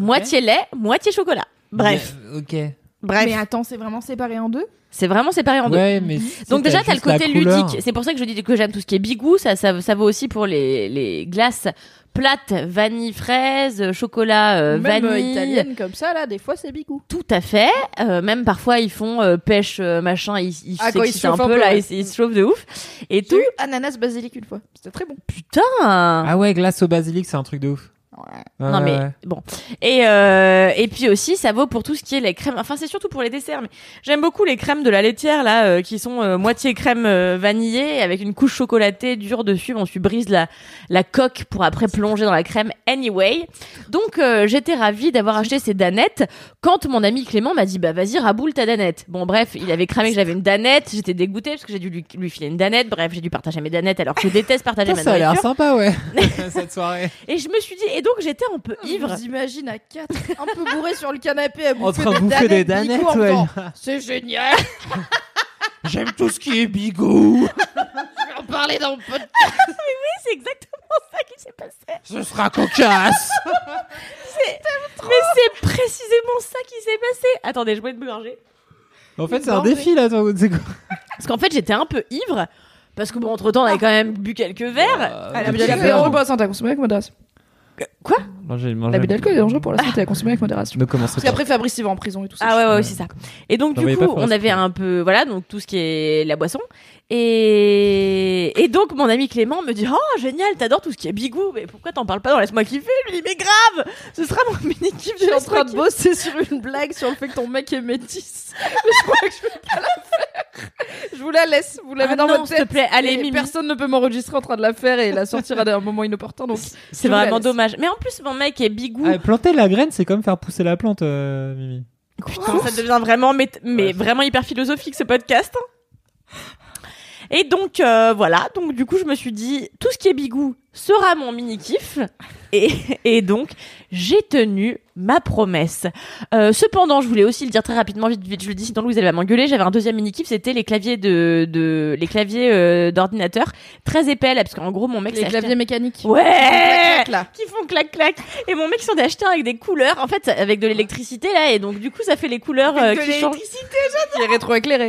Speaker 6: moitié lait, moitié chocolat. Bref,
Speaker 4: Mais, euh, ok.
Speaker 6: bref.
Speaker 7: Mais attends, c'est vraiment séparé en deux
Speaker 6: C'est vraiment séparé en deux.
Speaker 4: Ouais,
Speaker 3: Mhm.
Speaker 4: mais si
Speaker 6: Donc déjà, t'as le
Speaker 4: juste la
Speaker 6: côté
Speaker 4: couleur.
Speaker 6: ludique. C'est pour ça que je dis que j'aime tout ce qui est bigou. Ça, ça, ça vaut aussi pour les, les glaces plates, vanille, fraise, chocolat, euh,
Speaker 3: Même euh,
Speaker 6: vanille.
Speaker 3: italienne comme ça, là, des fois, c'est bigou.
Speaker 6: Tout à fait. Euh, même parfois, ils font euh, pêche, euh, machin, ils, ils
Speaker 3: Ah, quand ils
Speaker 6: s'excitent
Speaker 3: se
Speaker 6: un
Speaker 3: chauffent un
Speaker 6: peu,
Speaker 3: peu,
Speaker 6: là,
Speaker 3: ouais.
Speaker 6: ils, ils se chauffent de ouf. Et
Speaker 3: J'ai
Speaker 6: tout.
Speaker 3: eu ananas basilic une fois. C'était très bon.
Speaker 6: Putain
Speaker 4: Ah ouais, glace au basilic, c'est un truc de ouf. Ouais,
Speaker 6: Non mais
Speaker 4: ouais.
Speaker 6: bon. Et euh, et puis aussi ça vaut pour tout ce qui est les crèmes. Enfin c'est surtout pour les desserts. Mais j'aime beaucoup les crèmes de la laitière là euh, qui sont euh, moitié crème euh, vanillée avec une couche chocolatée dure dessus. Bon tu brises la la coque pour après plonger dans la crème anyway. Donc euh, j'étais ravie d'avoir acheté ces danettes quand mon ami Clément m'a dit bah vas-y raboule ta danette. Bon bref il avait cramé que j'avais une danette. J'étais dégoûtée parce que j'ai dû lui, lui filer une danette. Bref j'ai dû partager mes danettes alors que je déteste partager
Speaker 4: Putain,
Speaker 6: ma
Speaker 4: ça a
Speaker 6: nourriture.
Speaker 4: l'air sympa, ouais.
Speaker 3: [LAUGHS]
Speaker 4: [LAUGHS] Cette soirée.
Speaker 6: Et je me suis dit et donc j'étais un peu ivre.
Speaker 3: Je vous imagine à quatre, un peu bourré sur le canapé, à bouffer
Speaker 4: train de
Speaker 3: des
Speaker 4: bouffer des
Speaker 3: danettes, Bigou, en
Speaker 4: danettes, ouais.
Speaker 3: faisant, C'est génial.
Speaker 4: [LAUGHS] J'aime tout ce qui est bigou.
Speaker 3: On parlait dans le podcast.
Speaker 6: C'est exactement ça qui s'est passé.
Speaker 4: Ce sera cocasse.
Speaker 6: Mais c'est précisément ça qui s'est passé. Attendez, je vais me gorger.
Speaker 4: en fait, c'est
Speaker 6: Non,
Speaker 4: un
Speaker 6: mais-
Speaker 4: défi là. ton- c'est quoi
Speaker 6: Parce qu'en fait, j'étais un peu ivre. Parce que bon, entre temps, on avait quand même bu quelques verres.
Speaker 4: Euh,
Speaker 3: Ah, L'abus
Speaker 4: depuis
Speaker 3: d'alcool est
Speaker 4: hier.
Speaker 3: dangereux pour la santé à consommer avec modération.
Speaker 4: Non, j'ai mangé.
Speaker 3: L'abus d'alcool est dangereux pour la santé à consommer avec
Speaker 4: [LAUGHS]
Speaker 3: modération.
Speaker 4: Ne commencez
Speaker 3: Parce
Speaker 4: pas.
Speaker 3: qu'après, Fabrice, il va en prison et tout ça.
Speaker 6: Ah ouais, ouais,
Speaker 4: Ouais.
Speaker 6: c'est ça. Et donc,
Speaker 4: Non,
Speaker 6: du
Speaker 4: mais
Speaker 6: coup,
Speaker 4: pas Forest
Speaker 6: on avait
Speaker 4: Gump.
Speaker 6: un peu, voilà, donc tout ce qui est la boisson. Et, et donc, mon ami Clément me dit, oh, génial, t'adores tout ce qui est bigou, mais pourquoi t'en parles pas dans Laisse-moi kiffer? Je lui dis, mais grave! Ce sera mon mini kiff
Speaker 3: Je suis en train de bosser sur une blague sur le fait que ton mec est métis. [LAUGHS] Mais je crois que je vais pas la faire. Je vous la laisse. Vous l'avez
Speaker 6: Ah
Speaker 3: dans
Speaker 6: non,
Speaker 3: votre
Speaker 6: s'il te
Speaker 3: tête.
Speaker 6: plaît, allez,
Speaker 3: Et
Speaker 6: Mimi.
Speaker 3: personne ne peut m'enregistrer en train de la faire et la sortir à un moment inopportun. Donc,
Speaker 6: C'est
Speaker 3: Je vous la
Speaker 6: vraiment
Speaker 3: laisse.
Speaker 6: dommage. Mais en plus, mon mec est bigou.
Speaker 4: Ah, planter la graine, c'est comme faire pousser la plante, euh, Mimi.
Speaker 6: Putain, ça devient vraiment, mét- mais
Speaker 4: Ouais.
Speaker 6: vraiment hyper philosophique ce podcast. hein. Et donc euh, voilà, donc du coup je me suis dit tout ce qui est bigou sera mon mini kiff et, et donc j'ai tenu ma promesse. Euh, cependant, je voulais aussi le dire très rapidement, vite vite, je le dis sinon Louise elle va m'engueuler. J'avais un deuxième mini kiff, c'était les claviers de, de les claviers euh, d'ordinateur très épais là, parce qu'en gros mon mec
Speaker 3: les
Speaker 6: s'est acheté
Speaker 3: claviers mécaniques.
Speaker 6: un- ouais
Speaker 3: Clac, clac, là.
Speaker 6: qui font clac clac et mon mec s'en est acheté un avec des couleurs en fait avec de l'électricité là et donc du coup ça fait les couleurs euh,
Speaker 3: Avec de
Speaker 6: qui changent
Speaker 3: Il est rétroéclairé.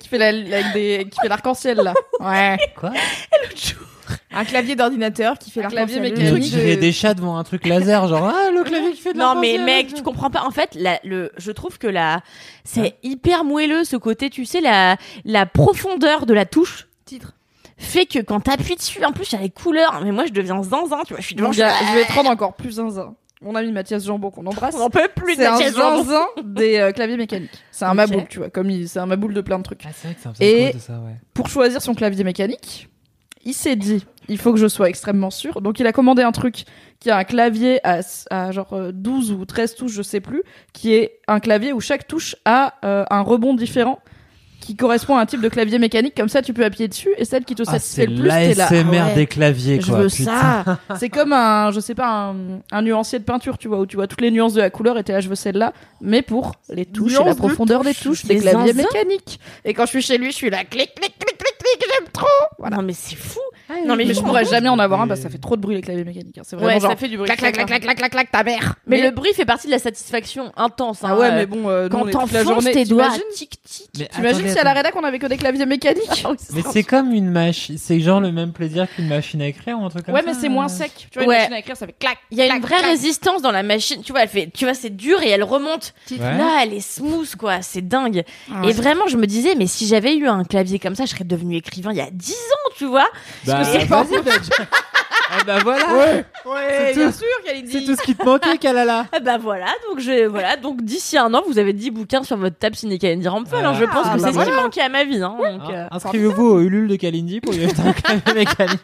Speaker 3: Qui fait la- la- des- qui fait l'arc-en-ciel, là. Ouais.
Speaker 4: Quoi
Speaker 7: Un clavier d'ordinateur qui fait
Speaker 3: Un
Speaker 7: la
Speaker 3: clavier
Speaker 4: Il
Speaker 3: mécanique.
Speaker 4: on
Speaker 3: truc
Speaker 4: dirait
Speaker 3: de-
Speaker 4: des chats devant un truc laser, genre ah le clavier qui fait de
Speaker 6: non mais
Speaker 4: l'arc-en-ciel.
Speaker 6: mec tu comprends pas en fait la, le je trouve que la c'est hyper moelleux ce côté tu sais la la profondeur de la touche
Speaker 3: Titre.
Speaker 6: fait que quand t'appuies dessus en plus il y a les couleurs mais moi je deviens zinzin tu vois je suis devant
Speaker 3: Mon gars, je vais te rendre encore plus zinzin. Mon ami Mathias Jambon, qu'on embrasse.
Speaker 6: on en peut plus de
Speaker 3: C'est
Speaker 6: la
Speaker 3: un
Speaker 6: chaise longue.
Speaker 3: zinzin des euh, claviers mécaniques. C'est un
Speaker 6: Ok.
Speaker 3: maboule, tu vois. Comme il- c'est un maboule de plein de trucs.
Speaker 4: Ah, c'est vrai que c'est un peu
Speaker 3: Et-
Speaker 4: cool de ça, ouais.
Speaker 3: pour choisir son clavier mécanique, il s'est dit il faut que je sois extrêmement sûr. Donc il a commandé un truc qui a un clavier à, à genre euh, 12 ou 13 touches, je sais plus, qui est un clavier où chaque touche a euh, un rebond différent qui correspond à un type de clavier mécanique. Comme ça, tu peux appuyer dessus et celle qui te
Speaker 4: Ah,
Speaker 3: satisfait
Speaker 4: c'est
Speaker 3: le plus, t'es là.
Speaker 4: l'ASMR
Speaker 3: Ah ouais,
Speaker 4: des claviers,
Speaker 3: Je
Speaker 4: quoi.
Speaker 3: veux
Speaker 4: putain. [LAUGHS]
Speaker 3: ça. C'est comme un, je sais pas, un, un nuancier de peinture, tu vois, où tu vois toutes les nuances de la couleur et t'es là, je veux celle-là. Mais pour les touches et
Speaker 6: Nuances
Speaker 3: la
Speaker 6: de
Speaker 3: profondeur des
Speaker 6: touches,
Speaker 3: touches, des
Speaker 6: des
Speaker 3: claviers
Speaker 6: zinzins.
Speaker 3: mécaniques. Et quand je suis chez lui, je suis là, clic, clic, clic, clic, clic, j'aime trop.
Speaker 6: Non, mais c'est fou.
Speaker 3: Non, Ah mais, je pourrais jamais en avoir un parce que ça
Speaker 4: Et-
Speaker 3: fait trop de bruit les claviers mécaniques. hein. C'est vraiment
Speaker 6: Ouais,
Speaker 3: genre
Speaker 6: ça fait du bruit.
Speaker 3: clac, clac, clac, clac, clac, clac, clac, ta mère.
Speaker 6: Mais le bruit fait partie de la satisfaction intense. hein.
Speaker 3: Ah ouais,
Speaker 6: Euh,
Speaker 3: mais bon, euh, nous, on
Speaker 6: quand
Speaker 3: est toute la
Speaker 6: t'enfonces
Speaker 3: journée.
Speaker 6: tes doigts,
Speaker 3: T'imagines-
Speaker 6: tic tic.
Speaker 4: Mais
Speaker 3: T'imagines si
Speaker 4: attendez,
Speaker 3: à la
Speaker 4: attendez.
Speaker 3: rédac on avait que des claviers mécaniques
Speaker 4: Mais c'est comme une machine. C'est genre le même plaisir qu'une machine à écrire ou un truc comme
Speaker 3: Ouais,
Speaker 4: ça. euh.
Speaker 3: mais c'est moins sec. Tu vois,
Speaker 6: Ouais.
Speaker 3: une machine à écrire, ça fait clac.
Speaker 6: Il y a une
Speaker 3: clac,
Speaker 6: vraie
Speaker 3: clac.
Speaker 6: résistance dans la machine. Tu vois, elle fait, tu vois, c'est dur et elle remonte.
Speaker 4: Ouais.
Speaker 6: Là, elle est smooth, quoi. C'est dingue.
Speaker 3: Ah ouais.
Speaker 6: Et vraiment, je me disais, mais si j'avais eu un clavier comme ça, je serais devenu écrivain il y a 10 ans, tu vois.
Speaker 4: Bah,
Speaker 6: c'est
Speaker 4: [LAUGHS] vas-y, bah, ah, bah voilà.
Speaker 3: Ouais,
Speaker 4: C'est
Speaker 3: bien
Speaker 4: tout.
Speaker 3: sûr, Kalindi.
Speaker 4: C'est tout ce qui te manquait,
Speaker 6: [LAUGHS]
Speaker 4: Kalala.
Speaker 6: Ah bah voilà, donc je, voilà, donc d'ici un an, vous avez 10 bouquins sur votre table ciné Calendrier en poil. hein. Je
Speaker 4: Ah,
Speaker 6: pense
Speaker 4: bah
Speaker 6: que c'est ce
Speaker 4: voilà.
Speaker 6: qui manquait à ma vie. hein. Donc, euh,
Speaker 4: Hein, Inscrivez-vous au Ulule de Kalindi pour lui [LAUGHS] acheter un clavier mécanique.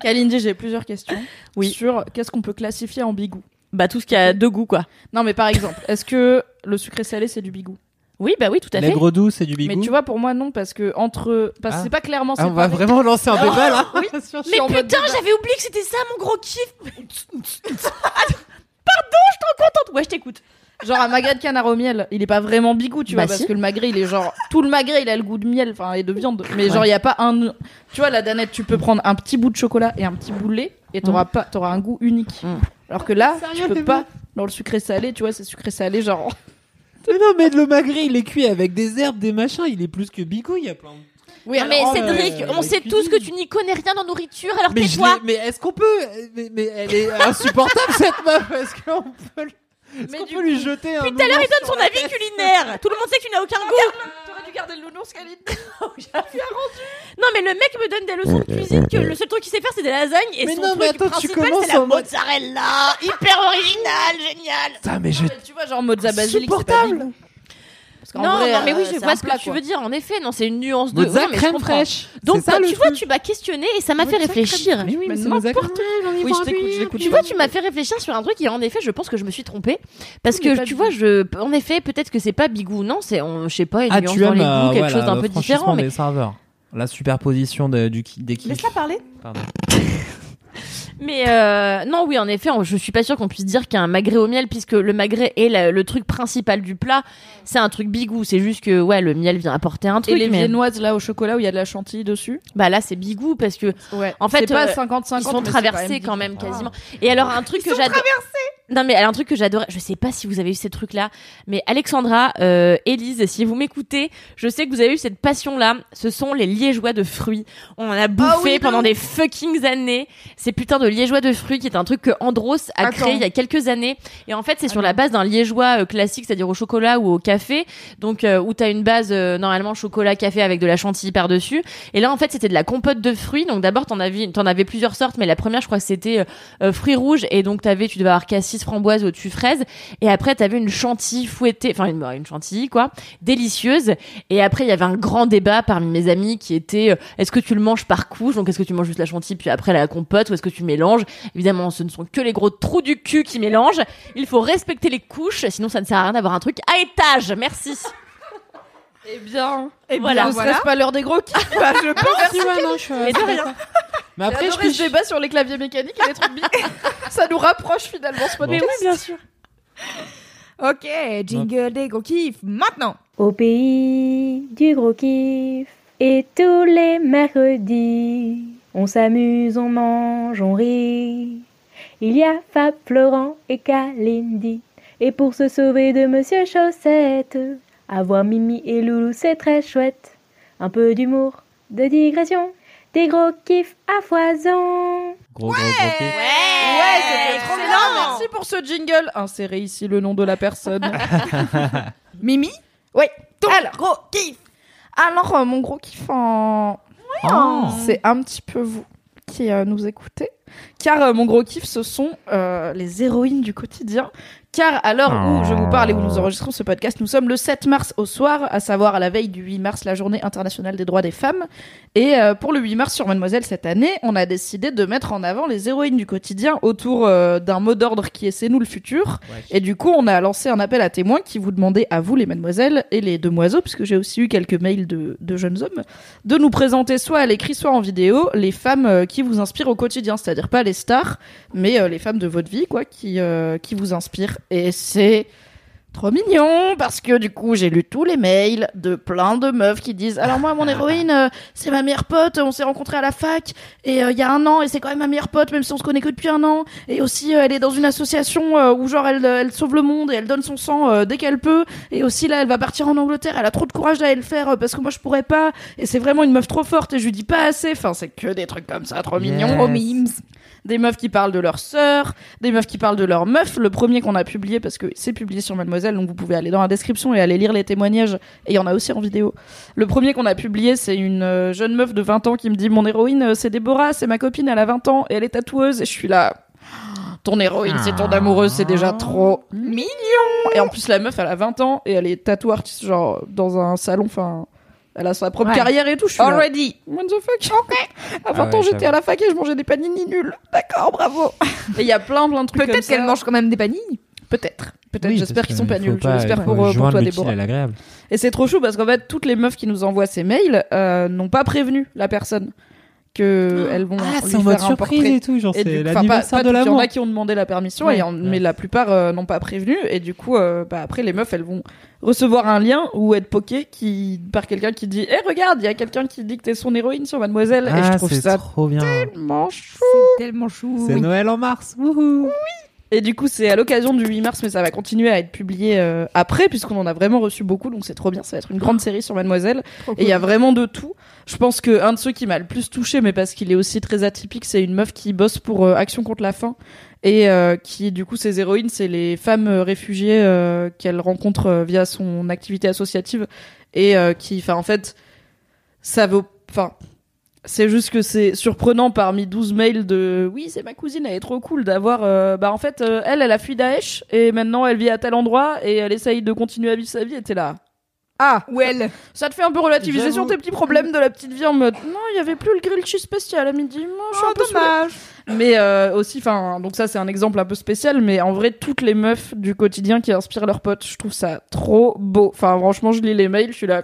Speaker 3: Kalindi, j'ai plusieurs [LAUGHS] questions.
Speaker 6: Oui.
Speaker 3: Sur qu'est-ce qu'on peut classifier en bigou
Speaker 6: bah tout ce qui a deux goûts, quoi.
Speaker 3: Non, mais par exemple, est-ce que le sucré salé c'est du bigou
Speaker 6: Oui, bah oui, tout à fait.
Speaker 4: L'aigre doux, c'est du bigou.
Speaker 3: Mais tu vois, pour moi, non, parce que entre. Parce que
Speaker 4: Ah.
Speaker 3: c'est pas clairement.
Speaker 4: Ah, on
Speaker 3: séparé.
Speaker 4: va vraiment lancer un débat là.
Speaker 3: Oui.
Speaker 4: [LAUGHS] Sur-
Speaker 6: Mais
Speaker 3: en mode
Speaker 6: putain,
Speaker 3: débat.
Speaker 6: j'avais oublié que c'était ça mon gros kiff. Attends, Pardon, je t'en contente. Ouais, je t'écoute.
Speaker 3: Genre un magret de canard au miel, il est pas vraiment bigou, tu
Speaker 6: Bah
Speaker 3: vois, parce
Speaker 6: si.
Speaker 3: que le magret, il est genre tout le magret, il a le goût de miel, enfin et de viande, mais genre il y a pas un. Tu vois, la danette, tu peux prendre un petit bout de chocolat et un petit bout de lait, et t'auras pas, t'auras un goût unique.
Speaker 6: Mm.
Speaker 3: Alors que là,
Speaker 4: [LAUGHS] Sérieux,
Speaker 3: tu
Speaker 4: t'es
Speaker 3: peux pas. Dans le sucré salé, tu vois, c'est sucré salé, genre.
Speaker 4: Mais non, mais le magret, il est cuit avec des herbes, des machins. Il est plus que bigou, il y a plein de.
Speaker 3: Oui, oh,
Speaker 6: Non, Ah, mais
Speaker 4: alors,
Speaker 6: Cédric,
Speaker 4: euh,
Speaker 6: on sait
Speaker 4: cuisine.
Speaker 6: tous que tu n'y connais rien en nourriture, alors
Speaker 4: Mais, je
Speaker 6: tais-toi.
Speaker 4: l'ai- mais est-ce qu'on peut mais, mais elle est insupportable [LAUGHS] cette meuf. Est-ce qu'on peut, est
Speaker 3: Mais
Speaker 4: qu'on
Speaker 3: du
Speaker 4: peut lui jeter un
Speaker 6: Depuis tout à l'heure,
Speaker 4: nounours
Speaker 6: il donne
Speaker 4: sur
Speaker 6: son
Speaker 4: la
Speaker 6: avis
Speaker 4: tête
Speaker 6: culinaire. Tout le monde sait que tu n'as aucun goût.
Speaker 3: T'aurais dû garder le nounours, Khalid.
Speaker 6: Non, mais le mec me donne des leçons de cuisine que le seul truc qu'il sait faire, c'est des lasagnes. Et
Speaker 4: Mais
Speaker 6: son
Speaker 4: non,
Speaker 6: truc
Speaker 4: mais attends, tu
Speaker 6: principal,
Speaker 4: commences
Speaker 6: c'est la
Speaker 4: en mode-
Speaker 6: mozzarella. Hyper original, génial.
Speaker 4: Putain, mais je
Speaker 3: Tu vois, genre mozza basilic, c'est pas
Speaker 4: supportable.
Speaker 3: bigou. Parce qu'en
Speaker 6: Non,
Speaker 3: vrai,
Speaker 6: non, mais oui,
Speaker 3: euh,
Speaker 6: je
Speaker 3: c'est
Speaker 6: vois
Speaker 3: un
Speaker 6: ce
Speaker 3: plat,
Speaker 6: que tu
Speaker 3: quoi.
Speaker 6: veux dire. En effet, non, c'est une nuance de.
Speaker 4: Mozza
Speaker 6: Ouais, mais je
Speaker 4: crème
Speaker 6: comprends.
Speaker 4: fraîche.
Speaker 6: Donc,
Speaker 4: C'est ça,
Speaker 6: toi,
Speaker 4: le
Speaker 6: tu vois,
Speaker 4: truc.
Speaker 6: tu m'as questionné et ça m'a fait réfléchir.
Speaker 4: Mais oui, mais
Speaker 3: Mais
Speaker 4: c'est
Speaker 3: n'importe
Speaker 4: Mozza crème fraîche, on y
Speaker 3: Oui,
Speaker 4: va
Speaker 3: je t'écoute,
Speaker 4: plus.
Speaker 3: je l'écoute.
Speaker 6: Tu vois, tu m'as fait réfléchir sur un truc et en effet, je pense que je me suis trompée parce
Speaker 3: Tout n'est
Speaker 6: que
Speaker 3: pas
Speaker 6: tu
Speaker 3: bigou.
Speaker 6: vois, je en effet, peut-être que c'est pas bigou, non, c'est on je sais pas une
Speaker 4: Ah,
Speaker 6: nuance
Speaker 4: tu
Speaker 6: dans
Speaker 4: aimes
Speaker 6: les
Speaker 4: euh,
Speaker 6: goûts, quelque
Speaker 4: voilà,
Speaker 6: chose d'un
Speaker 4: le
Speaker 6: peu différent,
Speaker 4: franchissement
Speaker 6: mais
Speaker 4: des serveurs. La superposition de- du, qui- des qui.
Speaker 3: Laisse-la parler.
Speaker 4: Pardon.
Speaker 6: Mais euh, non, oui, en effet, on- je suis pas sûre qu'on puisse dire qu'un magret au miel, puisque le magret est la- le truc principal du plat. C'est un truc bigou. C'est juste que ouais, le miel vient apporter un
Speaker 3: Et
Speaker 6: truc.
Speaker 3: les
Speaker 6: mais-
Speaker 3: viennoises là au chocolat où il y a de la chantilly dessus.
Speaker 6: Bah là, c'est bigou parce que
Speaker 3: Ouais.
Speaker 6: En fait,
Speaker 3: c'est pas
Speaker 6: euh,
Speaker 3: 50 50
Speaker 6: ils sont traversés quand même quasiment.
Speaker 4: Ah.
Speaker 6: Et alors un truc que j'adore. Non mais alors un truc que j'adorais, je sais pas si vous avez eu ces trucs là, mais Alexandra, euh, Élise, si vous m'écoutez, je sais que vous avez eu cette passion là. Ce sont les liégeois de fruits. On en a bouffé
Speaker 3: Ah oui, de
Speaker 6: pendant
Speaker 3: ouf.
Speaker 6: des fucking années. Ces putains de liégeois de fruits qui est un truc que Andros a
Speaker 3: Attends.
Speaker 6: créé il y a quelques années. Et en fait c'est sur la base d'un liégeois euh, classique, c'est-à-dire au chocolat ou au café. Donc euh, où t'as une base euh, normalement chocolat café avec de la chantilly par dessus. Et là, en fait, c'était de la compote de fruits. Donc d'abord, t'en avais, t'en avais plusieurs sortes, mais la première, je crois que c'était euh, euh, fruits rouges. Et donc t'avais, tu devais avoir cassis, framboise, au-dessus fraise. Et après, t'avais une chantilly fouettée, enfin une, bah, une chantilly quoi, délicieuse. Et après, il y avait un grand débat parmi mes amis qui était, euh, est-ce que tu le manges par couche Donc est-ce que tu manges juste la chantilly puis après la compote, ou est-ce que tu mélanges Évidemment, ce ne sont que les gros trous du cul qui mélangent. Il faut respecter les couches, sinon ça ne sert à rien d'avoir un truc à étage. Merci.
Speaker 3: Eh bien,
Speaker 6: Et
Speaker 3: voilà. Ne serait-ce pas l'heure des gros kiffs Je pense.
Speaker 6: Mais de rien.
Speaker 4: Mais après, je
Speaker 3: Après, je
Speaker 4: pige.
Speaker 3: débat sur les claviers mécaniques et les trucs bip. Ça nous rapproche finalement ce podcast.
Speaker 6: bien sûr.
Speaker 7: Ok, jingle des gros kiffs, maintenant
Speaker 8: Au pays du gros kiff. Et tous les mercredis, on s'amuse, on mange, on rit. Il y a Fab, Florent et Kalindi. Et pour se sauver de Monsieur Chaussette, avoir Mimi et Loulou, c'est très chouette. Un peu d'humour, de digression, des gros kiffs à foison.
Speaker 4: Gros, gros, gros kiff.
Speaker 3: Ouais, c'était trop bien. Merci pour ce jingle. Insérez ici le nom de la personne.
Speaker 7: Mimi
Speaker 3: Oui.
Speaker 7: Alors, gros kiff
Speaker 3: Alors, euh, mon gros kiff en.
Speaker 4: Oh.
Speaker 3: C'est un petit peu vous qui euh, nous écoutez. Car euh, mon gros kiff, ce sont euh, les héroïnes du quotidien Car à l'heure où je vous parle et où nous enregistrons ce podcast, nous sommes le 7 mars au soir, à savoir à la veille du 8 mars, la journée internationale des droits des femmes. Et euh, pour le 8 mars sur Mademoiselle cette année, on a décidé de mettre en avant les héroïnes du quotidien autour euh, d'un mot d'ordre qui est C'est nous le futur. Et du coup, on a lancé un appel à témoins qui vous demandait à vous, les mademoiselles et les demoiselles, puisque j'ai aussi eu quelques mails de, de jeunes hommes, de nous présenter soit à l'écrit, soit en vidéo, les femmes euh, qui vous inspirent au quotidien. C'est-à-dire pas les stars, mais euh, les femmes de votre vie, quoi, qui, euh, qui vous inspirent. Et c'est trop mignon, parce que du coup, j'ai lu tous les mails de plein de meufs qui disent Alors, moi, mon héroïne, euh, c'est ma meilleure pote, on s'est rencontrés à la fac, et euh, il y a un an, et c'est quand même ma meilleure pote, même si on se connaît que depuis un an. Et aussi, euh, elle est dans une association euh, où, genre, elle, elle sauve le monde et elle donne son sang euh, dès qu'elle peut. Et aussi, là, elle va partir en Angleterre, elle a trop de courage d'aller le faire euh, parce que moi, je pourrais pas. Et c'est vraiment une meuf trop forte, et je lui dis pas assez. Enfin, c'est que des trucs comme ça, trop
Speaker 4: Yes.
Speaker 3: mignons, trop mimes. Des meufs qui parlent de leur sœur, des meufs qui parlent de leur meuf. Le premier qu'on a publié, parce que c'est publié sur Mademoiselle, donc vous pouvez aller dans la description et aller lire les témoignages. Et il y en a aussi en vidéo. Le premier qu'on a publié, c'est une euh, jeune meuf de 20 ans qui me dit Mon héroïne, euh, c'est Déborah, c'est ma copine, elle a 20 ans et elle est tatoueuse. Et je suis là. [GASPS] Ton héroïne, c'est ton amoureuse, c'est déjà trop Ah. mignon. Et en plus, la meuf, elle a 20 ans et elle est tatouée artiste, genre dans un salon, enfin. Elle a sa propre
Speaker 7: Ouais.
Speaker 3: carrière et tout. Je suis là,
Speaker 7: Already.
Speaker 3: What the fuck [LAUGHS] À 20
Speaker 4: Ah
Speaker 3: ans,
Speaker 4: ouais,
Speaker 3: j'étais à la fac et je mangeais des panini nuls. D'accord, bravo. Et il y a plein, plein de trucs comme
Speaker 7: Peut-être
Speaker 3: ça.
Speaker 7: qu'elle mange quand même des panilles.
Speaker 3: Peut-être. Peut-être.
Speaker 4: Oui,
Speaker 3: J'espère
Speaker 4: parce
Speaker 3: qu'ils sont
Speaker 4: que
Speaker 3: pas
Speaker 4: il faut
Speaker 3: nuls.
Speaker 4: pas-
Speaker 3: J'espère
Speaker 4: il
Speaker 3: pour,
Speaker 4: faut
Speaker 3: euh, pour
Speaker 4: joindre
Speaker 3: toi,
Speaker 4: l'utile
Speaker 3: Déborah.
Speaker 4: à l'agréable.
Speaker 3: Et c'est trop chou parce qu'en fait, toutes les meufs qui nous envoient ces mails euh, n'ont pas prévenu la personne que elles vont
Speaker 4: Ah,
Speaker 3: lui
Speaker 4: c'est en
Speaker 3: faire
Speaker 4: mode
Speaker 3: un
Speaker 4: surprise
Speaker 3: portrait.
Speaker 4: et tout, genre
Speaker 3: Et du
Speaker 4: c'est
Speaker 3: coup, enfin, pas,
Speaker 4: l'anniversaire
Speaker 3: pas
Speaker 4: de
Speaker 3: toutes, il y en
Speaker 4: l'amour.
Speaker 3: a qui ont demandé la permission,
Speaker 4: Ouais.
Speaker 3: et en- mais
Speaker 4: Ouais.
Speaker 3: la plupart euh, n'ont pas prévenu. Et du coup, euh, bah, après, les meufs, elles vont recevoir un lien ou être pokées qui, par quelqu'un qui dit Eh, regarde, il y a quelqu'un qui dit que t'es son héroïne sur Mademoiselle. et euh, je
Speaker 4: Ah,
Speaker 3: trouve
Speaker 4: c'est
Speaker 3: ça
Speaker 4: trop bien.
Speaker 3: tellement chou.
Speaker 7: C'est tellement chou.
Speaker 4: C'est Noël en mars. Wouhou.
Speaker 3: Et du coup, c'est à l'occasion du 8 mars, mais ça va continuer à être publié euh, après, puisqu'on en a vraiment reçu beaucoup, donc c'est trop bien. Ça va être une grande série sur Mademoiselle. Et il y a vraiment de tout. Je pense que un de ceux qui m'a le plus touché, mais parce qu'il est aussi très atypique, c'est une meuf qui bosse pour euh, Action contre la faim et euh, qui, du coup, ses héroïnes, c'est les femmes euh, réfugiées euh, qu'elle rencontre euh, via son activité associative et euh, qui, enfin, en fait, ça vaut, enfin. C'est juste que c'est surprenant parmi 12 mails de oui, c'est ma cousine, elle est trop cool d'avoir. euh, bah, en fait, euh, elle, elle a fui Daesh et maintenant elle vit à tel endroit et elle essaye de continuer à vivre sa vie et t'es là. Ah!
Speaker 7: Ou elle.
Speaker 3: Ça te fait un peu relativiser
Speaker 4: J'avoue.
Speaker 3: sur tes petits problèmes de la petite vie en mode non, il y avait plus le grilled cheese spécial à midi. Moi, je
Speaker 7: Ah,
Speaker 3: suis un peu saoulée. Mais euh, aussi, enfin, donc ça c'est un exemple un peu spécial, mais en vrai toutes les meufs du quotidien qui inspirent leurs potes, je trouve ça trop beau. Enfin, franchement, je lis les mails, je suis là.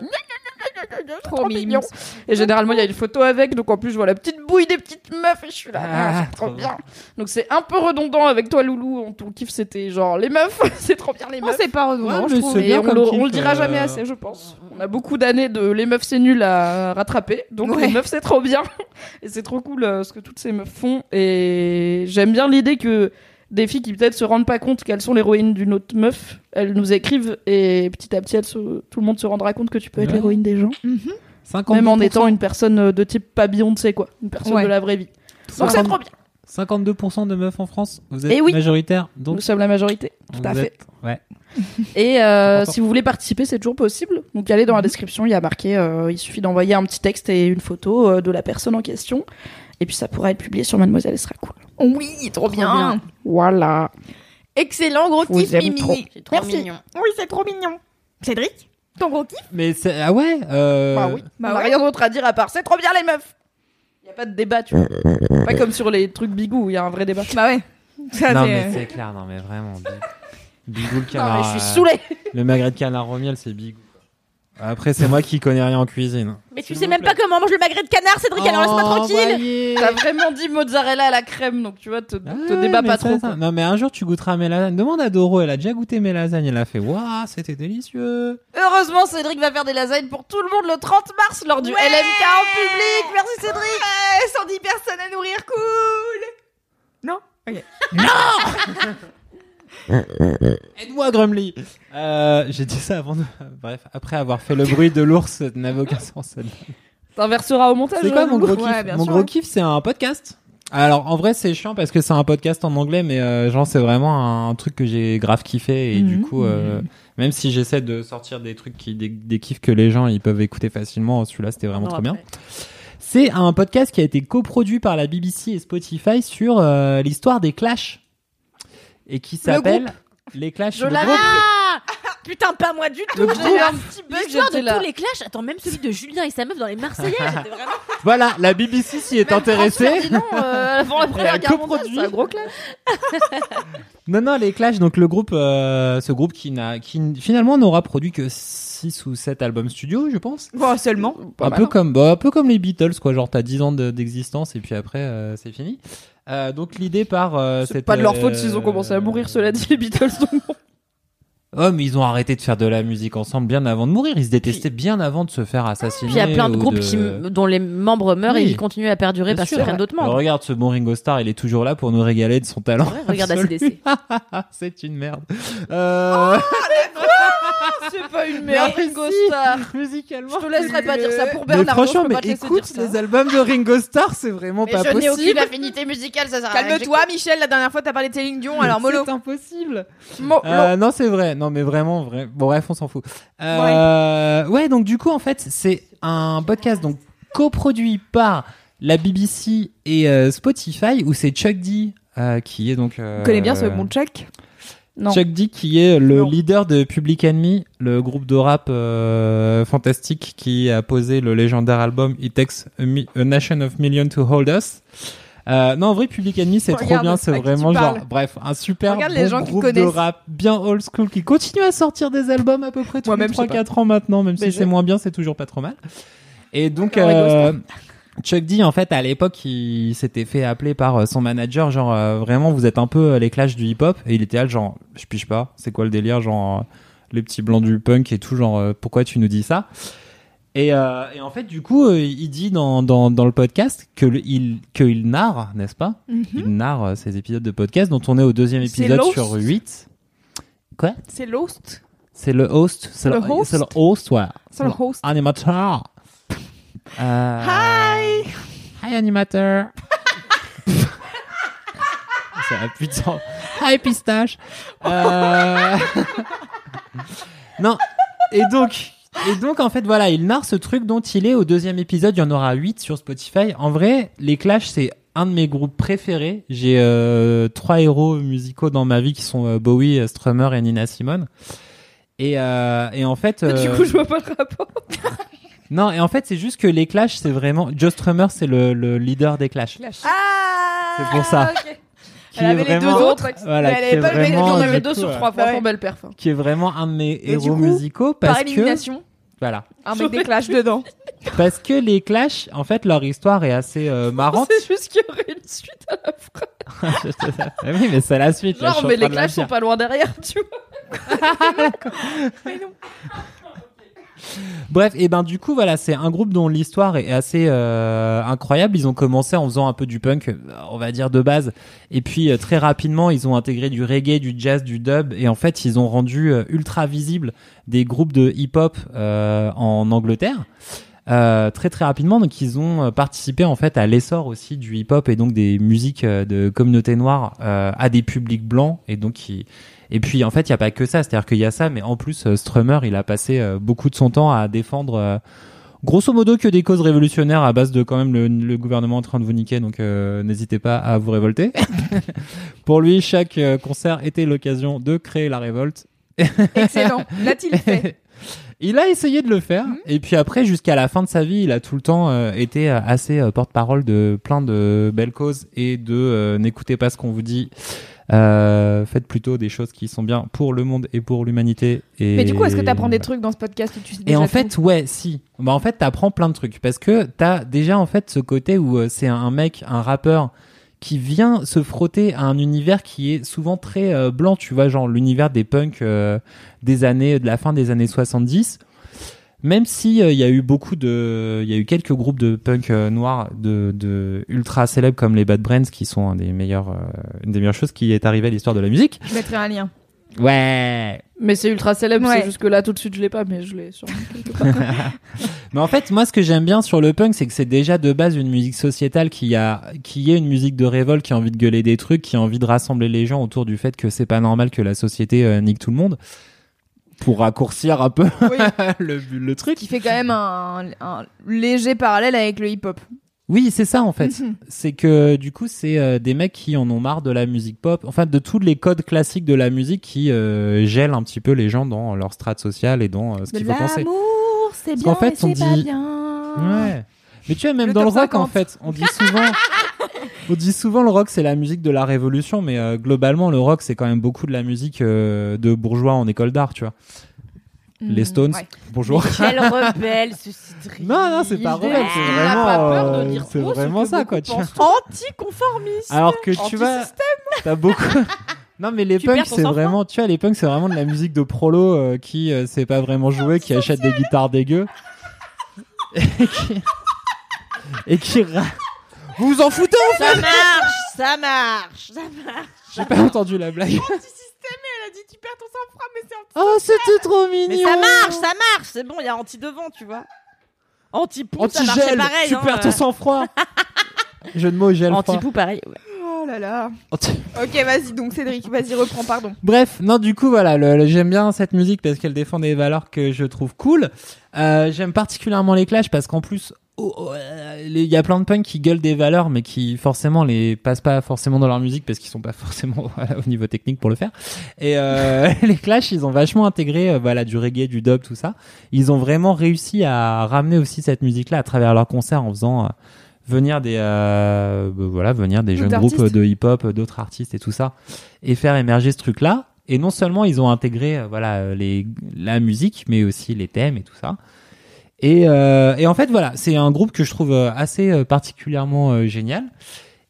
Speaker 3: Trop mignon. Et généralement, il y a une photo avec, donc en plus, je vois la petite bouille des petites meufs et je suis là.
Speaker 4: Ah,
Speaker 3: Ah, c'est trop
Speaker 4: trop
Speaker 3: bien. Donc c'est un peu redondant avec toi, Loulou. On ton kiff, c'était genre les meufs. [LAUGHS] c'est trop bien les
Speaker 7: Non,
Speaker 3: meufs.
Speaker 7: Oh, c'est pas redondant,
Speaker 4: Ouais,
Speaker 7: je
Speaker 4: mais
Speaker 7: trouve.
Speaker 4: c'est
Speaker 3: Et
Speaker 4: bien
Speaker 3: on,
Speaker 4: comme
Speaker 3: le, on
Speaker 4: kiff,
Speaker 3: le dira
Speaker 4: euh,
Speaker 3: jamais assez, je pense. On a beaucoup d'années de les meufs c'est nul à rattraper, donc
Speaker 7: Ouais.
Speaker 3: les meufs c'est trop bien. [LAUGHS] Et c'est trop cool euh, ce que toutes ces meufs font. Et j'aime bien l'idée que des filles qui peut-être se rendent pas compte qu'elles sont l'héroïne d'une autre meuf, elles nous écrivent et petit à petit elles se- tout le monde se rendra compte que tu peux être
Speaker 4: Ouais.
Speaker 3: l'héroïne des gens.
Speaker 4: 50
Speaker 3: Même en étant une personne euh, de type pas Beyoncé quoi, une personne
Speaker 7: Ouais.
Speaker 3: de la vraie vie. Donc c'est trop bien.
Speaker 4: 52% de meufs en France, vous
Speaker 3: Eh
Speaker 4: êtes
Speaker 3: oui.
Speaker 4: majoritaire, donc
Speaker 3: Nous sommes la majorité.
Speaker 4: vous
Speaker 3: à fait.
Speaker 4: êtes- Ouais.
Speaker 3: Et euh,
Speaker 4: Important.
Speaker 3: si vous voulez participer, c'est toujours possible. Donc allez dans la description, il y a marqué, euh, il suffit d'envoyer un petit texte et une photo euh, de la personne en question. Et puis ça pourra être publié sur Mademoiselle, et ce sera cool.
Speaker 7: Oui, trop bien.
Speaker 6: bien.
Speaker 3: Voilà.
Speaker 7: Excellent gros
Speaker 3: Vous
Speaker 7: kiff,
Speaker 3: aime
Speaker 7: Mimi.
Speaker 3: trop.
Speaker 6: C'est trop
Speaker 7: Merci.
Speaker 6: mignon.
Speaker 7: Oui, c'est trop mignon. Cédric, ton gros kiff
Speaker 4: Mais c'est ah ouais. euh,
Speaker 3: Bah oui.
Speaker 7: Bah
Speaker 3: on n'a
Speaker 7: ouais.
Speaker 3: rien d'autre à dire à part c'est trop bien les meufs. Il n'y a pas de débat, tu vois. pas comme sur les trucs bigou, où il y a un vrai débat.
Speaker 7: Bah ouais. Ça,
Speaker 4: Non
Speaker 7: c'est-
Speaker 4: mais c'est clair, non mais vraiment. Bi- Bigou le
Speaker 3: Non, mais
Speaker 4: canard.
Speaker 3: je suis
Speaker 4: euh,
Speaker 3: saoulée.
Speaker 4: Le magret de canard au miel, c'est Bigou. quoi. Après, c'est moi qui connais rien en cuisine.
Speaker 6: Mais tu
Speaker 4: S'il
Speaker 6: sais
Speaker 4: vous
Speaker 6: même
Speaker 4: plaît.
Speaker 6: pas comment on mange le magret de canard, Cédric, alors laisse-moi tranquille.
Speaker 3: T'as vraiment dit mozzarella à la crème, donc tu vois, te,
Speaker 4: Ah,
Speaker 3: te débat
Speaker 4: mais
Speaker 3: pas
Speaker 4: ça,
Speaker 3: trop.
Speaker 4: ça.
Speaker 3: quoi.
Speaker 4: Non mais un jour tu goûteras mes lasagnes. Demande à Doro, elle a déjà goûté mes lasagnes, elle a fait waouh, c'était délicieux.
Speaker 3: Heureusement, Cédric va faire des lasagnes pour tout le monde le 30 mars lors du
Speaker 7: Ouais.
Speaker 3: LMK en public. Merci Cédric.
Speaker 7: Ouais, 110 personnes à nourrir, cool Non Ok.
Speaker 4: Aide-moi Grumly. Euh, J'ai dit ça avant. De... Bref, après avoir fait le bruit de l'ours, ça n'avait aucun sens. celle-là.
Speaker 3: T'inverseras au montage.
Speaker 4: C'est quoi
Speaker 3: Loulou
Speaker 4: mon gros
Speaker 7: Ouais,
Speaker 4: kiff
Speaker 7: bien
Speaker 4: Mon
Speaker 7: sûr,
Speaker 4: gros
Speaker 7: hein.
Speaker 4: kiff, c'est un podcast. Alors en vrai, c'est chiant parce que c'est un podcast en anglais, mais euh, genre c'est vraiment un truc que j'ai grave kiffé et du
Speaker 7: Mhm.
Speaker 4: coup, euh, même si j'essaie de sortir des trucs qui des, des kiffs que les gens ils peuvent écouter facilement, celui-là c'était vraiment
Speaker 6: Non,
Speaker 4: trop
Speaker 6: après.
Speaker 4: bien. C'est un podcast qui a été coproduit par la BBC et Spotify sur euh, l'histoire des Clash et qui s'appelle les clashs.
Speaker 3: Je
Speaker 4: le
Speaker 3: l'avais.
Speaker 4: groupe-
Speaker 6: Ah Putain, pas moi du tout. J'ai eu un petit bug. L'histoire
Speaker 3: j'étais
Speaker 6: de
Speaker 3: là.
Speaker 6: tous les clashs. Attends, même celui de Julien et sa meuf dans les Marseillais.
Speaker 4: [LAUGHS]
Speaker 6: J'étais vraiment.
Speaker 4: Voilà, la BBC s'y est
Speaker 3: Même François
Speaker 4: intéressée.
Speaker 3: Fillon, euh, avant la
Speaker 4: a
Speaker 3: première guerre mondiale,
Speaker 4: coproduit.
Speaker 3: c'est un gros clash.
Speaker 4: Non, non, les Clash, donc le groupe, euh, ce groupe qui, n'a, qui n- finalement n'aura produit que 6 ou 7 albums studio, je pense.
Speaker 7: Bon, seulement.
Speaker 4: un, peu comme, bah, un peu comme les Beatles, quoi. Genre, t'as 10 ans de- d'existence et puis après, euh, c'est fini. Euh, donc, l'idée par. euh,
Speaker 3: C'est
Speaker 4: cette,
Speaker 3: pas de leur
Speaker 4: euh,
Speaker 3: faute s'ils ont commencé à mourir, cela dit, les Beatles. donc bon.
Speaker 4: Oh, mais ils ont arrêté de faire de la musique ensemble bien avant de mourir. Ils se détestaient bien avant de se faire assassiner.
Speaker 6: Puis il y a plein de
Speaker 4: ou
Speaker 6: groupes qui, dont les membres meurent
Speaker 4: Oui.
Speaker 6: et qui continuent à perdurer
Speaker 4: Bien
Speaker 6: parce
Speaker 4: sûr.
Speaker 6: qu'ils prennent d'autres
Speaker 4: Alors,
Speaker 6: membres.
Speaker 4: regarde ce bon Ringo Starr, il est toujours là pour nous régaler de son talent.
Speaker 6: Ouais,
Speaker 4: [LAUGHS]
Speaker 6: regarde
Speaker 4: absolu.
Speaker 6: ACDC.
Speaker 4: c'est une merde. Euh...
Speaker 3: Ah, C'est pas une merde,
Speaker 4: Mais
Speaker 3: Ringo
Speaker 4: si.
Speaker 3: Starr.
Speaker 4: musicalement.
Speaker 3: Je te laisserai pas dire ça pour
Speaker 4: Mais
Speaker 3: Bernardo.
Speaker 4: franchement,
Speaker 3: je peux
Speaker 4: mais
Speaker 3: pas te laisser
Speaker 4: écoute
Speaker 3: dire ça.
Speaker 4: les albums de Ringo Starr, c'est vraiment
Speaker 3: Mais
Speaker 4: pas
Speaker 3: je n'ai aucune
Speaker 4: possible.
Speaker 3: affinité musicale, ça sert à rien.
Speaker 7: Calme-toi, Michel. La dernière fois, t'as parlé de Céline
Speaker 3: Euh.
Speaker 7: Dion. Alors, mollo.
Speaker 4: C'est impossible.
Speaker 3: Mo-
Speaker 4: Euh, non, c'est vrai. Non, mais vraiment, vrai. Bon, bref, on s'en fout. Euh, ouais. donc du coup, en fait, c'est un podcast donc coproduit par la BBC et euh, Spotify, où c'est Chuck D euh, qui est donc. euh,
Speaker 7: Vous connaissez bien ce bon check
Speaker 3: Non.
Speaker 4: Chuck D qui est le
Speaker 3: Non.
Speaker 4: leader de Public Enemy, le groupe de rap euh, fantastique qui a posé le légendaire album It Takes a, Mi- a Nation of Millions to Hold Us. Euh, non, en vrai, Public Enemy, c'est trop
Speaker 7: Regarde,
Speaker 4: bien, c'est
Speaker 7: à qui tu
Speaker 4: vraiment genre,
Speaker 7: parles.
Speaker 4: bref, un super
Speaker 7: Regarde
Speaker 4: bon
Speaker 7: les gens qui
Speaker 4: groupe de
Speaker 7: connaissent.
Speaker 4: rap bien old school qui continue à sortir des albums à peu près tous les
Speaker 7: Moi-même, je sais
Speaker 4: 3-4 ans maintenant, même si
Speaker 7: BG.
Speaker 4: c'est moins bien, c'est toujours pas trop mal. Et donc,
Speaker 7: Encore Ringo
Speaker 4: euh, Chuck D, en fait, à l'époque, il s'était fait appeler par euh, son manager, genre, euh, vraiment, vous êtes un peu euh, les clashs du hip-hop. Et il était là, genre, je pige pas, c'est quoi le délire, genre, euh, les petits blancs du punk et tout, genre, euh, pourquoi tu nous dis ça et, euh, et en fait, du coup, euh, il dit dans, dans, dans le podcast que le- il, que il narre, n'est-ce pas Il narre euh, ces épisodes de podcast dont on est au deuxième
Speaker 7: Mm-hmm. C'est
Speaker 4: épisode
Speaker 7: Lost.
Speaker 4: sur 8. Quoi
Speaker 7: C'est Lost.
Speaker 4: C'est le host. C'est
Speaker 7: Le host.
Speaker 4: C'est le host, ouais.
Speaker 7: C'est le [LAUGHS] host.
Speaker 4: [LAUGHS] Animateur. Euh, Hi Hi, animateur. [LAUGHS] Ça a plus de sens. Hi, pistache. Euh, [LAUGHS] non. Et donc, et donc, en fait, voilà, il narre ce truc dont il est au deuxième épisode. Il y en aura 8 sur Spotify. En vrai, les Clash, c'est un de mes groupes préférés. J'ai euh, trois héros musicaux dans ma vie qui sont euh, Bowie, euh, Strummer et Nina Simone. Et, euh, et en fait,
Speaker 3: Du
Speaker 4: euh,
Speaker 3: coup, je vois pas le rapport.
Speaker 4: non, et en fait, c'est juste que les Clash, c'est vraiment Joe Strummer, c'est le, le leader des Clash.
Speaker 7: Ah
Speaker 4: C'est pour ça. Qui
Speaker 7: Elle
Speaker 4: est
Speaker 7: avait les deux
Speaker 4: vraiment-
Speaker 7: autres.
Speaker 4: Voilà,
Speaker 7: mais elle
Speaker 4: qui
Speaker 7: avait
Speaker 4: est
Speaker 7: pas le mec,
Speaker 4: vraiment,
Speaker 7: il y en
Speaker 4: du
Speaker 7: avait
Speaker 4: coup,
Speaker 7: deux sur
Speaker 4: euh,
Speaker 7: trois.
Speaker 3: Franchement,
Speaker 7: Franchement,
Speaker 3: belle perf. hein.
Speaker 4: qui est vraiment un de mes
Speaker 7: Et du
Speaker 4: héros
Speaker 7: coup,
Speaker 4: musicaux
Speaker 7: Par
Speaker 4: parce que
Speaker 7: élimination,
Speaker 4: voilà
Speaker 7: un mec des clashs dedans.
Speaker 4: parce que les Clash en fait leur histoire est assez
Speaker 7: [LAUGHS]
Speaker 4: euh, marrante
Speaker 3: C'est juste qu'il y aurait une suite à la phrase.
Speaker 4: [LAUGHS] Ah oui mais c'est la suite là, je
Speaker 3: Genre,
Speaker 4: suis en
Speaker 3: mais
Speaker 4: train
Speaker 3: les
Speaker 4: de la
Speaker 3: clashs sont
Speaker 4: dire.
Speaker 3: pas loin derrière, tu vois.
Speaker 4: bref et ben du coup voilà c'est un groupe dont l'histoire est assez euh, incroyable ils ont commencé en faisant un peu du punk euh, on va dire de base et puis euh, très rapidement ils ont intégré du reggae du jazz du dub et en fait ils ont rendu euh, ultra visible des groupes de hip-hop euh, en Angleterre euh, très très rapidement. Donc ils ont euh, participé en fait à l'essor aussi du hip-hop et donc des musiques euh, de communauté noire euh, à des publics blancs et donc qui et puis en fait il y a pas que ça, c'est-à-dire qu'il y a ça, mais en plus euh, Strummer il a passé euh, beaucoup de son temps à défendre euh, grosso modo que des causes révolutionnaires à base de quand même le, le gouvernement en train de vous niquer, donc euh, n'hésitez pas à vous révolter. [LAUGHS] Pour lui chaque euh, concert était l'occasion de créer la révolte
Speaker 7: [LAUGHS] Excellent. L'a-t-il [LAUGHS] fait
Speaker 4: [LAUGHS]
Speaker 7: Mhm.
Speaker 4: il a essayé de le faire. Et puis après, jusqu'à la fin de sa vie, il a tout le temps euh, été euh, assez euh, porte-parole de plein de belles causes et de euh, n'écoutez pas ce qu'on vous dit. Euh, faites plutôt des choses qui sont bien pour le monde et pour l'humanité. Et...
Speaker 7: Mais du coup, est-ce que t'apprends des trucs dans ce podcast où tu sais
Speaker 4: Et
Speaker 7: déjà
Speaker 4: en
Speaker 7: tout
Speaker 4: fait, ouais, si. Bah, en fait, t'apprends plein de trucs. Parce que t'as déjà, en fait, ce côté où euh, c'est un mec, un rappeur, qui vient se frotter à un univers qui est souvent très euh, blanc, tu vois, genre l'univers des punks euh, des années, de la fin des années 70. Même si euh, il y a eu beaucoup de, il y a eu quelques groupes de punk euh, noirs de, de ultra célèbres comme les Bad Brains qui sont un des meilleurs, euh, une des meilleures choses qui est arrivée à l'histoire de la musique.
Speaker 7: Je mettrai un lien.
Speaker 4: Ouais,
Speaker 3: [LAUGHS] Mais c'est ultra célèbre,
Speaker 7: Ouais.
Speaker 3: c'est juste que là, tout de suite, je l'ai pas, mais je l'ai sûrement.
Speaker 4: Mais en fait, moi, ce que j'aime bien sur le punk, c'est que c'est déjà de base une musique sociétale qui a, qui est une musique de révolte, qui a envie de gueuler des trucs, qui a envie de rassembler les gens autour du fait que c'est pas normal que la société euh, nique tout le monde. Pour raccourcir un peu [LAUGHS] le, le truc.
Speaker 7: Qui fait quand même un, un léger parallèle avec le hip-hop.
Speaker 4: Oui, c'est ça en fait. C'est que du coup, c'est euh, des mecs qui en ont marre de la musique pop, enfin de tous les codes classiques de la musique qui euh, gèlent un petit peu les gens dans leur strate sociale et dans euh, ce
Speaker 7: De
Speaker 4: qu'il faut penser.
Speaker 7: l'amour, c'est
Speaker 4: Parce
Speaker 7: bien,
Speaker 4: qu'en fait,
Speaker 7: mais
Speaker 4: on
Speaker 7: c'est pas
Speaker 4: dit-
Speaker 7: bien.
Speaker 4: Ouais. Mais tu vois, même
Speaker 7: Le
Speaker 4: dans le
Speaker 7: top
Speaker 4: rock, en
Speaker 7: 50.
Speaker 4: fait, on dit souvent, on dit souvent le rock, c'est la musique de la révolution, mais euh, globalement, le rock, c'est quand même beaucoup de la musique euh, de bourgeois en école d'art, tu vois. Les Stones,
Speaker 7: ouais.
Speaker 4: bonjour.
Speaker 6: Quel rebelle, ce Ah, cidri.
Speaker 4: Non, non, c'est pas
Speaker 3: Il est-
Speaker 4: rebelle, c'est
Speaker 3: il a
Speaker 4: vraiment,
Speaker 3: pas peur de
Speaker 4: euh,
Speaker 3: dire
Speaker 4: c'est
Speaker 3: trop ce
Speaker 4: vraiment
Speaker 3: que
Speaker 4: ça,
Speaker 3: beaucoup
Speaker 4: quoi. tu vois.
Speaker 3: pensent.
Speaker 7: Anticonformiste.
Speaker 4: Alors que tu vas, t'as beaucoup. [LAUGHS] Non mais les
Speaker 6: Tu
Speaker 4: punks
Speaker 6: perds ton
Speaker 4: c'est
Speaker 6: sang-froid.
Speaker 4: vraiment tu vois les punks c'est vraiment de la musique de prolo euh, qui euh, sait pas vraiment jouer qui achète des guitares [LAUGHS] dégueu et qui et qui ra- vous vous en foutez en fait
Speaker 6: Ça marche, ça marche. Ça marche.
Speaker 4: j'ai pas entendu la blague
Speaker 7: Anti-système, et elle a dit tu perds ton sang-froid, mais c'est anti.
Speaker 4: oh c'était trop mignon
Speaker 6: Mais ça marche, ça marche. C'est bon, il y a anti-devant, tu vois. Anti-pou, ça marchait
Speaker 4: anti-gel
Speaker 6: pareil.
Speaker 4: tu
Speaker 6: hein,
Speaker 4: perds ton
Speaker 6: euh.
Speaker 4: sang froid jeu de mots gel froid
Speaker 6: Anti-pou, pareil. ouais.
Speaker 7: Oh là là.
Speaker 4: Anti-
Speaker 7: Ok, vas-y donc Cédric, vas-y reprends, pardon.
Speaker 4: Bref, non, du coup, voilà, le- le- j'aime bien cette musique parce qu'elle défend des valeurs que je trouve cool. Euh, j'aime particulièrement les Clash parce qu'en plus, oh, oh, euh, les- il y a plein de punks qui gueulent des valeurs, mais qui forcément les passent pas forcément dans leur musique parce qu'ils sont pas [LAUGHS] forcément voilà, au niveau technique pour le faire. Et euh, [LAUGHS] les Clash, ils ont vachement intégré euh, voilà du reggae, du dub, tout ça. Ils ont vraiment réussi à ramener aussi cette musique-là à travers leurs concerts en faisant euh, venir des euh, bah, voilà venir des
Speaker 7: D'autres
Speaker 4: jeunes groupes
Speaker 7: artistes.
Speaker 4: de hip-hop, d'autres artistes et tout ça et faire émerger ce truc-là. Et non seulement ils ont intégré euh, voilà euh, les, la musique, mais aussi les thèmes et tout ça. Et, euh, et en fait, voilà, c'est un groupe que je trouve euh, assez euh, particulièrement euh, génial.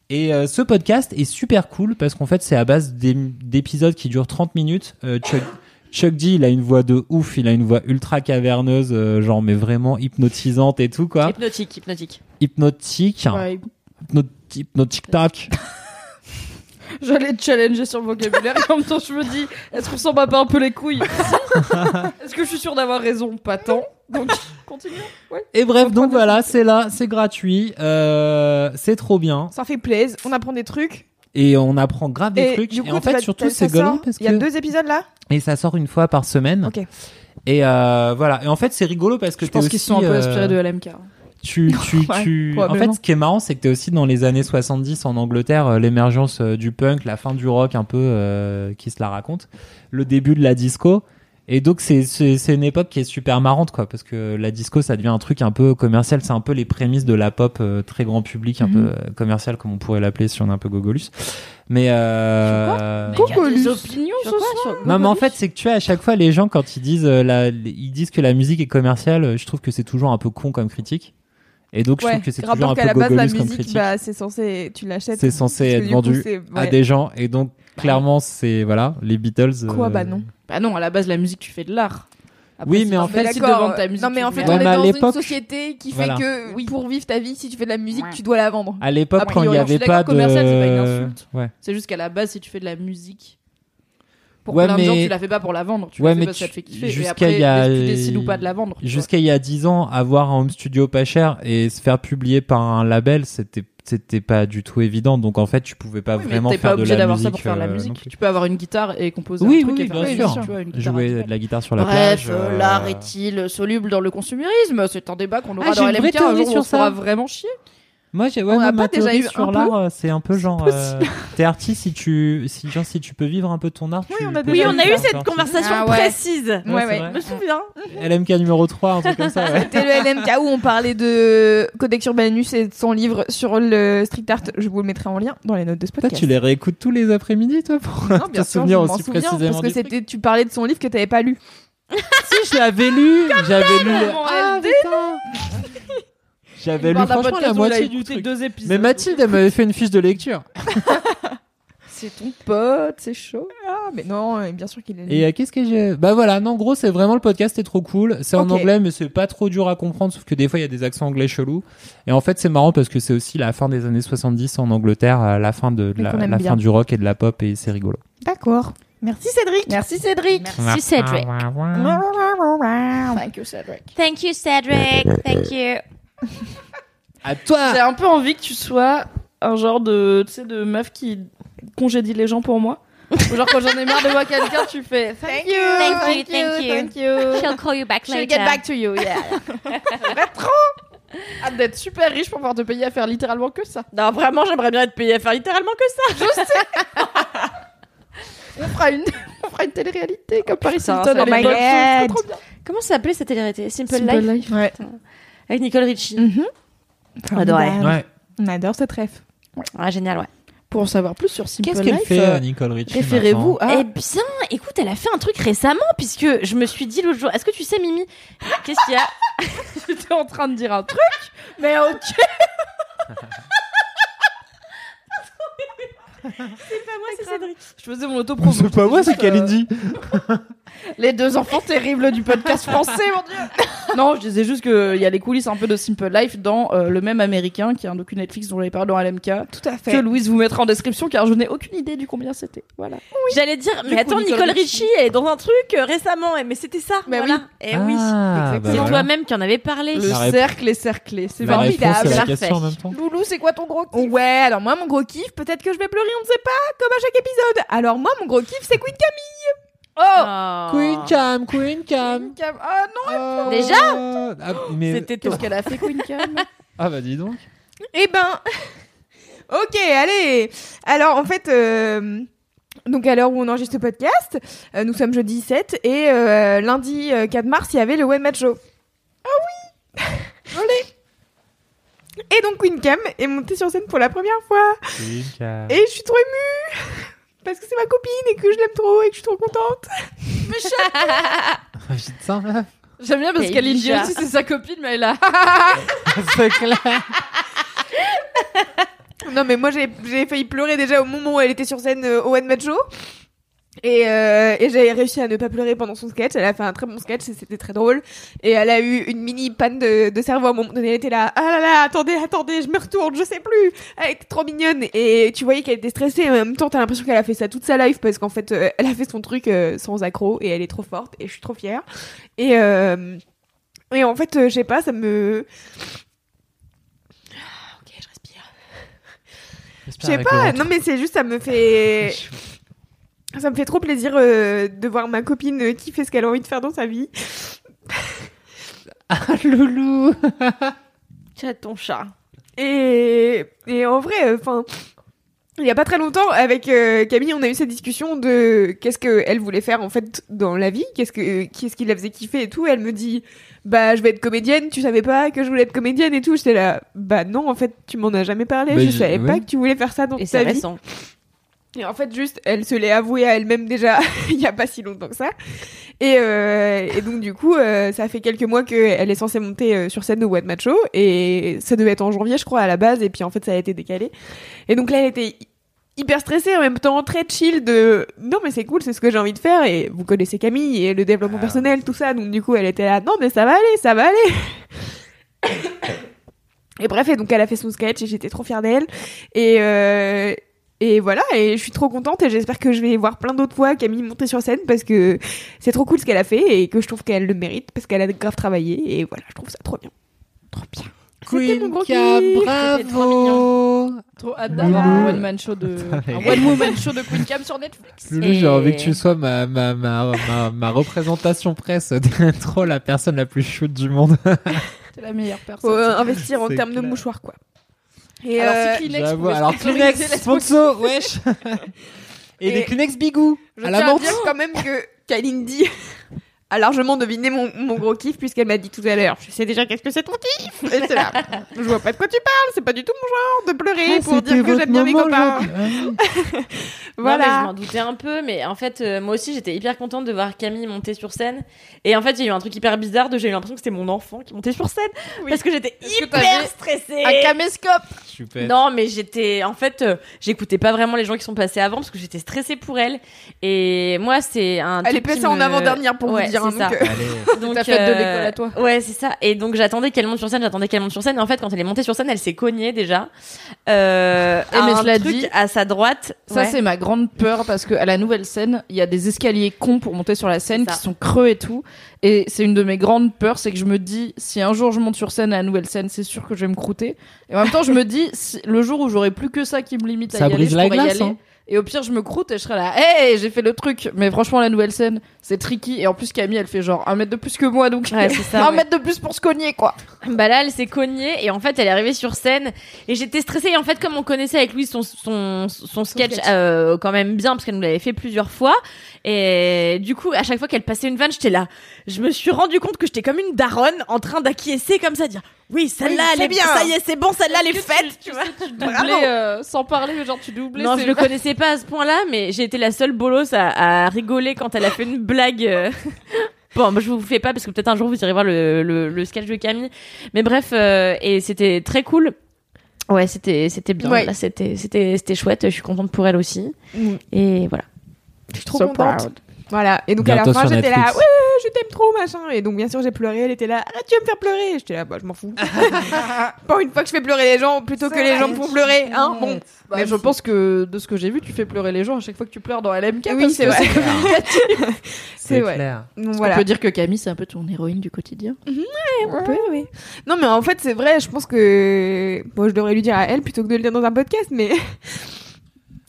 Speaker 4: Et euh, ce podcast est super cool parce qu'en fait, c'est à base d'é- d'épisodes qui durent 30 minutes. Euh, Chuck, Chuck D, il a une voix de ouf, il a une voix ultra caverneuse, euh, genre, mais vraiment hypnotisante et tout, quoi.
Speaker 6: Hypnotique, hypnotique.
Speaker 4: Hypnotique.
Speaker 3: Ouais.
Speaker 4: hypnotique, Hypnotique,
Speaker 7: [LAUGHS]
Speaker 4: tac.
Speaker 3: [LAUGHS] J'allais te challenger sur le vocabulaire et en même temps je me dis, est-ce qu'on s'en bat pas un peu les
Speaker 4: [LAUGHS]
Speaker 3: couilles Si. Est-ce que je suis sûre d'avoir raison Pas tant. Donc continue.
Speaker 4: Et bref, donc voilà, c'est là, c'est gratuit, euh, c'est trop bien.
Speaker 7: Ça fait plaisir, on apprend des trucs.
Speaker 4: Et on apprend grave des trucs.
Speaker 7: du coup,
Speaker 4: et en
Speaker 7: tu vas-
Speaker 4: fait, surtout,
Speaker 7: ça
Speaker 4: c'est
Speaker 7: sort-
Speaker 4: galant parce
Speaker 7: Il y a
Speaker 4: que-
Speaker 7: deux épisodes là
Speaker 4: Et ça sort une fois par semaine.
Speaker 7: Ok.
Speaker 4: Et euh, voilà. Et en fait, c'est rigolo parce que euh,
Speaker 3: Je pense qu'ils sont un peu inspirés de LMK. [LAUGHS]
Speaker 4: Tu, tu,
Speaker 3: Ouais,
Speaker 4: tu... En fait,
Speaker 3: probablement.
Speaker 4: ce qui est marrant, c'est que t'es aussi dans les années 70 en Angleterre, euh, l'émergence euh, du punk, la fin du rock un peu euh, qui se la raconte, le début de la disco. Et donc, c'est- c'est c'est une époque qui est super marrante, quoi, parce que la disco, ça devient un truc un peu commercial. C'est un peu les prémices de la pop euh, très grand public, un
Speaker 3: Mhm.
Speaker 4: peu euh, commercial, comme on pourrait l'appeler si on est un peu gogolus. Mais... Euh...
Speaker 6: Il y a des
Speaker 3: Gogolus.
Speaker 6: opinions
Speaker 3: Sur
Speaker 6: ce
Speaker 3: quoi,
Speaker 6: soir.
Speaker 4: Non, mais en fait, c'est que tu as à chaque fois les gens quand ils disent euh, la- les- ils disent que la musique est commerciale. euh, Je trouve que c'est toujours un peu con comme critique. Et donc, je trouve que c'est toujours
Speaker 7: rapport
Speaker 4: un peu
Speaker 7: qu'à la base la
Speaker 4: gogolus comme
Speaker 7: musique,
Speaker 4: critique
Speaker 7: bah, c'est censé, tu l'achètes.
Speaker 4: C'est censé
Speaker 7: parce que
Speaker 4: être
Speaker 7: du coup,
Speaker 4: vendu
Speaker 7: c'est-
Speaker 4: à
Speaker 7: ouais.
Speaker 4: des gens. Et donc, clairement, c'est voilà, les Beatles.
Speaker 7: Quoi,
Speaker 4: euh,
Speaker 7: bah non.
Speaker 3: Bah non, à la base la musique tu fais de l'art. Après,
Speaker 4: Oui,
Speaker 3: c'est
Speaker 4: mais en
Speaker 3: normal
Speaker 4: fait-
Speaker 3: si de euh,
Speaker 7: D'accord,
Speaker 3: vendre ta musique,
Speaker 7: non mais en
Speaker 3: tu
Speaker 7: fait,
Speaker 3: fais
Speaker 4: Ouais,
Speaker 7: on
Speaker 4: mais
Speaker 7: est
Speaker 4: à
Speaker 7: dans une
Speaker 4: l'époque-
Speaker 7: société qui
Speaker 4: Voilà.
Speaker 7: fait que pour vivre ta vie, si tu fais de la musique, tu dois la vendre.
Speaker 4: À l'époque,
Speaker 3: A
Speaker 4: quand il n'y
Speaker 3: priori, je
Speaker 4: avait
Speaker 3: suis
Speaker 4: pas
Speaker 3: d'accord,
Speaker 4: de.
Speaker 3: commercial, c'est pas une insulte.
Speaker 4: Ouais.
Speaker 3: C'est juste qu'à la base, si tu fais de la musique pour
Speaker 4: Ouais,
Speaker 3: plein de gens,
Speaker 4: mais-
Speaker 3: tu la fais pas pour la vendre. Tu
Speaker 4: Ouais,
Speaker 3: la fais
Speaker 4: mais
Speaker 3: parce que ça
Speaker 4: tu-
Speaker 3: te fait kiffer. Et
Speaker 4: jusqu'à
Speaker 3: après,
Speaker 4: il y a-
Speaker 3: tu décides ou pas de la vendre. tu vois.
Speaker 4: Jusqu'à il y a 10 ans, avoir un home studio pas cher et se faire publier par un label, c'était c'était pas du tout évident. Donc, en fait, tu pouvais pas
Speaker 3: Oui, mais
Speaker 4: vraiment
Speaker 3: t'es
Speaker 4: faire
Speaker 3: pas
Speaker 4: de
Speaker 3: obligé
Speaker 4: la
Speaker 3: d'avoir ça
Speaker 4: musique.
Speaker 3: pour faire de la
Speaker 4: euh, non
Speaker 3: musique.
Speaker 4: plus.
Speaker 3: Tu peux avoir une guitare et composer
Speaker 4: Oui,
Speaker 3: un truc
Speaker 4: oui,
Speaker 3: et faire
Speaker 4: bien
Speaker 3: une
Speaker 4: sûr.
Speaker 3: musique, tu vois, une guitare
Speaker 4: Jouer
Speaker 3: individuelle.
Speaker 4: de la guitare sur la
Speaker 3: Bref,
Speaker 4: plage.
Speaker 3: euh,
Speaker 4: euh,
Speaker 3: l'art est-il soluble dans le consumérisme C'est un débat qu'on aura
Speaker 4: Ah, j'ai
Speaker 3: dans
Speaker 4: une vraie
Speaker 3: LMK. Un
Speaker 4: théorie
Speaker 3: jour, on
Speaker 4: sur
Speaker 3: se
Speaker 4: ça.
Speaker 3: fera vraiment chier.
Speaker 4: Moi, j'ai ouais,
Speaker 7: On
Speaker 4: moi,
Speaker 7: n'a
Speaker 4: ma
Speaker 7: pas déjà
Speaker 4: théorie
Speaker 7: eu
Speaker 4: sur
Speaker 7: un
Speaker 4: l'art, euh, c'est un peu genre, euh, t'es artiste si tu, si genre si tu peux vivre un peu ton art.
Speaker 7: Oui,
Speaker 4: tu
Speaker 7: on a
Speaker 4: peux
Speaker 7: déjà
Speaker 6: Oui,
Speaker 4: faire
Speaker 6: on
Speaker 4: ça,
Speaker 6: a eu
Speaker 4: genre,
Speaker 6: cette
Speaker 4: tu-
Speaker 6: conversation
Speaker 7: Ah ouais.
Speaker 6: précise.
Speaker 4: Ouais,
Speaker 7: Ouais,
Speaker 4: c'est
Speaker 7: ouais.
Speaker 6: Je
Speaker 4: vrai.
Speaker 6: me souviens.
Speaker 7: [LAUGHS]
Speaker 4: LMK numéro 3, un truc comme ça. Ouais.
Speaker 7: C'était le LMK où on parlait de Codex Urbanus et de son livre sur le street art. Je vous le mettrai en lien dans les notes de ce
Speaker 4: Toi,
Speaker 7: podcast.
Speaker 4: tu les réécoutes tous les après-midi, toi, pour
Speaker 7: Non,
Speaker 4: te
Speaker 7: bien sûr,
Speaker 4: souvenir
Speaker 7: je m'en
Speaker 4: aussi
Speaker 7: souviens,
Speaker 4: précisément.
Speaker 7: Parce que
Speaker 4: du truc.
Speaker 7: c'était, tu parlais de son livre que t'avais pas lu.
Speaker 4: Si, je l'avais lu, j'avais lu.
Speaker 3: mon
Speaker 4: Ah,
Speaker 3: LD.
Speaker 4: putain. J'avais lu franchement la moitié du truc. Mais Mathilde, elle m'avait fait une fiche de lecture.
Speaker 3: c'est ton pote, c'est chaud.
Speaker 7: Ah, mais non, euh, bien sûr qu'il l'a lu.
Speaker 4: Et euh, qu'est-ce que j'ai Bah voilà, non, en gros, c'est vraiment le podcast est trop cool. C'est en
Speaker 7: Ok.
Speaker 4: anglais, mais c'est pas trop dur à comprendre, sauf que des fois, il y a des accents anglais chelous. Et en fait, c'est marrant parce que c'est aussi la fin des années 70 en Angleterre, euh, la fin de, de
Speaker 7: Et
Speaker 4: la,
Speaker 7: qu'on aime
Speaker 4: la
Speaker 7: bien.
Speaker 4: fin du rock et de la pop, et c'est rigolo.
Speaker 7: D'accord. Merci Cédric.
Speaker 3: Merci Cédric.
Speaker 9: Merci Cédric.
Speaker 4: Ah.
Speaker 3: Thank you Cédric.
Speaker 9: Thank you Cédric. Thank you.
Speaker 4: À toi
Speaker 3: J'ai un peu envie que tu sois un genre de, tu sais, de meuf qui congédie les gens pour moi. Ou genre quand j'en ai marre de voir quelqu'un, tu fais thank you,
Speaker 9: Thank you, thank you.
Speaker 3: thank you.
Speaker 9: She'll call you back
Speaker 3: [LAUGHS] She'll
Speaker 9: later.
Speaker 3: get back to you, yeah. Hâte d'être super riche pour pouvoir te payer à faire littéralement que ça.
Speaker 6: Non, vraiment, j'aimerais bien être payé à faire littéralement que ça.
Speaker 3: On fera une, [LAUGHS] on fera une télé-réalité comme Paris
Speaker 6: putain,
Speaker 3: Hilton.
Speaker 6: ça
Speaker 3: en
Speaker 6: va
Speaker 3: mode
Speaker 6: être-
Speaker 3: show, c'est trop bien.
Speaker 6: Comment ça s'appelait cette télé Simple,
Speaker 3: Simple Mm-hmm.
Speaker 6: Life
Speaker 3: Life. Ouais.
Speaker 6: avec Nicole Richie.
Speaker 7: Adoré.
Speaker 4: Ouais.
Speaker 7: On adore cette ref.
Speaker 6: Ah, génial, ouais.
Speaker 3: Pour en savoir plus sur Simple
Speaker 4: Qu'est-ce
Speaker 3: Life,
Speaker 4: qu'elle fait, Ah.
Speaker 3: euh,
Speaker 4: euh, Nicole Richie
Speaker 3: référez-vous à
Speaker 6: Eh bien, écoute, elle a fait un truc récemment puisque je me suis dit l'autre jour. Est-ce que tu sais, Mimi Qu'est-ce qu'il y a
Speaker 3: [LAUGHS] J'étais en train de dire un truc, mais ok. Je faisais mon auto
Speaker 4: maintenant C'est pas moi, c'est
Speaker 3: euh,
Speaker 4: Kalindi.
Speaker 3: Les deux enfants terribles du podcast français, mon dieu. [LAUGHS] Non, je disais juste qu'il y a les coulisses un peu de Simple Life dans euh, le même américain, qui est un docu Netflix dont j'avais parlé dans LMK.
Speaker 7: Tout à
Speaker 3: Que Louise vous mettra en description car je n'ai aucune idée du combien c'était. Voilà.
Speaker 6: J'allais dire, mais
Speaker 3: coup,
Speaker 6: attends,
Speaker 3: Nicole
Speaker 6: Nicole, Richie est dans un truc euh, récemment, eh, mais c'était ça.
Speaker 7: Bah
Speaker 6: voilà. Eh oui.
Speaker 4: Ah,
Speaker 6: C'est
Speaker 4: bah voilà.
Speaker 6: toi-même qui en avais parlé. Oh.
Speaker 3: Le
Speaker 4: La rép-
Speaker 3: cercle est cerclé. C'est
Speaker 4: La
Speaker 3: formidable.
Speaker 4: réponse à la
Speaker 6: Parfait.
Speaker 4: question en même temps.
Speaker 3: Loulou, c'est quoi ton gros kiff
Speaker 7: Ouais, alors moi, mon gros kiff, peut-être que je vais pleurer, on ne sait pas, comme à chaque épisode. Alors moi, mon gros kiff, c'est Queen Camille.
Speaker 3: Oh
Speaker 6: Oh.
Speaker 4: Queen Cam, Queen Cam.
Speaker 3: Queen Cam.
Speaker 7: Oh,
Speaker 3: Ah non
Speaker 4: Euh,
Speaker 6: Déjà
Speaker 4: ah, mais-
Speaker 6: C'était toi.
Speaker 3: Qu'est-ce qu'elle a fait, Queen Cam
Speaker 4: Ah bah dis donc.
Speaker 7: Eh ben, ok, allez. Alors en fait, euh, donc à l'heure où on enregistre ce podcast, euh, nous sommes jeudi 7 et euh, lundi euh, 4 mars, il y avait le One Match Show. Ah oui Allez Et donc Queen Cam est montée sur scène pour la première fois.
Speaker 4: Queen Cam.
Speaker 7: Et je suis trop émue [LAUGHS] Parce que c'est ma copine et que je l'aime trop et que je suis trop contente.
Speaker 4: [LAUGHS] Putain,
Speaker 3: J'aime bien parce
Speaker 6: Et
Speaker 3: qu'elle est
Speaker 6: Bicha.
Speaker 3: aussi, c'est sa copine, mais elle a.
Speaker 4: c'est clair.
Speaker 7: Non, mais moi, j'ai j'ai failli pleurer déjà au moment où elle était sur scène euh, au One Match Show. Et, euh, et j'ai réussi à ne pas pleurer pendant son sketch. Elle a fait un très bon sketch et c'était très drôle. Et elle a eu une mini panne de, de cerveau à un moment donné. Elle était là, ah là là, attendez, attendez, je me retourne, je sais plus. Elle était trop mignonne. Et tu voyais qu'elle était stressée. Et en même temps, t'as l'impression qu'elle a fait ça toute sa life parce qu'en fait, euh, elle a fait son truc euh, sans accro et elle est trop forte. Et je suis trop fière. Et, euh, et en fait, euh, je sais pas, ça me. Ah, Ok, je respire. Je sais pas, Ah, non mais c'est juste ça me fait ça me fait trop plaisir euh, de voir ma copine euh, qui fait ce qu'elle a envie de faire dans sa vie. [LAUGHS]
Speaker 4: Loulou.
Speaker 6: Tiens, ton chat.
Speaker 7: Et, et en vrai euh, enfin il y a pas très longtemps avec euh, Camille, on a eu cette discussion de qu'est-ce que elle voulait faire en fait dans la vie, qu'est-ce que qu'est-ce qui la faisait kiffer et tout. Elle me dit bah je vais être comédienne, tu savais pas que je voulais être comédienne et tout. J'étais là bah non en fait, tu m'en as jamais parlé,
Speaker 4: Bah,
Speaker 7: je
Speaker 4: je-
Speaker 7: savais pas
Speaker 4: ouais.
Speaker 7: que tu voulais faire ça dans
Speaker 6: Et
Speaker 7: ta
Speaker 6: c'est
Speaker 7: vie.
Speaker 6: récent.
Speaker 7: Et en fait, juste, elle se l'est avouée à elle-même déjà [LAUGHS] il n'y a pas si longtemps que ça. Et, euh, et donc, du coup, euh, ça fait quelques mois qu'elle est censée monter euh, sur scène au What Macho. Et ça devait être en janvier, je crois, à la base. Et puis, en fait, ça a été décalé. Et donc, là, elle était hy- hyper stressée, en même temps très chill de non, mais c'est cool, c'est ce que j'ai envie de faire. Et vous connaissez Camille et le développement
Speaker 4: Ah.
Speaker 7: personnel, tout ça. Donc, du coup, elle était là, non, mais ça va aller, ça va aller. [COUGHS] Et bref, et donc elle a fait son sketch et j'étais trop fière d'elle. Et, euh, et voilà, et je suis trop contente et j'espère que je vais voir plein d'autres fois Camille monter sur scène parce que c'est trop cool ce qu'elle a fait et que je trouve qu'elle le mérite parce qu'elle a grave travaillé et voilà, je trouve ça trop bien. Trop bien. C'était mon gros
Speaker 4: Queen Cam,
Speaker 7: kiff.
Speaker 6: C'était trop
Speaker 4: bravo.
Speaker 3: Trop hâte d'avoir un one man show de
Speaker 4: Attends,
Speaker 3: un
Speaker 7: Ah
Speaker 4: mais-
Speaker 3: one
Speaker 4: [LAUGHS]
Speaker 3: woman show de Queen Cam sur Netflix.
Speaker 4: Loulou,
Speaker 6: Et-
Speaker 4: j'ai envie que tu sois ma, ma, ma, ma, ma représentation presse d'intro, la personne la plus chaude du monde.
Speaker 3: T'es la meilleure
Speaker 7: Faut
Speaker 3: personne.
Speaker 7: euh, investir en
Speaker 4: c'est
Speaker 7: termes de
Speaker 4: clair.
Speaker 7: mouchoirs quoi. Et
Speaker 3: Alors,
Speaker 7: euh,
Speaker 3: si Kleenex
Speaker 4: J'avoue.
Speaker 3: pouvait
Speaker 4: Alors
Speaker 3: sponsoriser
Speaker 4: Kleenex,
Speaker 3: la-
Speaker 4: sponsor,
Speaker 7: [LAUGHS]
Speaker 4: wesh. Et,
Speaker 7: Et-
Speaker 4: des Kleenex Bigou.
Speaker 7: je
Speaker 4: à
Speaker 7: tiens
Speaker 4: la Ah,
Speaker 7: à
Speaker 4: menthe.
Speaker 7: dire quand
Speaker 3: [LAUGHS]
Speaker 7: même que Kalindi a largement deviné mon, mon gros kiff puisqu'elle m'a dit tout à l'heure je sais déjà qu'est-ce que c'est ton kiff et c'est là je vois pas de quoi tu parles c'est pas du tout mon genre de pleurer
Speaker 4: Ah,
Speaker 7: pour dire que j'aime bien mes copains [LAUGHS]
Speaker 6: Voilà.
Speaker 7: voilà
Speaker 6: je m'en doutais un peu, mais en fait, euh, moi aussi, j'étais hyper contente de voir Camille monter sur scène. Et en fait, j'ai eu un truc hyper bizarre de j'ai eu l'impression que c'était mon enfant qui montait sur scène.
Speaker 7: Oui.
Speaker 6: Parce que j'étais
Speaker 3: Est-ce que
Speaker 6: hyper
Speaker 3: t'avais
Speaker 6: stressée.
Speaker 3: Un caméscope.
Speaker 4: Super.
Speaker 6: Non, mais j'étais. En fait, euh, j'écoutais pas vraiment les gens qui sont passés avant parce que j'étais stressée pour elle. Et moi, c'est un.
Speaker 7: elle
Speaker 6: truc
Speaker 7: est passée
Speaker 6: qui
Speaker 4: euh,
Speaker 7: en
Speaker 6: me-
Speaker 7: avant-dernière pour
Speaker 6: Ouais,
Speaker 7: vous dire hein,
Speaker 6: c'est
Speaker 7: donc,
Speaker 6: ça.
Speaker 7: euh,
Speaker 4: Allez.
Speaker 6: Donc, euh,
Speaker 3: ta fête de l'école à toi.
Speaker 6: Ouais, c'est ça. Et donc, j'attendais qu'elle monte sur scène, j'attendais qu'elle monte sur scène. Et en fait, quand elle est montée sur scène, elle s'est cognée déjà. Euh,
Speaker 3: Eh,
Speaker 6: à
Speaker 3: mais
Speaker 6: un
Speaker 3: cela
Speaker 6: truc
Speaker 3: dit,
Speaker 6: à sa droite.
Speaker 3: Ça
Speaker 6: Ouais.
Speaker 3: c'est ma grande peur parce que à la nouvelle scène, il y a des escaliers cons pour monter sur la scène
Speaker 6: C'est ça.
Speaker 3: qui sont creux et tout. Et c'est une de mes grandes peurs, c'est que je me dis si un jour je monte sur scène à la nouvelle scène, c'est sûr que je vais me croûter. Et en même temps, je me dis si- le jour où j'aurai plus que ça qui me limite à
Speaker 4: Ça
Speaker 3: y aller,
Speaker 4: brise
Speaker 3: je
Speaker 4: la
Speaker 3: pourrai y
Speaker 4: glace,
Speaker 3: aller.
Speaker 4: hein.
Speaker 3: Et au pire, je me croûte et je serai là, hey, j'ai fait le truc. Mais franchement, la nouvelle scène, c'est tricky. Et en plus, Camille, elle fait genre un mètre de plus que moi, donc
Speaker 6: Ouais, c'est
Speaker 3: [LAUGHS]
Speaker 6: ça,
Speaker 3: un
Speaker 6: ouais.
Speaker 3: mètre de plus pour se cogner, quoi.
Speaker 6: Bah là, elle s'est cognée et en fait, elle est arrivée sur scène et j'étais stressée. Et en fait, comme on connaissait avec lui son son son sketch euh, quand même bien parce qu'elle nous l'avait fait plusieurs fois et du coup, à chaque fois qu'elle passait une vanne, j'étais là. Je me suis rendu compte que j'étais comme une daronne en train d'acquiescer comme ça, dire oui, celle-là, elle est bien. Ça y est, c'est bon, celle-là, elle est faite. Tu vois
Speaker 3: Doublé, euh, sans parler, mais genre tu doublais.
Speaker 6: non,
Speaker 3: c'est-
Speaker 6: je le connaissais pas à ce point-là, mais j'ai été la seule bolos à, à rigoler quand elle a fait une blague. [LAUGHS] euh. Bon, moi, je vous fais pas parce que peut-être un jour vous irez voir le, le, le sketch de Camille. Mais bref, euh, et c'était très cool. Ouais, c'était c'était bien.
Speaker 3: Ouais.
Speaker 6: Là, c'était c'était c'était chouette. Je suis contente pour elle aussi.
Speaker 7: Mm.
Speaker 6: Et voilà.
Speaker 7: Je suis trop
Speaker 3: So
Speaker 7: contente.
Speaker 3: proud.
Speaker 7: Voilà. Et donc à
Speaker 4: Bientôt
Speaker 7: la fin,
Speaker 4: sur
Speaker 7: j'étais là,
Speaker 4: Netflix.
Speaker 7: ouais, je t'aime trop, machin. Et donc bien sûr, j'ai pleuré. Elle était là, arrête, tu vas me faire pleurer. J'étais là, bah je
Speaker 3: [LAUGHS]
Speaker 7: m'en fous. Pas une fois que je fais pleurer les gens, plutôt que les gens me font pleurer, hein. Bon.
Speaker 3: Bah,
Speaker 7: Même
Speaker 3: je
Speaker 7: si-
Speaker 3: pense que de ce que j'ai vu, tu fais pleurer les gens à chaque fois que tu pleures dans LMK.
Speaker 7: Oui,
Speaker 3: parce
Speaker 7: c'est
Speaker 3: que
Speaker 7: vrai.
Speaker 4: C'est
Speaker 7: vrai.
Speaker 4: clair.
Speaker 7: Donc
Speaker 3: On
Speaker 7: voilà.
Speaker 3: peut dire que Camille, c'est un peu ton héroïne du quotidien.
Speaker 7: On peut, oui. Non, mais en fait, c'est vrai. Je pense que bon, je devrais lui dire à elle plutôt que de le dire dans un podcast, mais [LAUGHS]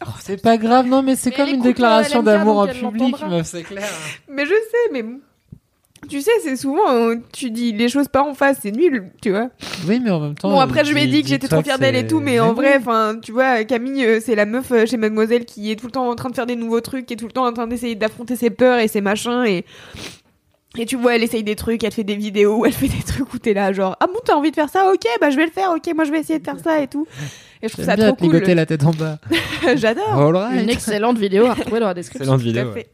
Speaker 7: Oh,
Speaker 4: C'est pas grave, non, mais c'est
Speaker 3: Mais elle
Speaker 4: comme une
Speaker 3: écoute le
Speaker 4: déclaration
Speaker 3: LMK,
Speaker 4: d'amour en
Speaker 3: donc elle
Speaker 4: public,
Speaker 3: l'entendra.
Speaker 4: meuf, c'est clair.
Speaker 7: mais je sais, mais bon. tu sais, c'est souvent euh, tu dis les choses pas en face, c'est nul, tu vois.
Speaker 4: Oui, mais en même temps.
Speaker 7: Bon, après, je
Speaker 4: lui
Speaker 7: lui ai dit Oh, que j'étais trop fière d'elle et tout, mais en vrai, enfin, tu vois, Camille, euh, c'est la meuf euh, chez Mademoiselle qui est tout le temps en train de faire des nouveaux trucs, qui est tout le temps en train d'essayer d'affronter ses peurs et ses machins, et. Et tu vois, elle essaye des trucs, elle fait des vidéos, [LAUGHS] elle fait des trucs où t'es là, genre, ah bon, t'as envie de faire ça, ok, bah je vais le faire, ok, moi je vais essayer de faire ça et tout. Et je trouve ça
Speaker 4: J'aime bien
Speaker 7: trop
Speaker 4: te ligoter
Speaker 7: cool.
Speaker 4: la tête en bas.
Speaker 7: [LAUGHS] J'adore.
Speaker 4: All
Speaker 3: Une
Speaker 4: right.
Speaker 3: excellente vidéo à retrouver dans la description.
Speaker 4: Excellente
Speaker 7: Tout à
Speaker 4: vidéo. ouais.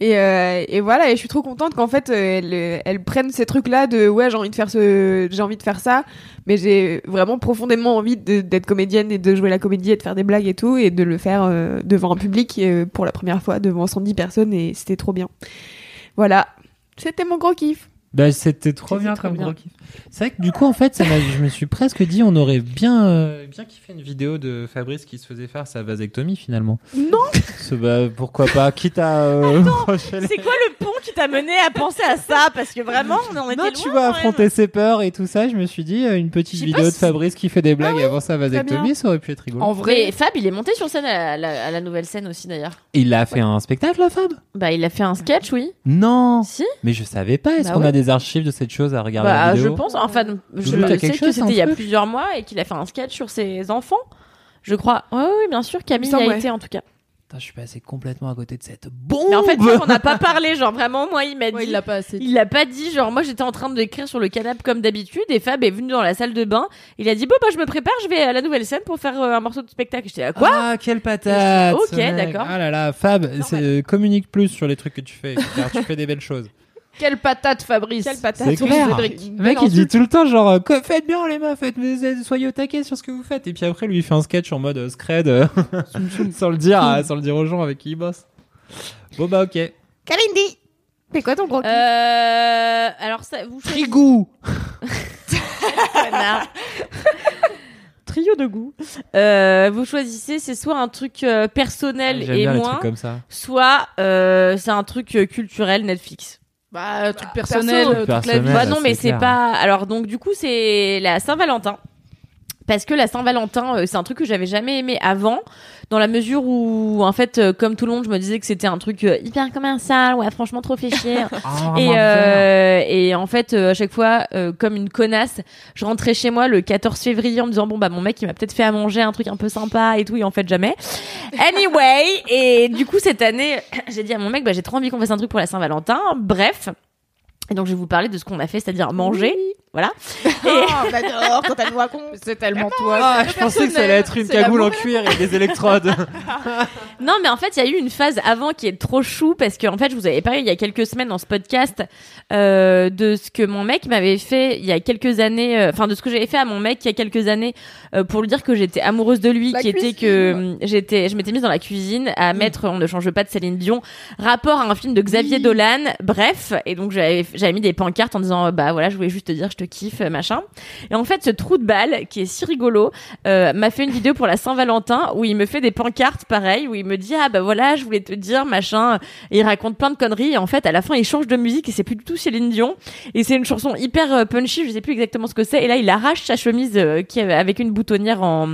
Speaker 7: fait. Et, euh, et voilà, et je suis trop contente qu'en fait euh, elles, euh, elles prennent ces trucs-là de ouais j'ai envie de faire ce, j'ai envie de faire ça, mais j'ai vraiment profondément envie de- d'être comédienne et de jouer la comédie et de faire des blagues et tout et de le faire euh, devant un public euh, pour la première fois devant 110 personnes et c'était trop bien. Voilà, c'était mon gros kiff.
Speaker 4: Bah, c'était trop
Speaker 7: C'était
Speaker 4: bien
Speaker 7: trop
Speaker 4: comme
Speaker 7: bien.
Speaker 4: gros kiff. C'est vrai que du coup, en fait, ça m'a- je me suis presque dit, on aurait bien, euh, bien kiffé une vidéo de Fabrice qui se faisait faire sa vasectomie finalement.
Speaker 7: Non.
Speaker 4: Ce- bah, pourquoi pas, quitte à.
Speaker 7: [LAUGHS]
Speaker 4: euh, refaire les-
Speaker 6: C'est quoi le pont qui t'a mené à penser à ça Parce que vraiment, on en était
Speaker 4: Non, tu vas affronter ses peurs et tout ça. Je me suis dit, euh, une petite
Speaker 6: sais
Speaker 4: vidéo
Speaker 6: pas
Speaker 4: de Fabrice qui fait des blagues avant sa
Speaker 7: Ah bien.
Speaker 4: vasectomie, ça aurait pu être rigolo.
Speaker 3: En
Speaker 6: vrai,
Speaker 3: vrai,
Speaker 6: Fab, il est monté sur scène à la, à la nouvelle scène aussi d'ailleurs.
Speaker 4: Il a fait un spectacle, la Fab
Speaker 6: Bah, il a fait un sketch, oui.
Speaker 4: Non
Speaker 3: Oh.
Speaker 6: Si.
Speaker 4: Mais je savais pas. Est-ce
Speaker 6: Bah
Speaker 4: qu'on
Speaker 6: ouais.
Speaker 4: a des archives de cette chose à regarder en
Speaker 6: Bah, je
Speaker 4: vidéo
Speaker 6: pense. Enfin, je
Speaker 4: Doudou, t'as
Speaker 6: sais
Speaker 4: quelque
Speaker 6: que
Speaker 4: chose,
Speaker 6: c'était il y a
Speaker 4: un truc
Speaker 6: plusieurs mois et qu'il a fait un sketch sur ses enfants. Je crois. Oui, oui, bien sûr. Camille
Speaker 7: Il me
Speaker 6: y a
Speaker 7: semble,
Speaker 6: été en tout cas.
Speaker 4: Putain, je suis passé complètement à côté de cette bombe.
Speaker 6: Mais en fait,
Speaker 4: [LAUGHS]
Speaker 6: on n'a pas parlé. Genre vraiment, moi, il m'a dit.
Speaker 3: il l'a pas assez.
Speaker 6: Il l'a pas dit, genre moi j'étais en train d'écrire sur le canapé comme d'habitude et Fab est venu dans la salle de bain. Il a dit bon bah je me prépare, je vais à la nouvelle scène pour faire euh, un morceau de spectacle. J'étais à quoi
Speaker 4: ah, quelle patate
Speaker 6: Ok,
Speaker 4: ce mec.
Speaker 6: d'accord.
Speaker 4: Ah là là, Fab, c'est- euh, communique plus sur les trucs que tu fais, car tu fais des belles choses.
Speaker 3: Quelle patate, Fabrice
Speaker 7: Quelle patate.
Speaker 4: C'est clair.
Speaker 7: Cédric.
Speaker 4: Le mec, il dit tout le temps, genre, euh, Quoi, faites bien les meufs, faites, soyez au taquet sur ce que vous faites. Et puis après, lui, il fait un sketch en mode euh, scred, euh, [LAUGHS] sans le dire, à- sans le dire aux gens avec qui il bosse. Bon bah ok.
Speaker 7: Kalindi, c'est quoi ton gros kiff
Speaker 6: Euh, alors ça vous choisissez-
Speaker 4: Trigou
Speaker 6: Connard. Trio de goût. Euh, vous choisissez, c'est soit un truc euh, personnel
Speaker 4: Ah, J'aime
Speaker 6: et
Speaker 4: bien les
Speaker 6: moins,
Speaker 4: trucs comme ça.
Speaker 6: soit euh, c'est un truc euh, culturel Netflix.
Speaker 3: Bah, truc personnel,
Speaker 4: perso.
Speaker 3: euh, toute la
Speaker 4: Personnel.
Speaker 3: vie.
Speaker 4: Ouais,
Speaker 6: bah
Speaker 4: bah,
Speaker 6: non,
Speaker 4: c'est
Speaker 6: mais c'est
Speaker 4: clair.
Speaker 6: pas. Alors donc du coup c'est la Saint-Valentin. Parce que la Saint-Valentin, euh, c'est un truc que j'avais jamais aimé avant, dans la mesure où, en fait, euh, comme tout le monde, je me disais que c'était un truc euh, hyper commercial, ouais, franchement trop fait chier.
Speaker 4: Oh,
Speaker 6: Et, euh, et en fait, euh, à chaque fois, euh, comme une connasse, je rentrais chez moi le 14 février en me disant bon bah mon mec il m'a peut-être fait à manger un truc un peu sympa et tout, et en fait jamais. Anyway, et du coup cette année, j'ai dit à mon mec bah j'ai trop envie qu'on fasse un truc pour la Saint-Valentin. Bref, et donc je vais vous parler de ce qu'on a fait, c'est-à-dire manger, voilà.
Speaker 7: [LAUGHS]
Speaker 6: Et-
Speaker 7: Oh, j'adore quand elle nous raconte.
Speaker 3: C'est tellement toi.
Speaker 4: Ah, je pensais que ça allait être une
Speaker 3: C'est la
Speaker 4: cagoule en cuir et des électrodes.
Speaker 3: [LAUGHS]
Speaker 6: Non, mais en fait, il y a eu une phase avant qui est trop chou parce que en fait, je vous avais parlé il y a quelques semaines dans ce podcast euh, de ce que mon mec m'avait fait il y a quelques années, euh, enfin de ce que j'avais fait à mon mec il y a quelques années euh, pour lui dire que j'étais amoureuse de lui,
Speaker 3: La
Speaker 6: qui était
Speaker 3: cuisine, Mm.
Speaker 6: que hum, j'étais, je m'étais mise dans la cuisine à mettre On ne change pas de Céline Dion, rapport à un film de Xavier Dolan, bref, et donc j'avais j'avais mis des pancartes en disant euh, bah voilà, je voulais juste te dire je te kiffe, euh, machin. Et en fait, ce trou de balle qui est si rigolo euh, m'a fait une vidéo pour la Saint-Valentin où il me fait des pancartes pareil où il me dit ah bah voilà je voulais te dire machin et il raconte plein de conneries et en fait à la fin il change de musique et c'est plus du tout Céline Dion et c'est une chanson hyper euh, punchy je sais plus exactement ce que c'est et là il arrache sa chemise euh, qui avait- avec une boutonnière en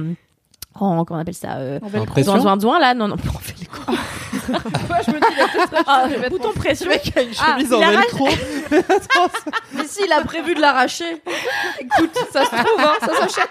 Speaker 6: en comment on appelle ça euh,
Speaker 4: En
Speaker 6: Dans
Speaker 4: pression.
Speaker 6: un doigt là, non, [LAUGHS] non, on fait
Speaker 3: [LAUGHS]
Speaker 6: les cours.
Speaker 3: je me dis, il a peut-être acheté
Speaker 6: Ah,
Speaker 3: des vêtements.
Speaker 6: bouton pression.
Speaker 4: a une
Speaker 6: Ah, il arrache-
Speaker 3: Mais si, il a prévu de l'arracher. [LAUGHS] Écoute, ça se trouve, hein, ça s'achète.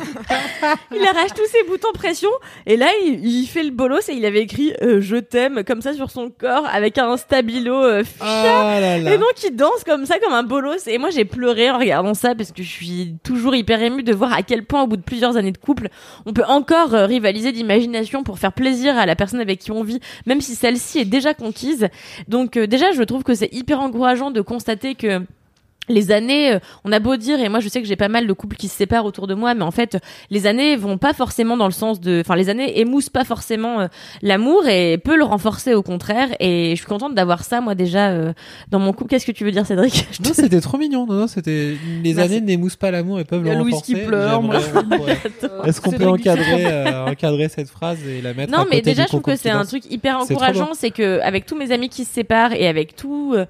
Speaker 6: [LAUGHS] Il arrache tous ses boutons pression et là il, il fait le bolos et il avait écrit euh, je t'aime comme ça sur son corps avec un stabilo euh, fuchsia.
Speaker 4: Ah là là.
Speaker 6: Et donc il danse comme ça comme un bolos et moi j'ai pleuré en regardant ça parce que je suis toujours hyper émue de voir à quel point au bout de plusieurs années de couple on peut encore euh, rivaliser d'imagination pour faire plaisir à la personne avec qui on vit même si celle-ci est déjà conquise. Donc euh, déjà je trouve que c'est hyper encourageant de constater que les années, euh, on a beau dire, et moi je sais que j'ai pas mal de couples qui se séparent autour de moi, mais en fait, les années vont pas forcément dans le sens de, enfin les années émoussent pas forcément euh, l'amour et peut le renforcer au contraire. Et je suis contente d'avoir ça moi déjà euh, dans mon couple. Qu'est-ce que tu veux dire, Cédric Je te-
Speaker 4: Non, c'était trop mignon. Non, non, c'était les
Speaker 6: Merci.
Speaker 4: années n'émoussent pas l'amour et peuvent
Speaker 3: Il y
Speaker 4: le
Speaker 3: a Louise
Speaker 4: renforcer.
Speaker 3: qui pleure, moi.
Speaker 4: J'aimerais- on pourrait- Est-ce qu'on peut
Speaker 3: Cédric Dufort.
Speaker 4: encadrer, euh, encadrer cette phrase et la mettre à
Speaker 6: Non, mais
Speaker 4: côté
Speaker 6: déjà,
Speaker 4: du
Speaker 6: je trouve que c'est un
Speaker 4: concomitance
Speaker 6: truc hyper
Speaker 4: C'est trop
Speaker 6: encourageant, c'est que avec tous mes amis qui se séparent et avec tout, euh,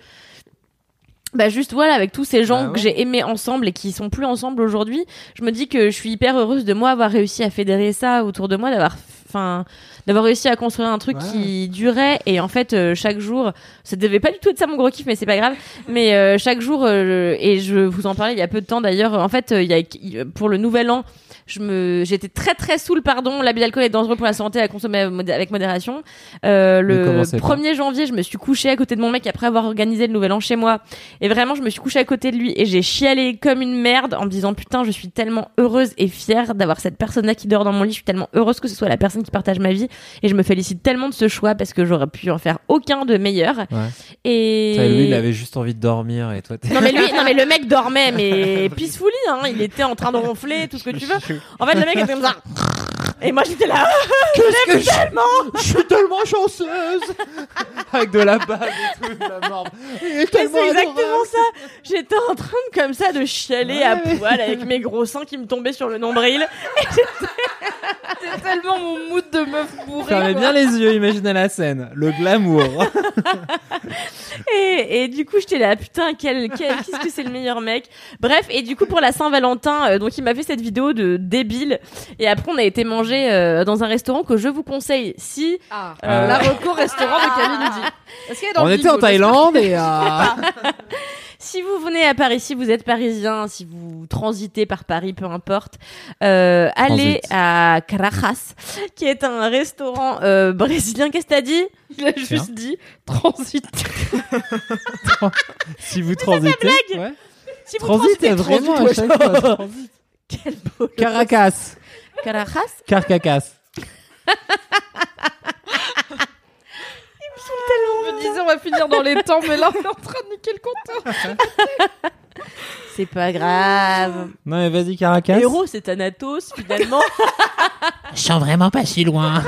Speaker 6: bah juste voilà, avec tous ces gens
Speaker 4: Bah ouais.
Speaker 6: que j'ai aimés ensemble et qui sont plus ensemble aujourd'hui, je me dis que je suis hyper heureuse de moi avoir réussi à fédérer ça autour de moi, d'avoir, enfin, d'avoir réussi à construire un truc
Speaker 4: Ouais.
Speaker 6: qui durait et en fait euh, chaque jour, ça devait pas du tout être ça mon gros kiff, mais c'est pas grave. Mais euh, chaque jour, euh, et je vous en parlais il y a peu de temps d'ailleurs, en fait, euh, il y a, pour le nouvel an, je me, j'étais très très saoule, pardon, l'abus d'alcool est dangereux pour la santé à consommer avec modé- avec modération. Euh,
Speaker 4: Ne
Speaker 6: le
Speaker 4: commencez pas.
Speaker 6: 1er janvier, je me suis couchée à côté de mon mec après avoir organisé le nouvel an chez moi. Et vraiment, je me suis couchée à côté de lui et j'ai chialé comme une merde en me disant putain, je suis tellement heureuse et fière d'avoir cette personne-là qui dort dans mon lit. Je suis tellement heureuse que ce soit la personne qui partage ma vie et je me félicite tellement de ce choix parce que j'aurais pu en faire aucun de meilleur.
Speaker 4: Ouais.
Speaker 6: Et
Speaker 4: Putain, Lui, il avait juste envie de dormir et toi, t'es. [LAUGHS]
Speaker 6: non mais lui, non mais le mec dormait mais peacefully, hein. Il était en train de ronfler, tout ce que tu veux. En fait, le mec était comme ça. Et moi j'étais là. Ah,
Speaker 4: Qu'est-ce que je [LAUGHS] Je suis tellement chanceuse [LAUGHS] Avec de la base et tout, de la mort. Il est
Speaker 6: Mais
Speaker 4: tellement
Speaker 6: [LAUGHS] C'est exactement
Speaker 4: adorable.
Speaker 6: ça. J'étais en train de comme ça de chialer à poil avec mes gros seins qui me tombaient sur le nombril.
Speaker 3: C'est tellement mon mood de meuf bourrée.
Speaker 4: Fermez
Speaker 3: quoi.
Speaker 4: bien les yeux, imaginez la scène. Le glamour.
Speaker 6: Et, et du coup, j'étais là, putain, quel, quel, qu'est-ce que c'est le meilleur mec. Bref, et du coup, pour la Saint-Valentin, euh, donc il m'a fait cette vidéo de débile. Et après, on a été manger euh, dans un restaurant que je vous conseille si
Speaker 3: Ah,
Speaker 4: Euh,
Speaker 3: La reco restaurant de
Speaker 4: [LAUGHS]
Speaker 3: Camille dit. Est-ce qu'elle est dans
Speaker 4: On
Speaker 3: le
Speaker 4: était en
Speaker 3: bingo,
Speaker 4: Thaïlande et euh,
Speaker 6: Si vous venez à Paris, si vous êtes parisien, si vous transitez par Paris, peu importe, euh, allez
Speaker 4: Transit.
Speaker 6: à Carajas, qui est un restaurant euh, brésilien. Qu'est-ce que t'as dit
Speaker 3: Il a juste dit transit.
Speaker 4: si vous transitez. ouais.
Speaker 6: Si
Speaker 4: Transite,
Speaker 6: vous transitez,
Speaker 4: vraiment à
Speaker 6: transitez.
Speaker 4: chaque fois. [LAUGHS] Transit.
Speaker 6: Quel beau jeu.
Speaker 4: Caracas.
Speaker 6: Carajas
Speaker 4: Carcacas.
Speaker 3: Je me disais, on va finir dans les temps, mais là, on est en train de niquer le compteur.
Speaker 6: C'est pas grave.
Speaker 4: Non mais vas-y Caracas.
Speaker 6: Héros, c'est Thanatos, finalement.
Speaker 4: Je sens vraiment pas si loin.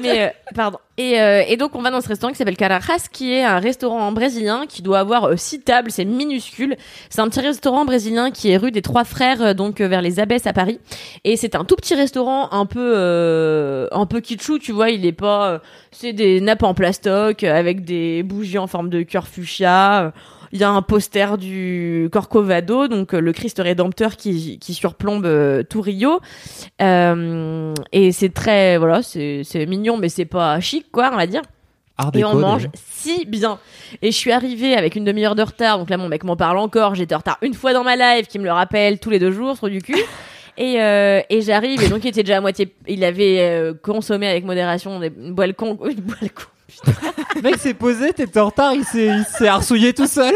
Speaker 6: Mais euh, pardon. Et, euh, et donc on va dans ce restaurant qui s'appelle Carajas, qui est un restaurant brésilien qui doit avoir euh, six tables, c'est minuscule. C'est un petit restaurant brésilien qui est rue des Trois Frères, euh, donc euh, vers les Abbesses à Paris. Et c'est un tout petit restaurant, un peu euh, un peu kitschou, tu vois. Il est pas, euh, c'est des nappes en plastoc euh, avec des bougies en forme de cœur fuchsia. euh, Il y a un poster du Corcovado, donc euh, le Christ rédempteur qui, qui surplombe euh, tout Rio. Euh, et c'est très, voilà, c'est c'est mignon, mais c'est pas chic, quoi, on va dire.
Speaker 4: Art
Speaker 6: Et on
Speaker 4: déco,
Speaker 6: mange
Speaker 4: d'ailleurs.
Speaker 6: si bien. Et je suis arrivée avec une demi-heure de retard, donc là, mon mec m'en parle encore. J'étais en retard une fois dans ma live, qui me le rappelle tous les deux jours, sur
Speaker 4: [LAUGHS]
Speaker 6: du cul. Et, euh, et j'arrive, et donc il était déjà à moitié. Il avait euh, consommé avec modération des- une boîte con. [LAUGHS] Une boîte con.
Speaker 4: Mec s'est posé, t'étais en retard, il s'est il s'est arsouillé tout [LAUGHS] seul.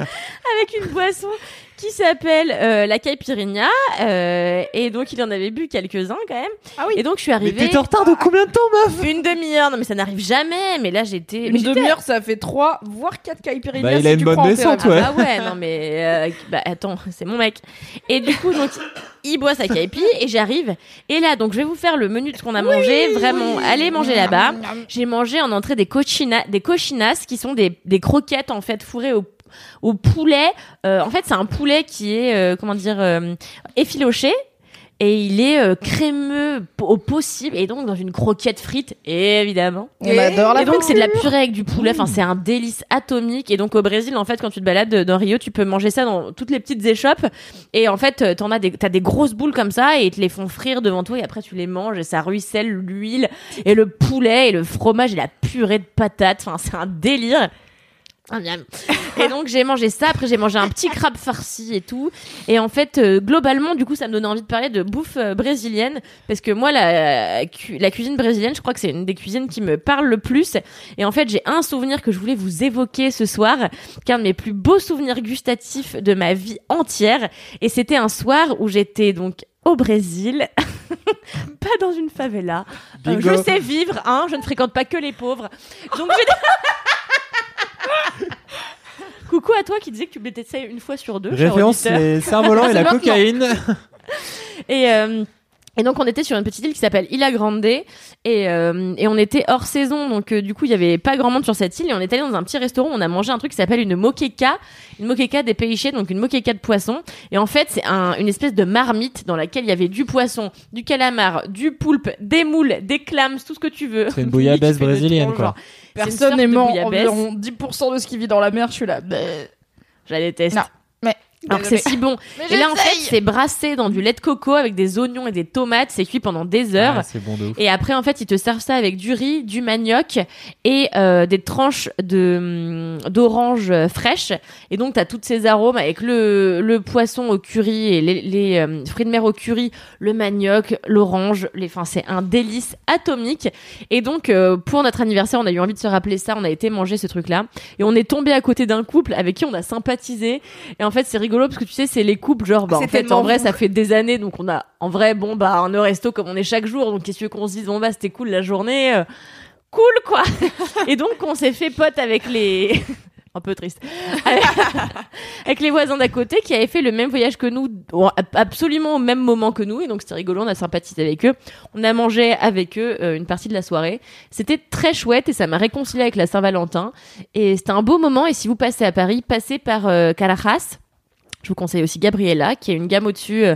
Speaker 6: avec une boisson qui s'appelle euh, la caipirinha. euh, et donc il en avait bu quelques-uns quand même.
Speaker 3: Ah oui.
Speaker 6: Et donc je suis
Speaker 4: Mais
Speaker 6: arrivée
Speaker 4: t'es en retard de combien de temps meuf
Speaker 6: une demi-heure. Non mais ça n'arrive jamais. Mais là j'étais.
Speaker 3: Une demi-heure, ça fait 3, voire 4 caipirinhas.
Speaker 4: Bah, il
Speaker 3: si
Speaker 4: a une
Speaker 3: tu
Speaker 4: bonne
Speaker 3: prends en
Speaker 4: descente,
Speaker 3: thérapie.
Speaker 4: ouais.
Speaker 6: Ah bah ouais, non mais euh, bah attends, c'est mon mec. Et du coup donc il boit sa caipi et j'arrive et là donc je vais vous faire le menu de ce qu'on a mangé vraiment allez manger
Speaker 7: Mm.
Speaker 6: là-bas. J'ai mangé en entrée des cochina des cochinas qui sont des, des croquettes en fait fourrées au au poulet, Euh, en fait, c'est un poulet qui est euh, comment dire euh, effiloché et il est euh, crémeux p- au possible et donc dans une croquette frite évidemment.
Speaker 3: On adore la
Speaker 6: Et donc c'est de la purée avec du poulet, enfin c'est un délice atomique et donc au Brésil en fait quand tu te balades dans Rio, tu peux manger ça dans toutes les petites échoppes et en fait euh, t'en as des t'as des grosses boules comme ça et ils te les font frire devant toi et après tu les manges et ça ruisselle l'huile et le poulet et le fromage et la purée de patates, enfin c'est un délire. Ah, miam. Et donc j'ai mangé ça, après j'ai mangé un petit crabe farci et tout. Et en fait, euh, globalement, du coup, ça me donnait envie de parler de bouffe euh, brésilienne. Parce que moi, la, cu- la cuisine brésilienne, je crois que c'est une des cuisines qui me parle le plus. Et en fait, j'ai un souvenir que je voulais vous évoquer ce soir, qui est un de mes plus beaux souvenirs gustatifs de ma vie entière. Et c'était un soir où j'étais donc au Brésil, [LAUGHS] pas dans une favela. Euh,
Speaker 4: Bingo.
Speaker 6: je sais vivre, hein, je ne fréquente pas que les pauvres. Donc j'ai- [LAUGHS] Coucou à toi qui disais que tu blêtais une fois sur deux. cher
Speaker 4: Référence
Speaker 6: auditeur.
Speaker 4: les cerfs-volants et la
Speaker 6: maintenant.
Speaker 4: cocaïne.
Speaker 6: Et, euh, et donc on était sur une petite île qui s'appelle Ila Grande et, euh, et on était hors saison donc euh, du coup il y avait pas grand monde sur cette île et on est allé dans un petit restaurant on a mangé un truc qui s'appelle une moqueca une moqueca des péichés donc une moqueca de poisson et en fait c'est un- une espèce de marmite dans laquelle il y avait du poisson du calamar du poulpe des moules des clams tout ce que [LAUGHS] tu veux
Speaker 4: C'est une bouillabaisse
Speaker 6: Mix de
Speaker 4: brésilienne,
Speaker 6: tout,
Speaker 4: quoi.
Speaker 6: genre. C'est une sorte de
Speaker 3: Personnellement,
Speaker 6: bouillabaisse.
Speaker 3: environ 10% de ce qui vit dans la mer, je suis là.
Speaker 7: bah,
Speaker 3: bleh.
Speaker 6: je la déteste
Speaker 3: Non, mais-
Speaker 6: alors que c'est si bon et là en fait c'est brassé dans du lait de coco avec des oignons et des tomates c'est cuit pendant des heures
Speaker 4: Ah, c'est bon de ouf.
Speaker 6: Et après, en fait, ils te servent ça avec du riz, du manioc et euh, des tranches de hum, d'orange euh, fraîche. Et donc, t'as tous ces arômes avec le, le poisson au curry et les, les, euh, fruits de mer au curry, le manioc, l'orange. Les, enfin, c'est un délice atomique. Et donc, euh, pour notre anniversaire, on a eu envie de se rappeler ça. On a été manger ce truc-là et on est tombé à côté d'un couple avec qui on a sympathisé. Et en fait, c'est rigolo parce que tu sais, c'est les couples genre, bah,
Speaker 3: C'est
Speaker 6: en fait,
Speaker 3: tellement
Speaker 6: en vrai,
Speaker 3: vous.
Speaker 6: ça fait des années, donc on a, en vrai, bon, bah, un resto comme on est chaque jour, donc qu'est-ce que qu'on se dise, bon, bah, c'était cool la journée, euh, cool quoi.
Speaker 3: [LAUGHS]
Speaker 6: Et donc, on s'est fait pote avec les, [LAUGHS] un peu triste, avec, avec les voisins d'à côté qui avaient fait le même voyage que nous, bon, ab- absolument au même moment que nous, et donc c'était rigolo, on a sympathisé avec eux, on a mangé avec eux euh, une partie de la soirée. C'était très chouette et ça m'a réconcilié avec la Saint-Valentin. Et c'était un beau moment. Et si vous passez à Paris, passez par euh, Carajas. Je vous conseille aussi Gabriela, qui est une gamme au-dessus, euh,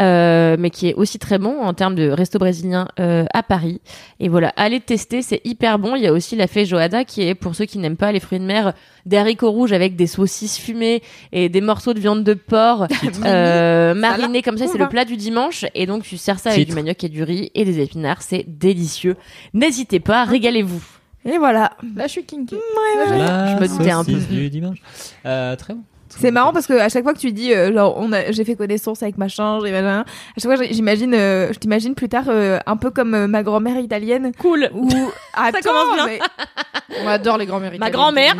Speaker 6: euh, mais qui est aussi très bon en termes de resto brésilien euh, à Paris. Et voilà, allez tester, c'est hyper bon. Il y a aussi la feijoada, qui est pour ceux qui n'aiment pas les fruits de mer, des haricots rouges avec des saucisses fumées et des morceaux de viande de [LAUGHS] porc euh, marinés comme ça. C'est le plat du dimanche. Et donc, tu sers ça avec
Speaker 4: Titre.
Speaker 6: du manioc et du riz et des épinards. C'est délicieux. N'hésitez pas, régalez-vous.
Speaker 7: Et voilà.
Speaker 3: Là, je suis kinky.
Speaker 4: La
Speaker 6: je me doutais un peu.
Speaker 4: saucisse du dimanche. Euh, très bon.
Speaker 7: C'est marrant parce que à chaque fois que tu dis euh, genre on a- j'ai fait connaissance avec machin, j'ai machin, à chaque fois j'ai- j'imagine euh, je t'imagine plus tard euh, un peu comme euh, ma grand-mère italienne
Speaker 6: [LAUGHS] Cool.
Speaker 7: où
Speaker 3: Ah,
Speaker 7: attends
Speaker 6: commence bien.
Speaker 7: mais,
Speaker 3: [LAUGHS] On adore les grands-mères
Speaker 6: Ma
Speaker 3: italiennes.
Speaker 6: grand-mère.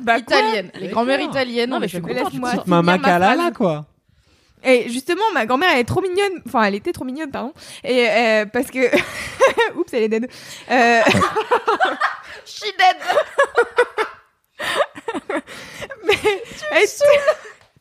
Speaker 7: bah, quoi
Speaker 3: Italiennes. Les grands-mères
Speaker 6: D'accord.
Speaker 3: italiennes.
Speaker 6: Non, mais
Speaker 3: on les
Speaker 6: je
Speaker 3: fait
Speaker 6: suis
Speaker 3: connaître.
Speaker 7: Laisse-moi
Speaker 6: Petite
Speaker 7: finir ma
Speaker 4: Macala,
Speaker 7: phrase.
Speaker 4: là, quoi.
Speaker 7: Et justement, ma grand-mère, elle est trop mignonne. Enfin, elle était trop mignonne, pardon. Et euh, parce que, [LAUGHS] oups, elle est dead. Euh... [LAUGHS] She dead. [LAUGHS] Mais elle, était...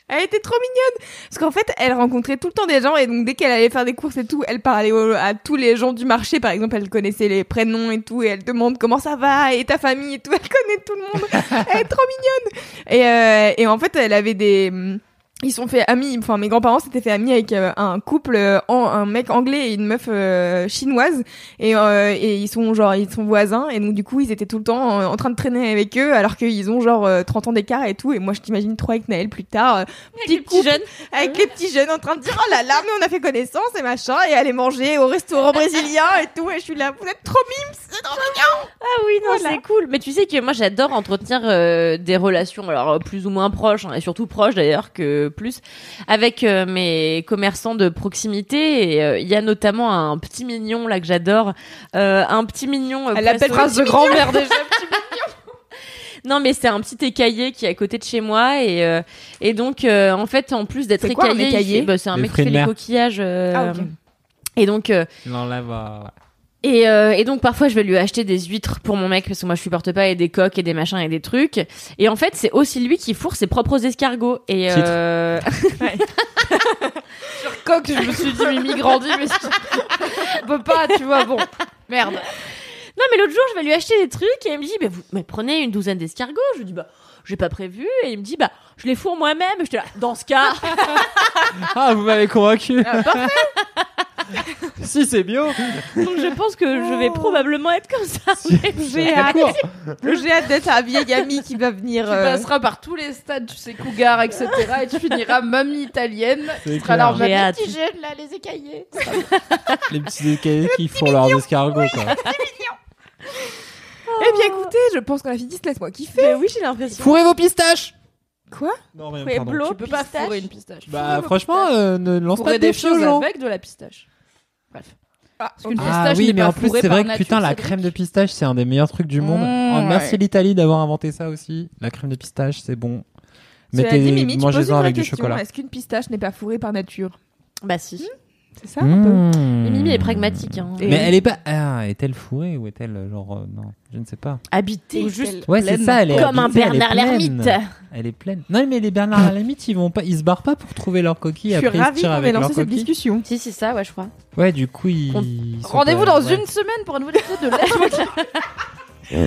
Speaker 7: elle était trop mignonne parce qu'en fait, elle rencontrait tout le temps des gens et donc dès qu'elle allait faire des courses et tout, elle parlait au- à tous les gens du marché. Par exemple, elle connaissait les prénoms et tout et elle demande comment ça va et ta famille et tout. Elle connaît tout le monde. elle est trop mignonne. Et, euh, et en fait, elle avait des hum, ils sont fait amis enfin mes grands-parents s'étaient fait amis avec euh, un couple euh, an- un mec anglais et une meuf euh, chinoise et, euh, et ils sont genre ils sont voisins et donc du coup ils étaient tout le temps euh, en train de traîner avec eux alors
Speaker 3: Ah,
Speaker 7: qu'ils ont genre euh, 30 ans d'écart et tout et moi je t'imagine trop avec Naël plus tard euh, petit
Speaker 6: les petits
Speaker 7: couple,
Speaker 6: jeunes.
Speaker 7: avec les petits jeunes en train de dire oh là là mais on a fait connaissance et machin et aller manger
Speaker 3: [LAUGHS]
Speaker 7: au restaurant brésilien et tout et je suis là vous êtes trop mimes c'est trop mignon
Speaker 6: Ah oui, non,
Speaker 7: Voilà.
Speaker 6: c'est cool. Mais tu sais que moi, j'adore entretenir euh, des relations, alors euh, plus ou moins proches, hein, et surtout proches d'ailleurs que plus, avec euh, mes commerçants de proximité. Et euh, il y a notamment un petit mignon là que j'adore, euh, un petit mignon. euh,
Speaker 7: Elle
Speaker 6: presso-
Speaker 7: l'appelle
Speaker 3: Phrase de grand-mère déjà.
Speaker 6: Non, mais c'est un petit écaillé qui est à côté de chez moi, et euh, et donc euh, en fait, en plus d'être
Speaker 7: C'est quoi, un
Speaker 6: écaillé, il
Speaker 7: écaillé
Speaker 6: fait- bah, c'est un
Speaker 4: Des
Speaker 6: mec qui
Speaker 4: fruits
Speaker 6: fait
Speaker 4: de
Speaker 6: les
Speaker 4: mer.
Speaker 6: coquillages. euh,
Speaker 7: Ah, ok.
Speaker 6: Et donc. euh,
Speaker 4: Non, là, voilà.
Speaker 6: Et, euh, et donc parfois je vais lui acheter des huîtres pour mon mec parce que moi je supporte pas et des coques et des machins et des trucs. Et en fait c'est aussi lui qui fourre ses propres escargots. Et
Speaker 4: Titre.
Speaker 6: euh, [LAUGHS]
Speaker 3: coque, je me suis dit, Mimi grandit, mais c'est- on peut pas, tu vois, bon. Merde.
Speaker 6: non mais l'autre jour je vais lui acheter des trucs et il me dit mais vous mais prenez une douzaine d'escargots. Je lui dis bah j'ai pas prévu. Et il me dit, bah, je les fourre moi-même. J'étais là, dans
Speaker 4: [LAUGHS]
Speaker 6: ce cas,
Speaker 4: Ah, vous m'avez convaincu. [LAUGHS] si c'est bio,
Speaker 6: donc je pense que je vais probablement être comme ça. Mais
Speaker 7: J'ai hâte,
Speaker 4: Oh. d'accord.
Speaker 7: j'ai hâte d'être un vieil ami qui va venir.
Speaker 3: Tu
Speaker 7: euh,
Speaker 3: passeras par tous les stades, tu sais, Cougar, etc. et tu finiras mamie italienne.
Speaker 4: C'est
Speaker 3: Tu seras
Speaker 4: clair.
Speaker 3: là en mode,
Speaker 6: J'ai hâte.
Speaker 3: les petits jeunes, là, les écaillés.
Speaker 4: les petits décalés qui font leur escargot. Quoi.
Speaker 7: Eh bien écoutez, je pense qu'on a fini, laisse-moi kiffer.
Speaker 6: Mais oui, j'ai l'impression.
Speaker 4: Fourrez vos pistaches.
Speaker 7: Quoi
Speaker 4: Non, rien.
Speaker 6: Fourrez
Speaker 4: pardon.
Speaker 6: Blo,
Speaker 3: Tu peux pas
Speaker 6: pistache.
Speaker 3: fourrer une pistache.
Speaker 4: Bah, franchement, euh, ne lance pas
Speaker 3: Fourrer
Speaker 4: de
Speaker 3: des
Speaker 4: défi aux
Speaker 3: choses
Speaker 4: gens.
Speaker 3: avec de la pistache. Bref. Parce qu'une
Speaker 4: Ah
Speaker 3: pistache
Speaker 4: oui,
Speaker 3: n'est
Speaker 4: mais
Speaker 3: pas
Speaker 4: en plus,
Speaker 3: fourrée
Speaker 4: c'est
Speaker 3: par
Speaker 4: vrai que
Speaker 3: nature,
Speaker 4: putain, la
Speaker 3: c'est
Speaker 4: crème de pistache, c'est un des meilleurs trucs du monde.
Speaker 3: Mmh,
Speaker 4: Oh, Merci
Speaker 3: ouais.
Speaker 4: l'Italie d'avoir inventé ça aussi. La crème de pistache, c'est bon.
Speaker 7: Cela dit, Mimi, tu poses une
Speaker 4: mangez-en
Speaker 7: vraie
Speaker 4: avec du
Speaker 7: question.
Speaker 4: chocolat.
Speaker 7: Est-ce qu'une pistache n'est pas fourrée par nature
Speaker 6: Bah, si.
Speaker 7: C'est ça
Speaker 4: Mmh.
Speaker 7: un peu
Speaker 6: Mais Mimi est pragmatique. Hein.
Speaker 4: Mais elle est pas. Ah, est-elle fourrée ou est-elle euh, genre. euh, non, je ne sais pas.
Speaker 6: Habitée.
Speaker 3: Ou juste
Speaker 4: Ouais, c'est
Speaker 3: pleine.
Speaker 4: ça, elle est.
Speaker 6: Comme un
Speaker 4: habitée, elle est
Speaker 6: Bernard
Speaker 4: pleine.
Speaker 6: l'ermite.
Speaker 4: Elle est pleine. Non, mais les Bernard l'ermite, ils vont pas, ils se barrent pas pour trouver leur coquille.
Speaker 7: Je suis
Speaker 4: après, ils se
Speaker 7: ravie
Speaker 4: tirent
Speaker 7: qu'on ait
Speaker 4: avec leur
Speaker 7: lancé cette
Speaker 4: coquille.
Speaker 7: discussion.
Speaker 6: Si, c'est ça, ouais, je crois.
Speaker 4: Ouais, du coup, ils. ils sont
Speaker 3: Rendez-vous
Speaker 4: pas-
Speaker 3: dans
Speaker 4: ouais.
Speaker 3: une semaine pour un nouvel épisode de Laisse-moi kiffer.
Speaker 7: Ah,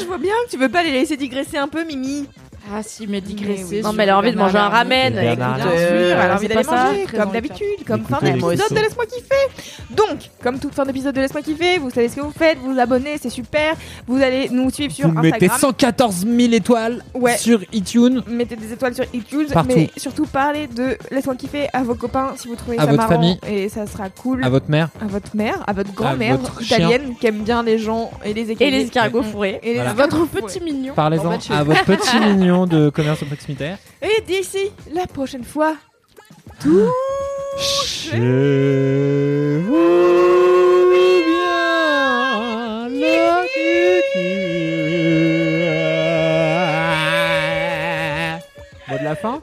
Speaker 7: je vois bien que tu veux pas les laisser digresser un peu, Mimi.
Speaker 3: Ah si, mais digresser.
Speaker 6: Non, mais elle a envie de manger un ramen.
Speaker 4: Bernard
Speaker 6: écoute,
Speaker 4: Bien
Speaker 7: Bien
Speaker 6: euh,
Speaker 7: sûr, elle
Speaker 3: Ah,
Speaker 7: a envie
Speaker 6: c'est
Speaker 7: d'aller
Speaker 6: pas ça.
Speaker 7: manger,
Speaker 3: Très
Speaker 7: comme
Speaker 3: dans le
Speaker 7: d'habitude, comme fin
Speaker 4: Écoutez, les
Speaker 7: d'épisode
Speaker 4: poissons.
Speaker 7: de Laisse-moi kiffer. Donc, comme toute fin d'épisode de Laisse-moi kiffer, vous savez ce que vous faites, vous vous abonnez, c'est super. Vous allez nous suivre sur
Speaker 4: Vous mettez
Speaker 7: Instagram.
Speaker 4: 114 000 étoiles
Speaker 7: Ouais.
Speaker 4: sur iTunes.
Speaker 7: Mettez des étoiles sur iTunes,
Speaker 4: Partout.
Speaker 7: mais surtout parlez de Laisse-moi kiffer à vos copains si vous trouvez
Speaker 4: À
Speaker 7: ça
Speaker 4: votre
Speaker 7: marrant
Speaker 4: famille.
Speaker 7: et ça sera cool.
Speaker 4: À votre mère.
Speaker 7: à votre mère, à votre grand-mère
Speaker 4: votre chien.
Speaker 7: italienne qui aime bien les gens et les
Speaker 6: Et les
Speaker 7: écaillés.
Speaker 6: escargots fourrés.
Speaker 7: Et les
Speaker 4: Voilà.
Speaker 7: votre
Speaker 3: Petit mignon.
Speaker 4: Parlez-en
Speaker 3: En bas de chez
Speaker 4: à
Speaker 3: vous.
Speaker 7: [LAUGHS]
Speaker 4: votre petit mignon de commerce au proximitaire.
Speaker 7: Et d'ici la prochaine fois,
Speaker 4: Chez vous, bien la culture. Mot de la fin